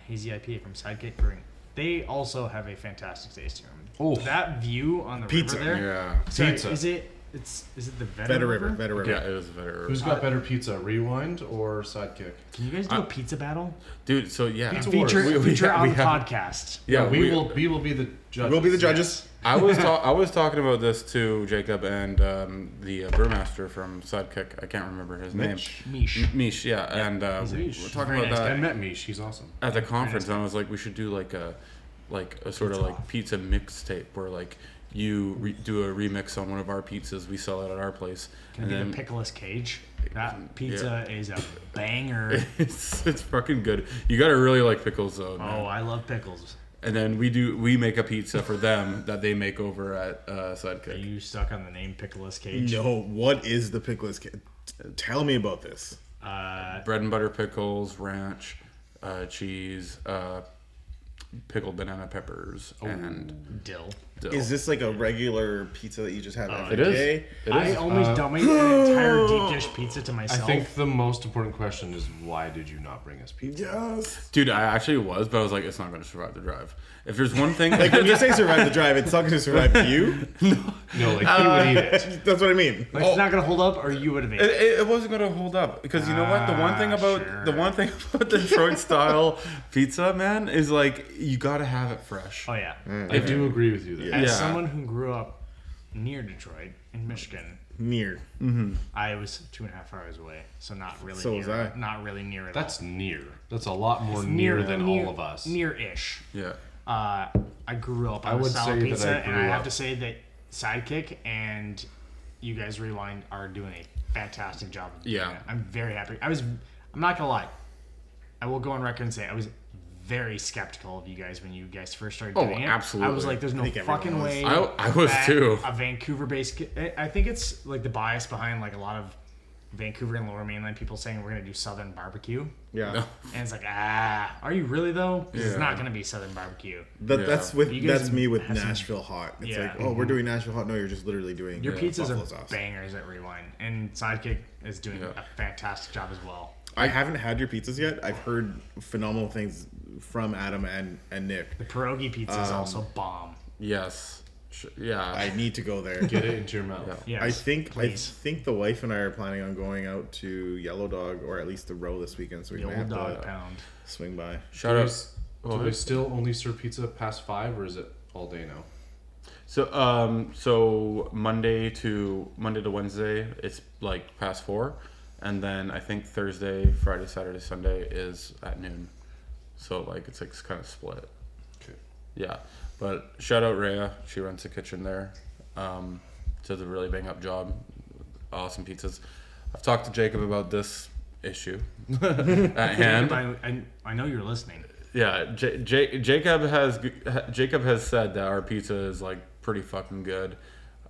S3: hazy IPA from Sidegate Brewing. They also have a fantastic tasting room.
S1: Oh.
S3: That view on the
S2: Pizza.
S3: river there.
S4: yeah
S3: Sorry,
S1: Pizza.
S3: Is it? It's is it the Vetter,
S2: Better River, Better River.
S4: yeah it was better
S1: Who's got better pizza, Rewind or Sidekick?
S3: Can you guys
S4: Uh,
S3: do a pizza battle?
S4: dude so yeah
S1: Pizza Wars.
S3: Feature,
S1: We-
S4: we-
S3: feature
S4: yeah,
S3: on
S4: we
S3: the
S4: have-
S3: podcast.
S4: yeah
S1: we, will. We will be the judges.
S2: We'll be the judges.
S4: I was ta- I was talking about this to Jacob and um, the uh, brewmaster from Sidekick. I can't remember his
S2: Mitch?
S4: name.
S3: Mish.
S4: M- Mish, yeah, and uh, we-
S1: Mish.
S4: we're talking
S3: Very
S4: about
S3: nice
S4: that.
S1: I met me. She's awesome.
S4: at the conference and I was like, we should do like a like a sort of
S3: Pizza
S4: like
S3: off.
S4: pizza mixtape where like you re- do a remix on one of our pizzas we sell it at our place
S3: Can it
S4: and
S3: be
S4: then
S3: the Pickles Cage? That pizza is a
S4: *laughs*
S3: banger.
S4: *laughs* it's, it's fucking good. You gotta really like pickles though. man.
S3: oh, I love pickles.
S4: And then we do we make a pizza for them that they make over at uh,
S3: Are
S4: Sidekick.
S3: you stuck on the name Pickles Cage?
S2: No, what is the pickless? Ca- Tell me about this.
S3: Uh,
S4: Bread and butter pickles, ranch, uh, cheese, uh, pickled banana peppers and
S3: Dill.
S4: dill.
S2: Is this like a regular pizza that you just have every
S1: Uh, It
S2: day?
S1: is. It
S3: I
S1: is.
S3: almost
S1: Uh,
S3: dummied an
S1: *gasps*
S3: entire deep dish pizza to
S1: I
S3: myself.
S1: think the most important question is why did you not bring us pizza?
S2: Yes.
S4: Dude, I actually was, but I was like, it's not going to survive the drive. If there's one *laughs* thing,
S2: Like when you say survive the drive, it's not going to
S1: *laughs*
S2: survive you.
S1: No, like who would eat
S2: *laughs*
S1: it?
S2: That's what I mean.
S3: Like,
S1: Oh.
S3: it's not gonna hold up, or you would have ate.
S4: It,
S3: it.
S4: it, it wasn't going to hold up because you know what? The one thing
S3: Ah,
S4: about
S3: sure.
S4: the one thing *laughs* about Detroit style *laughs* pizza, man, is like you got to have it fresh.
S3: Oh yeah.
S2: Mm.
S1: I do agree with you there.
S4: Yeah.
S3: As someone who grew up near Detroit in Michigan,
S2: Near.
S3: I was two and a half hours away, so not really.
S2: So
S3: near,
S2: was I.
S3: Not really near at
S1: That's near. That's a lot more near, than
S3: near-
S1: all of us.
S3: Near-ish.
S4: *laughs* Yeah.
S3: Uh, I grew up on
S1: I would say
S3: solid
S1: that I
S3: pizza, and I
S1: grew
S3: have
S1: up-
S3: to say that Sidekick and you guys Rewind are doing a fantastic job. of doing
S4: Yeah.
S3: it. I'm very happy. I was, I'm not gonna lie, I will go on record and say I was very skeptical of you guys when you guys first started
S4: Oh,
S3: doing it. I was
S4: absolutely.
S3: like, "There's no
S2: think everyone
S3: fucking
S2: was.
S3: way."
S4: I, I was
S3: that
S4: too.
S3: A Vancouver-based. I- I think it's like the bias behind like a lot of Vancouver and Lower Mainland people saying we're gonna do Southern barbecue,
S2: Yeah.
S3: and it's like, ah, are you really though? 'Cause It's
S4: Yeah.
S3: not gonna be Southern barbecue.
S2: That,
S4: Yeah.
S2: That's with
S3: You guys
S2: that's me with
S3: have some-
S2: Nashville hot. It's
S3: Yeah. Mm-hmm.
S2: like, oh, we're doing Nashville hot. No, you're just literally doing
S3: Your pizzas
S2: buffalo
S3: are
S2: sauce.
S3: bangers at Rewind, and Sidekick is doing
S4: Yeah.
S3: a fantastic job as well.
S2: I haven't had your pizzas yet. I've heard phenomenal things from Adam and, and Nick.
S3: The pierogi pizza
S4: Um,
S3: is also bomb.
S4: Yes. Sh- Yeah.
S2: I need to go there.
S1: Get it into your mouth.
S3: Yes,
S4: Yeah.
S2: I think
S3: please.
S2: I think the wife and I are planning on going out to Yellow Dog or at least the Row this weekend, so we
S3: the
S2: might have
S3: old dog
S2: to
S3: pound.
S2: swing by.
S4: Shout
S1: Do, we,
S4: out.
S1: s-
S4: Oh,
S1: do
S4: yeah.
S1: we still only serve pizza past five, or is it all day now?
S4: So um so Monday to Monday to Wednesday it's like past 4 and then I think Thursday, Friday, Saturday, Sunday is at noon. So like it's like kind of split.
S1: Okay.
S4: Yeah. But shout out Rhea, she runs the kitchen there. Um does a really bang up job. Awesome pizzas. I've talked to Jacob about this issue *laughs* at hand.
S3: I, I, I know you're listening.
S4: Yeah, J- J- Jacob has ha- Jacob has said that our pizza is like pretty fucking good.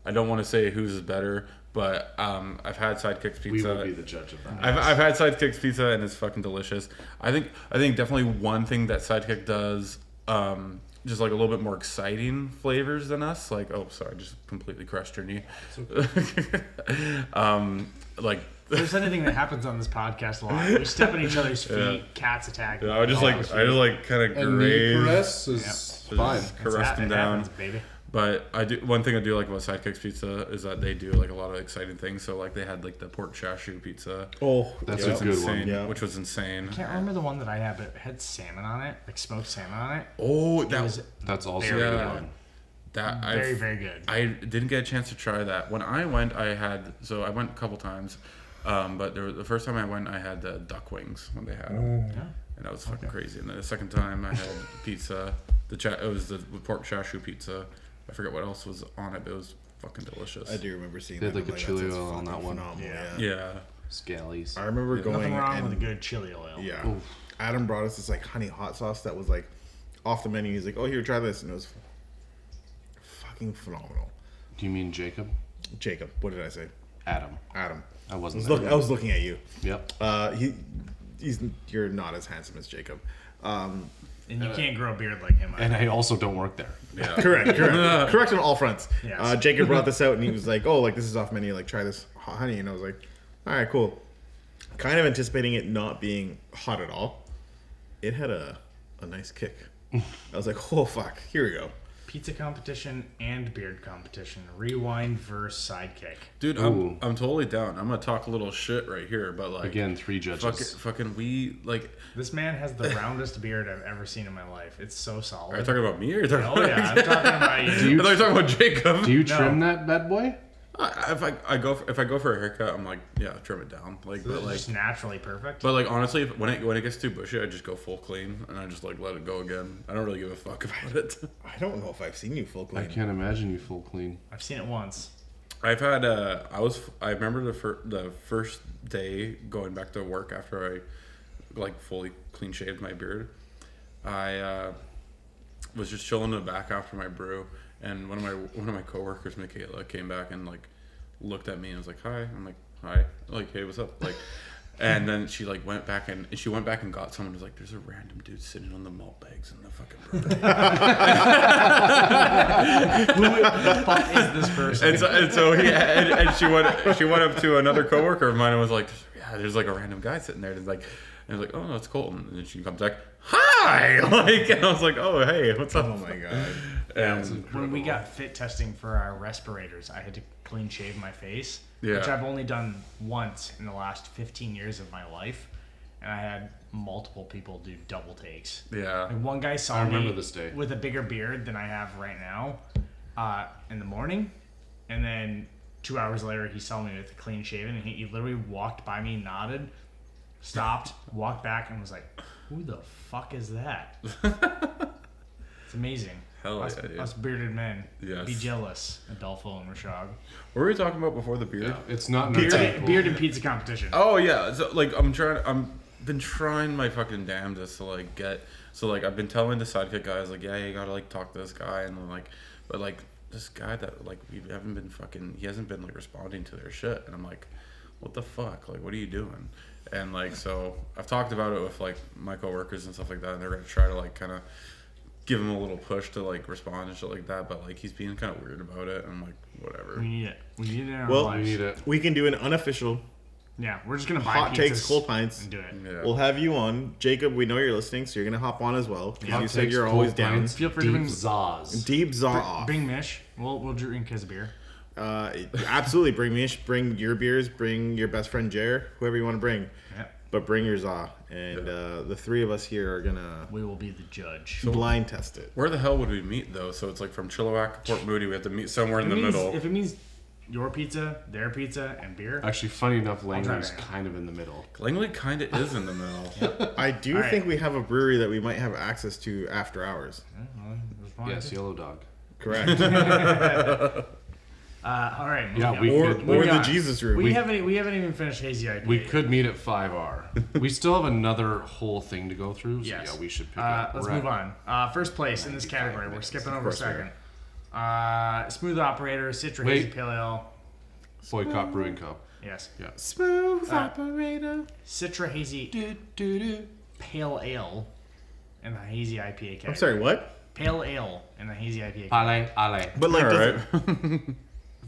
S4: I don't want to say whose is better, but um, I've had Sidekick's pizza.
S1: We will be the judge of that.
S4: I've, I've had Sidekick's pizza and it's fucking delicious. I think I think definitely one thing that Sidekick does, um, just like a little bit more exciting flavors than us. Like oh sorry, I just completely crushed your knee. *laughs* um, like *laughs*
S3: If there's anything that happens on this podcast a lot, we step on each other's feet, cats attack.
S4: I just like I just like kind of
S1: Oh, And knee
S4: graze,
S1: caress is
S4: Just
S1: fine.
S4: caressed him down.
S3: baby.
S4: But I do one thing I do like about Sidekick's Pizza is that they do like a lot of exciting things. So like they had like the pork chashu pizza,
S2: Oh,
S1: That's
S4: which
S1: a
S4: was
S1: good
S4: insane,
S1: one.
S2: Yeah.
S4: which was insane.
S3: I can't remember the one that I had, but it had salmon on it, like smoked salmon on it.
S4: Oh,
S3: It
S4: that
S3: was
S4: was
S1: That's also
S3: Very
S1: a good
S4: good.
S1: one.
S4: that I
S3: very, very good.
S4: I didn't get a chance to try that. When I went, I had so I went a couple times, um, but there was, the first time I went, I had the duck wings when they had them,
S3: Yeah.
S4: and that was fucking crazy. And then the second time, I had pizza. The cha- it was the pork chashu pizza. I forget what else was on it, but it was fucking delicious.
S2: I do remember seeing
S1: They
S2: that.
S1: had,
S2: I'm
S1: like, a chili
S2: that's
S1: oil on
S2: fucking
S1: that one.
S2: phenomenal,
S3: Yeah.
S4: Yeah.
S1: Scallies.
S2: I remember going.
S3: Nothing wrong
S2: and,
S3: with a good chili oil.
S2: Yeah. Adam brought us this like honey hot sauce that was like off the menu. He's like, "Oh, here, try this," and it was fucking phenomenal.
S1: Do you mean Jacob?
S2: Jacob, what did I say?
S1: Adam.
S2: Adam.
S1: I
S2: I
S1: wasn't.
S2: was,
S1: there.
S2: look, oh. I was looking at you.
S1: Yep.
S2: Uh, he, he's you're not as handsome as Jacob. Um,
S3: And you
S4: Uh,
S3: can't grow a beard like him. I
S1: And I also don't work there.
S4: Yeah.
S2: correct, correct, correct on all fronts.
S3: Yes.
S2: Uh, Jacob brought this out and he was like, "Oh, like this is off menu. Like try this hot honey." And I was like, "All right, cool." Kind of anticipating it not being hot at all. It had a a nice kick. I was like, "Oh fuck, here we go."
S3: pizza competition and beard competition. Rewind versus sidekick.
S4: Dude, I'm,
S1: Ooh.
S4: I'm totally down. I'm gonna talk a little shit right here, but like
S1: Again, three judges.
S4: fucking, fucking we like.
S3: This man has the roundest beard I've ever seen in my life. It's so
S4: Are you
S3: solid.
S4: talking about me or are you talking
S3: Oh
S4: about?
S3: yeah, I'm talking about you.
S4: I thought *laughs* you were talking
S1: Do
S4: about Jacob.
S1: you trim that bad boy?
S4: *laughs* I, if I, I go for, if I go for a haircut, I'm like, yeah, trim it down. Like,
S3: This
S4: but
S3: is
S1: *laughs*
S4: like,
S3: just naturally perfect.
S4: but like honestly, if, when it when it gets too bushy, I just go full clean and I just like let it go again. I don't really give a fuck *laughs* about it.
S2: I don't know if I've seen you full
S1: I
S2: clean.
S1: can't imagine you full clean.
S3: I've seen it once.
S4: I've had uh, I was I remember the fir- the first day going back to work after I like fully clean shaved my beard. I uh, was just chilling in the back after my brew, and one of my one of my coworkers, Michaela, came back and like looked at me and was like, "Hi." I'm like, "Hi." Like, "Hey, what's up?" Like, And then she like went back and and she went back and got someone who's like, "There's a random dude sitting on the malt bags in the fucking." brewery."
S3: the fuck is this person?
S4: *laughs* and so, and so he, and, and she went she went up to another coworker of mine and was like, yeah, there's like a random guy sitting there. And it's like, and I was like, oh no, it's Colton. And then she comes back, hi, *laughs* like, and I was like, oh hey, what's up?
S2: Oh my god.
S4: And
S3: when we got fit testing for our respirators, I had to clean shave my face, which
S4: Yeah.
S3: I've only done once in the last 15 years of my life, and I had multiple people do double takes.
S4: yeah,
S3: Like one guy saw
S1: I remember
S3: me
S1: this day.
S3: with a bigger beard than I have right now uh, in the morning, and then two hours later he saw me with a clean shaven, and he, he literally walked by me, nodded, stopped, walked back, and was like, "Who the fuck is that?" it's amazing.
S4: Hell
S3: us,
S4: Oh, yeah, dude.
S3: us bearded men
S4: Yes.
S3: be jealous, Adolfo and Rashog.
S4: what were we talking about before the beard?
S1: Yeah, it's not *laughs*
S3: Bearded,
S1: bearded.
S3: bearded pizza competition.
S4: Oh yeah, so like I'm trying, I'm been trying my fucking damnedest to like get. So like I've been telling the sidekick guys like, yeah, you gotta like talk to this guy, and then like, but like this guy that like we haven't been fucking, he hasn't been like responding to their shit, and I'm like, what the fuck, like what are you doing? And like so I've talked about it with like my coworkers and stuff like that, and they're gonna try to like kind of give him a little push to like respond and shit like that, but like he's being kind of weird about it, and I'm like whatever.
S3: We need it. We need it in our
S2: Well-
S1: We
S3: lives.
S1: need it.
S2: We can do an unofficial
S3: Yeah, we're just gonna buy
S2: hot takes,
S3: pizzas
S2: cold pints.
S3: and do it.
S4: Yeah.
S2: We'll have you on, Jacob. We know you're listening, so you're gonna hop on as well. 'cause
S1: Hot
S2: you said
S1: takes,
S2: you're
S1: cold
S2: always down.
S1: pints,
S3: Feel free to
S1: deep
S3: bring-
S1: zaws.
S2: Deep Zaw off.
S3: Bring Mish. We'll we'll drink his beer.
S2: Uh, absolutely, bring me, bring your beers, bring your best friend Jer, whoever you want to bring,
S3: Yeah.
S2: but bring your Zaw, and uh, the three of us here are gonna
S3: We will be the judge.
S2: blind test it.
S4: Where the hell would we meet though? So it's like from Chilliwack to Port Moody, we have to meet somewhere in
S3: If
S4: the
S3: it means-
S4: middle.
S3: If it means your pizza, their pizza, and beer,
S1: Actually, funny enough,
S3: try
S1: Langley's
S3: it.
S1: kind of in the middle.
S4: Langley kind of is in the
S3: *laughs*
S4: middle.
S2: I do
S3: All right.
S2: think we have a brewery that we might have access to after hours.
S3: Yeah, well, Uh, that's fine.
S1: Yes, Yellow Dog.
S2: Correct.
S3: Uh, all right.
S1: Yeah,
S3: moving
S1: we
S3: on.
S2: or
S1: could.
S2: or
S1: We,
S2: the
S3: on.
S2: Jesus room.
S3: we,
S2: We-
S3: haven't we haven't even finished hazy IPA.
S1: we could meet at Five R. we still have another whole thing to go through. So
S3: Yes.
S1: Yeah, we should pick
S3: Uh,
S1: up.
S3: let's
S1: We're
S3: move
S1: at-
S3: on. Uh, first place in this
S1: 95
S3: category. We're
S1: minutes.
S3: skipping over
S2: course we
S3: second. Uh, smooth operator, Citra
S1: Wait.
S3: hazy pale ale.
S1: Boycott Brewing Cup.
S3: Yes, Uh,
S1: Yeah.
S2: Smooth operator.
S3: Citra hazy
S1: Do, do, do.
S3: pale ale, and the hazy IPA category.
S2: I'm sorry, what?
S3: Pale ale and the hazy IPA. category.
S1: Ale, ale.
S2: But like,
S4: All
S2: does-
S4: right.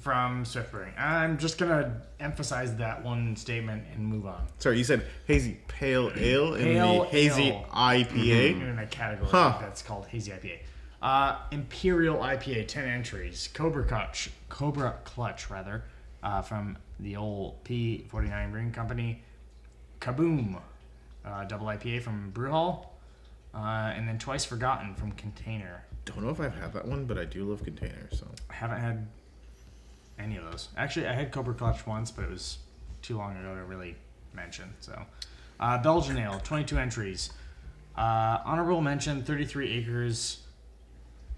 S3: from Swiftbury. I'm just gonna emphasize that one statement and move on.
S2: sorry, you said hazy pale ale and
S3: Pale
S2: the hazy
S3: ale. Mm-hmm.
S2: IPA.
S3: You're in a category
S2: Huh.
S3: that's called hazy IPA. Uh, Imperial IPA, ten entries. Cobra Clutch, Cobra Clutch rather, uh, from the old P49 Brewing Company. Kaboom, uh, double IPA from Brew Hall, uh, and then Twice Forgotten from Container.
S2: Don't know if I've had that one, but I do love containers. So
S3: I haven't had any of those. Actually, I had Cobra Clutch once, but it was too long ago to really mention. So, uh, Belgian Ale, 22 entries. Uh, honorable mention: 33 acres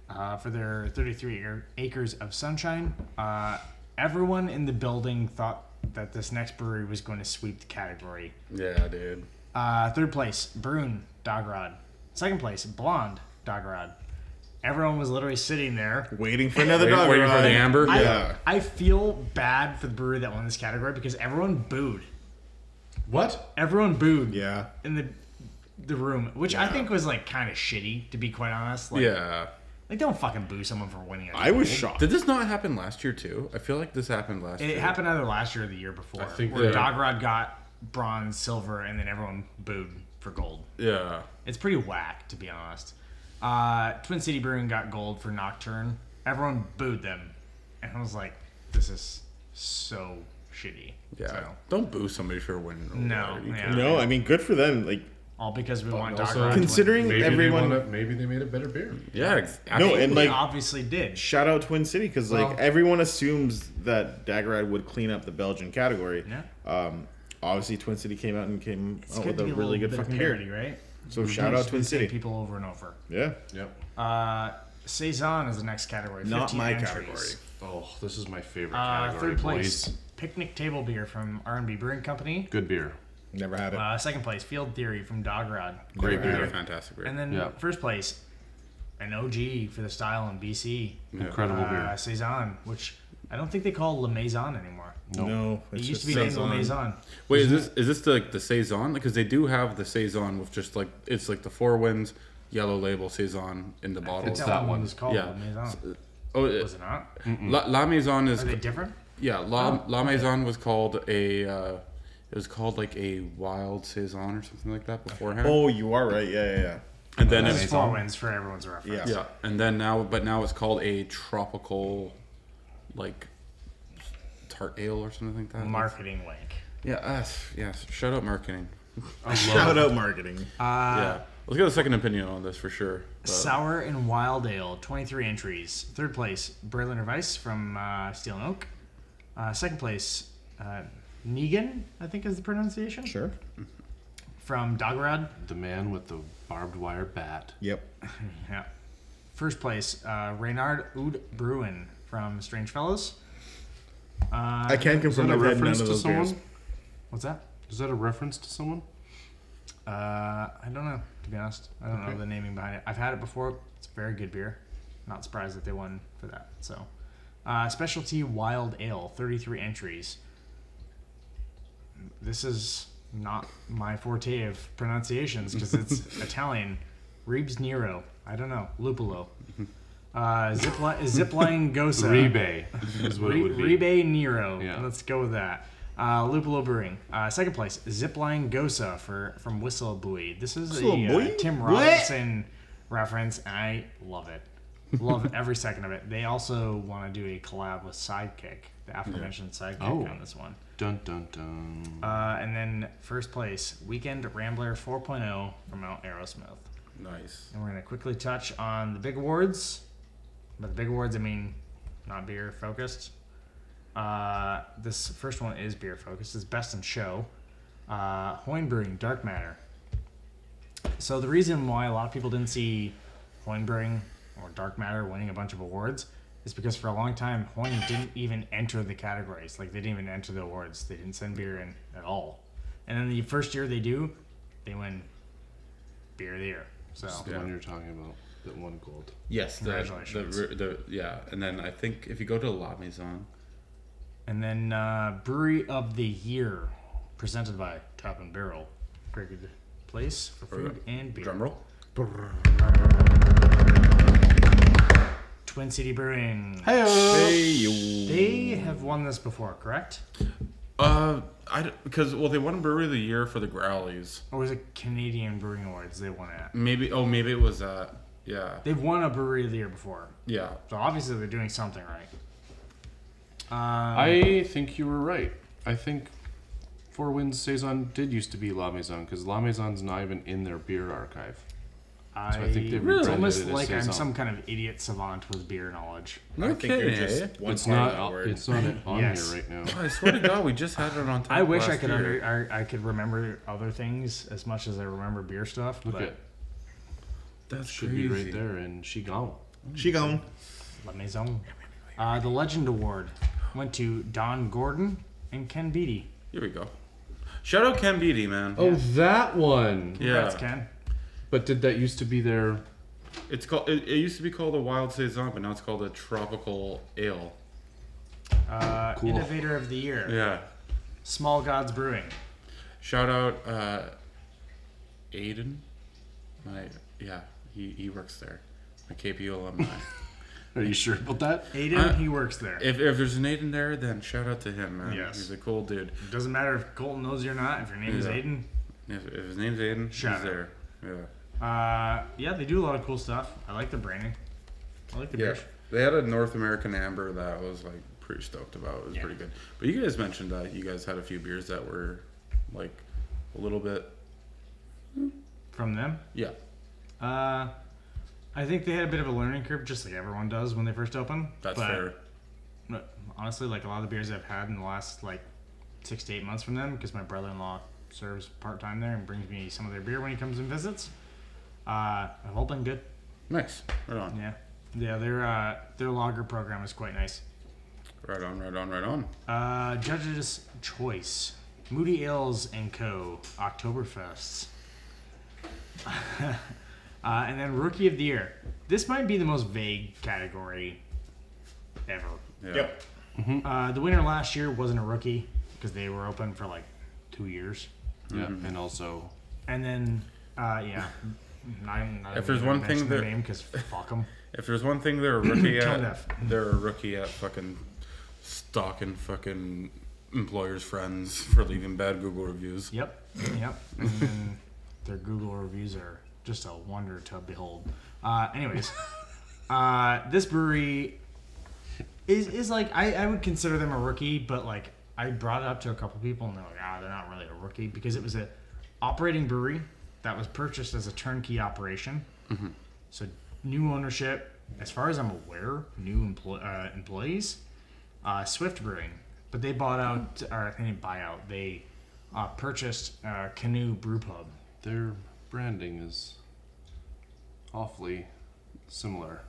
S3: uh, for their 33 acre, acres of sunshine. Uh, everyone in the building thought that this next brewery was going to sweep the category.
S4: Yeah, dude.
S3: Uh, third place, Brune Dogrod. Second place, Blonde Dogrod. Everyone was literally sitting there
S2: waiting for another
S4: Wait-
S2: dog
S4: waiting for
S2: ride.
S4: the amber.
S3: I-
S2: Yeah.
S3: I, feel bad for the brewery that won this category because everyone booed.
S1: What?
S3: Everyone booed
S2: Yeah.
S3: in the the room, which I think was like kind of shitty to be quite honest. Like,
S4: Yeah.
S3: like don't fucking boo someone for winning. A
S2: I was shocked.
S4: Did this not happen last year too? I feel like this happened last
S3: It
S4: year.
S3: happened either last year or the year before. I
S1: think
S3: where
S1: that-
S3: Dogrod got bronze, silver, and then everyone booed for gold.
S4: Yeah.
S3: It's pretty whack, to be honest. Uh, Twin City Brewing got gold for Nocturne. Everyone booed them, and I was like, "This is so shitty."
S4: Yeah.
S3: So,
S4: Don't boo somebody for winning. an
S3: No,
S4: award. You
S3: yeah.
S4: can't-
S2: No, I mean good for them. Like
S3: All because we want
S1: also-
S3: Dogrod.
S2: considering
S1: Maybe
S2: everyone.
S1: They wanna, maybe they made a better beer.
S4: Yeah. ex-
S2: No, and
S3: they
S2: like
S3: obviously did.
S2: shout out Twin City because like
S1: Well-
S2: everyone assumes that Daggerad would clean up the Belgian category.
S3: Yeah.
S2: Um, obviously Twin City came out and came out Oh, with a
S3: be
S2: really
S3: little
S2: good
S3: bit of
S2: fucking
S3: parody,
S2: beer.
S3: right?
S2: So shout out
S3: Just
S2: Twin
S3: the same
S2: City.
S3: People over and over.
S2: Yeah.
S1: Yep.
S3: Uh, saison is the next category.
S2: Not
S3: 15
S2: my
S3: entries.
S2: category.
S1: Oh, this is my favorite
S3: Uh,
S1: category.
S3: third place,
S1: boys.
S3: picnic table beer from R&B Brewing Company.
S1: Good beer.
S2: Never had it.
S3: Uh, second place, Field Theory from Dogrod.
S1: Great
S4: They had a
S1: beer.
S4: fantastic beer.
S3: And then
S1: Yeah.
S3: first place, an OG for the style in BC,
S1: Incredible
S3: uh,
S1: beer.
S3: saison, which I don't think they call it La Maison anymore.
S1: No.
S3: It
S2: it's
S3: used to be
S2: just
S3: named La
S2: saison.
S3: Maison.
S4: Wait,
S2: Mm-hmm.
S4: is this is this the like, the saison? Because they do have the saison with just like it's like the four winds yellow label saison in the bottle.
S1: It's that one.
S3: was called
S4: Yeah.
S3: La Maison.
S4: oh, it-
S3: Was it not?
S4: La, La Maison is
S3: Are they different?
S4: yeah. La, La Maison was called a uh, it was called like a wild saison or something like that beforehand.
S2: Oh, you are right. Yeah, yeah, yeah.
S4: and then
S3: This
S4: it's
S3: is four wins for everyone's reference.
S2: Yeah.
S4: yeah, and then now but now it's called a tropical like tart ale or something like that.
S3: Marketing link.
S4: Yeah. Uh, yes. Shout out marketing.
S2: Shout out marketing.
S3: Uh,
S4: yeah. Let's get a second opinion on this for sure. but-
S3: Sour and Wild Ale, 23 entries. Third place, Berliner Weiss from uh, Steel and Oak. Uh, second place, uh, Negan, I think is the pronunciation,
S2: Sure.
S3: from Dogrod.
S1: The man with the barbed wire bat.
S2: Yep.
S3: uh, Yeah. First place, uh, Reynard Oud Bruin from Strange Fellows.
S2: I can
S1: Is that
S2: confirm
S1: a
S2: I've had none
S1: reference
S2: of
S1: to
S2: those
S1: someone?
S2: beers.
S3: What's that?
S1: Is that a reference to someone?
S3: Uh, I don't know, to be honest. I don't know the naming behind it. I've had it before. It's a very good beer. Not surprised that they won for that. So, uh, specialty wild ale, 33 entries. This is not my forte of pronunciations because it's Italian. Reeves Nero. I don't know. Lupolo. Uh, Zipline, Zipline Gosa.
S1: Rebay is what it would be.
S3: Re- Rebay Nero.
S1: Yeah.
S3: Let's go with that. Uh, Lupolo Brewing. Uh, second place, Zipline Gosa for from Whistle Buoy. This is a
S2: Whistle
S3: uh,
S2: Buoy?
S3: Tim
S2: What?
S3: Robinson reference, and I love it.
S1: *laughs*
S3: Love every second of it. They also want to do a collab with Sidekick, the aforementioned Sidekick
S1: Oh.
S3: on this one.
S1: Dun dun dun.
S3: Uh, and then first place, Weekend Rambler 4.0 from Mount Aerosmith.
S4: Nice.
S3: And we're going to quickly touch on the big awards. By the big awards, I mean not beer focused. Uh, this first one is beer focused. It's best in show. Uh, Hoin Brewing Dark Matter. So the reason why a lot of people didn't see Hoin Brewing or Dark Matter winning a bunch of awards is because for a long time Hoin didn't even enter the categories. Like they didn't even enter the awards. They didn't send beer in at all. And then the first year they do, they win beer of the year. So
S1: That's the one you're talking about. That one gold.
S4: Yes. The,
S3: Congratulations.
S4: The, the, yeah, and then I think if you go to La Maison,
S3: And then uh, Brewery of the Year, presented by Top and Barrel. Very good place for food and beer.
S4: drumroll.
S3: Twin City Brewing.
S2: Hey, you.
S3: They have won this before, correct?
S4: Uh, I because well they won Brewery of the Year for the Growlies.
S3: Or was it Canadian Brewing Awards they won it at?
S4: Maybe oh maybe it was uh yeah
S3: They've won a Brewery of the Year before.
S4: yeah
S3: So obviously they're doing something right.
S1: I think you were right. I think Four Winds Saison did used to be La Maison because La Maison's not even in their beer archive.
S3: I,
S1: I think they
S3: it's
S1: rebranded
S3: almost
S1: it as
S3: like I'm
S1: Saison.
S3: some kind of idiot savant with beer knowledge.
S4: No
S2: I think you're
S4: kidding, eh?
S2: just one
S1: it's
S2: part
S1: not.
S2: of that word.
S1: It's not *laughs* on
S3: Yes.
S1: here right now.
S4: I swear to God we just had it on time.
S3: I wish I
S4: last
S3: could
S4: year.
S3: under, I, I could remember other things as much as I remember beer stuff.
S1: Look
S3: but
S1: at
S4: That's
S1: should
S4: crazy.
S1: be right there in Shigao.
S2: She gone.
S3: La Maison. Uh, the Legend Award went to Don Gordon and Ken Beatty.
S4: Here we go. Shout out Ken Beatty, man.
S1: Oh, that one.
S3: Congrats,
S4: Yeah.
S3: Ken. But
S1: But did that used to be their?
S4: It's called. It, it used to be called a wild saison, but now it's called a tropical ale.
S3: uh,
S1: Cool.
S3: Innovator of the Year,
S4: Yeah.
S3: Small Gods Brewing.
S4: Shout out uh, Aiden. My yeah, he, he works there. My KPU alumni. *laughs*
S1: Are you sure about that?
S3: Aiden,
S4: Uh,
S3: he works there.
S4: if, if there's an Aiden there, then shout out to him, man.
S3: Yes.
S4: He's a cool dude.
S3: Doesn't matter if Colton knows you or not. If your name is
S4: Yeah.
S3: Aiden,
S4: If, if his name's Aiden,
S3: Shout
S4: he's
S3: out.
S4: there. Yeah.
S3: uh, yeah, they do a lot of cool stuff. I like the branding. I like the
S4: Yeah.
S3: beer.
S4: They had a North American amber that I was like pretty stoked about. It was
S3: Yeah.
S4: pretty good. But you guys mentioned that you guys had a few beers that were like a little bit
S3: from them.
S4: yeah.
S3: Uh, I think they had a bit of a learning curve, just like everyone does when they first open.
S4: That's
S3: but
S4: fair.
S3: But honestly, like a lot of the beers I've had in the last like six to eight months from them, because my brother-in-law serves part-time there and brings me some of their beer when he comes and visits. Uh, have all been good.
S4: Nice. Right on.
S3: Yeah, yeah. Their uh, their lager program is quite nice.
S4: Right on, right on, right on.
S3: Uh, judges' choice: Moody Ales and Co. Oktoberfests. *laughs* uh, and then Rookie of the Year. This might be the most vague category ever.
S4: Yeah.
S2: Yep.
S3: Uh, the winner last year wasn't a rookie because they were open for like two years,
S1: Yeah, and also
S3: and then uh, yeah. *laughs* I'm not
S4: If
S3: even
S4: there's
S3: gonna
S4: one thing
S3: mention their
S4: that-
S3: name because fuck them.
S4: If there's one thing they're
S2: *clears throat*
S4: a rookie at,
S3: Kind of.
S4: they're a rookie at fucking stalking fucking employers' friends *laughs* for leaving bad Google reviews.
S3: Yep, yep. And then their Google reviews are just a wonder to behold. Uh, anyways, uh, this brewery is is like I, I would consider them a rookie, but like I brought it up to a couple people and they're like, ah, they're not really a rookie because it was a operating brewery that was purchased as a turnkey operation. So new ownership, as far as I'm aware, new employ- uh, employees, uh, Swift Brewing, but they bought out or they didn't buy out. They uh, purchased uh, Canoe Brew Pub.
S1: their branding is awfully similar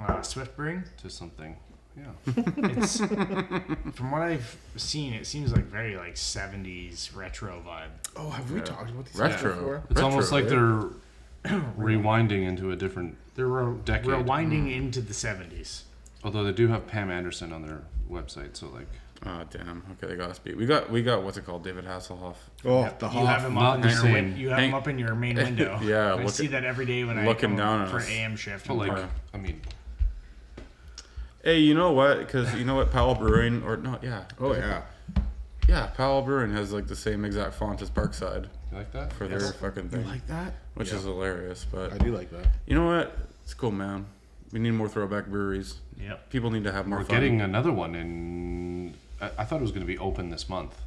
S3: Uh, Swift Brewing.
S1: to something. Yeah.
S3: It's from what I've seen, it seems like very like '70s retro vibe.
S2: Oh, have we talked about these
S4: Retro.
S2: guys before?
S1: It's almost
S4: Retro,
S1: like they're *clears throat* rewinding into a different.
S3: They're re-
S1: Decade.
S3: rewinding into the '70s.
S1: Although they do have Pam Anderson on their website, so like
S4: Oh damn. Okay, they got us beat. We got we got what's it called? David Hasselhoff.
S2: Oh, the
S4: Uh-huh.
S3: You have
S2: Hoff.
S3: them
S1: not
S3: up in
S1: the
S3: your
S1: same.
S3: win- you have 'em
S4: Hank-
S3: up in
S4: *laughs*
S3: your main window.
S4: Yeah,
S3: I
S4: look
S3: see
S4: at-
S3: that every day when I
S4: look
S3: come
S4: 'em down on
S3: for
S4: us.
S3: AM shift.
S1: But like,
S4: Yeah.
S1: I mean,
S4: Hey, you know what? Because you know what, Powell Brewing or no, yeah,
S2: Oh yeah.
S4: yeah, Powell Brewing has like the same exact font as Parkside
S1: you like that?
S4: for their fucking
S2: You
S4: thing,
S2: like that?
S4: which is hilarious.
S2: I
S4: But
S2: do like that.
S4: you know what? It's cool, man. We need more throwback breweries.
S3: Yep.
S4: People need to have more
S1: We're
S4: fun.
S1: getting another one in. I, I thought it was going to be open this month.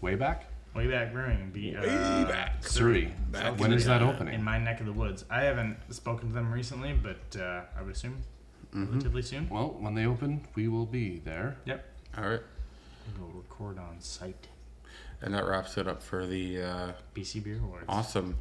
S1: Way back,
S3: Way back brewing. Be, uh,
S1: Surrey.
S2: Back
S1: when
S3: in
S1: is
S3: the-
S1: that
S3: in
S1: opening?
S3: my neck of the woods. I haven't spoken to them recently, but uh, I would assume
S4: Mm-hmm.
S3: relatively soon.
S1: Well, when they open, we will be there.
S3: Yep.
S4: All right,
S3: We'll record on site.
S4: and that wraps it up for the uh,
S3: BC Beer Awards.
S4: awesome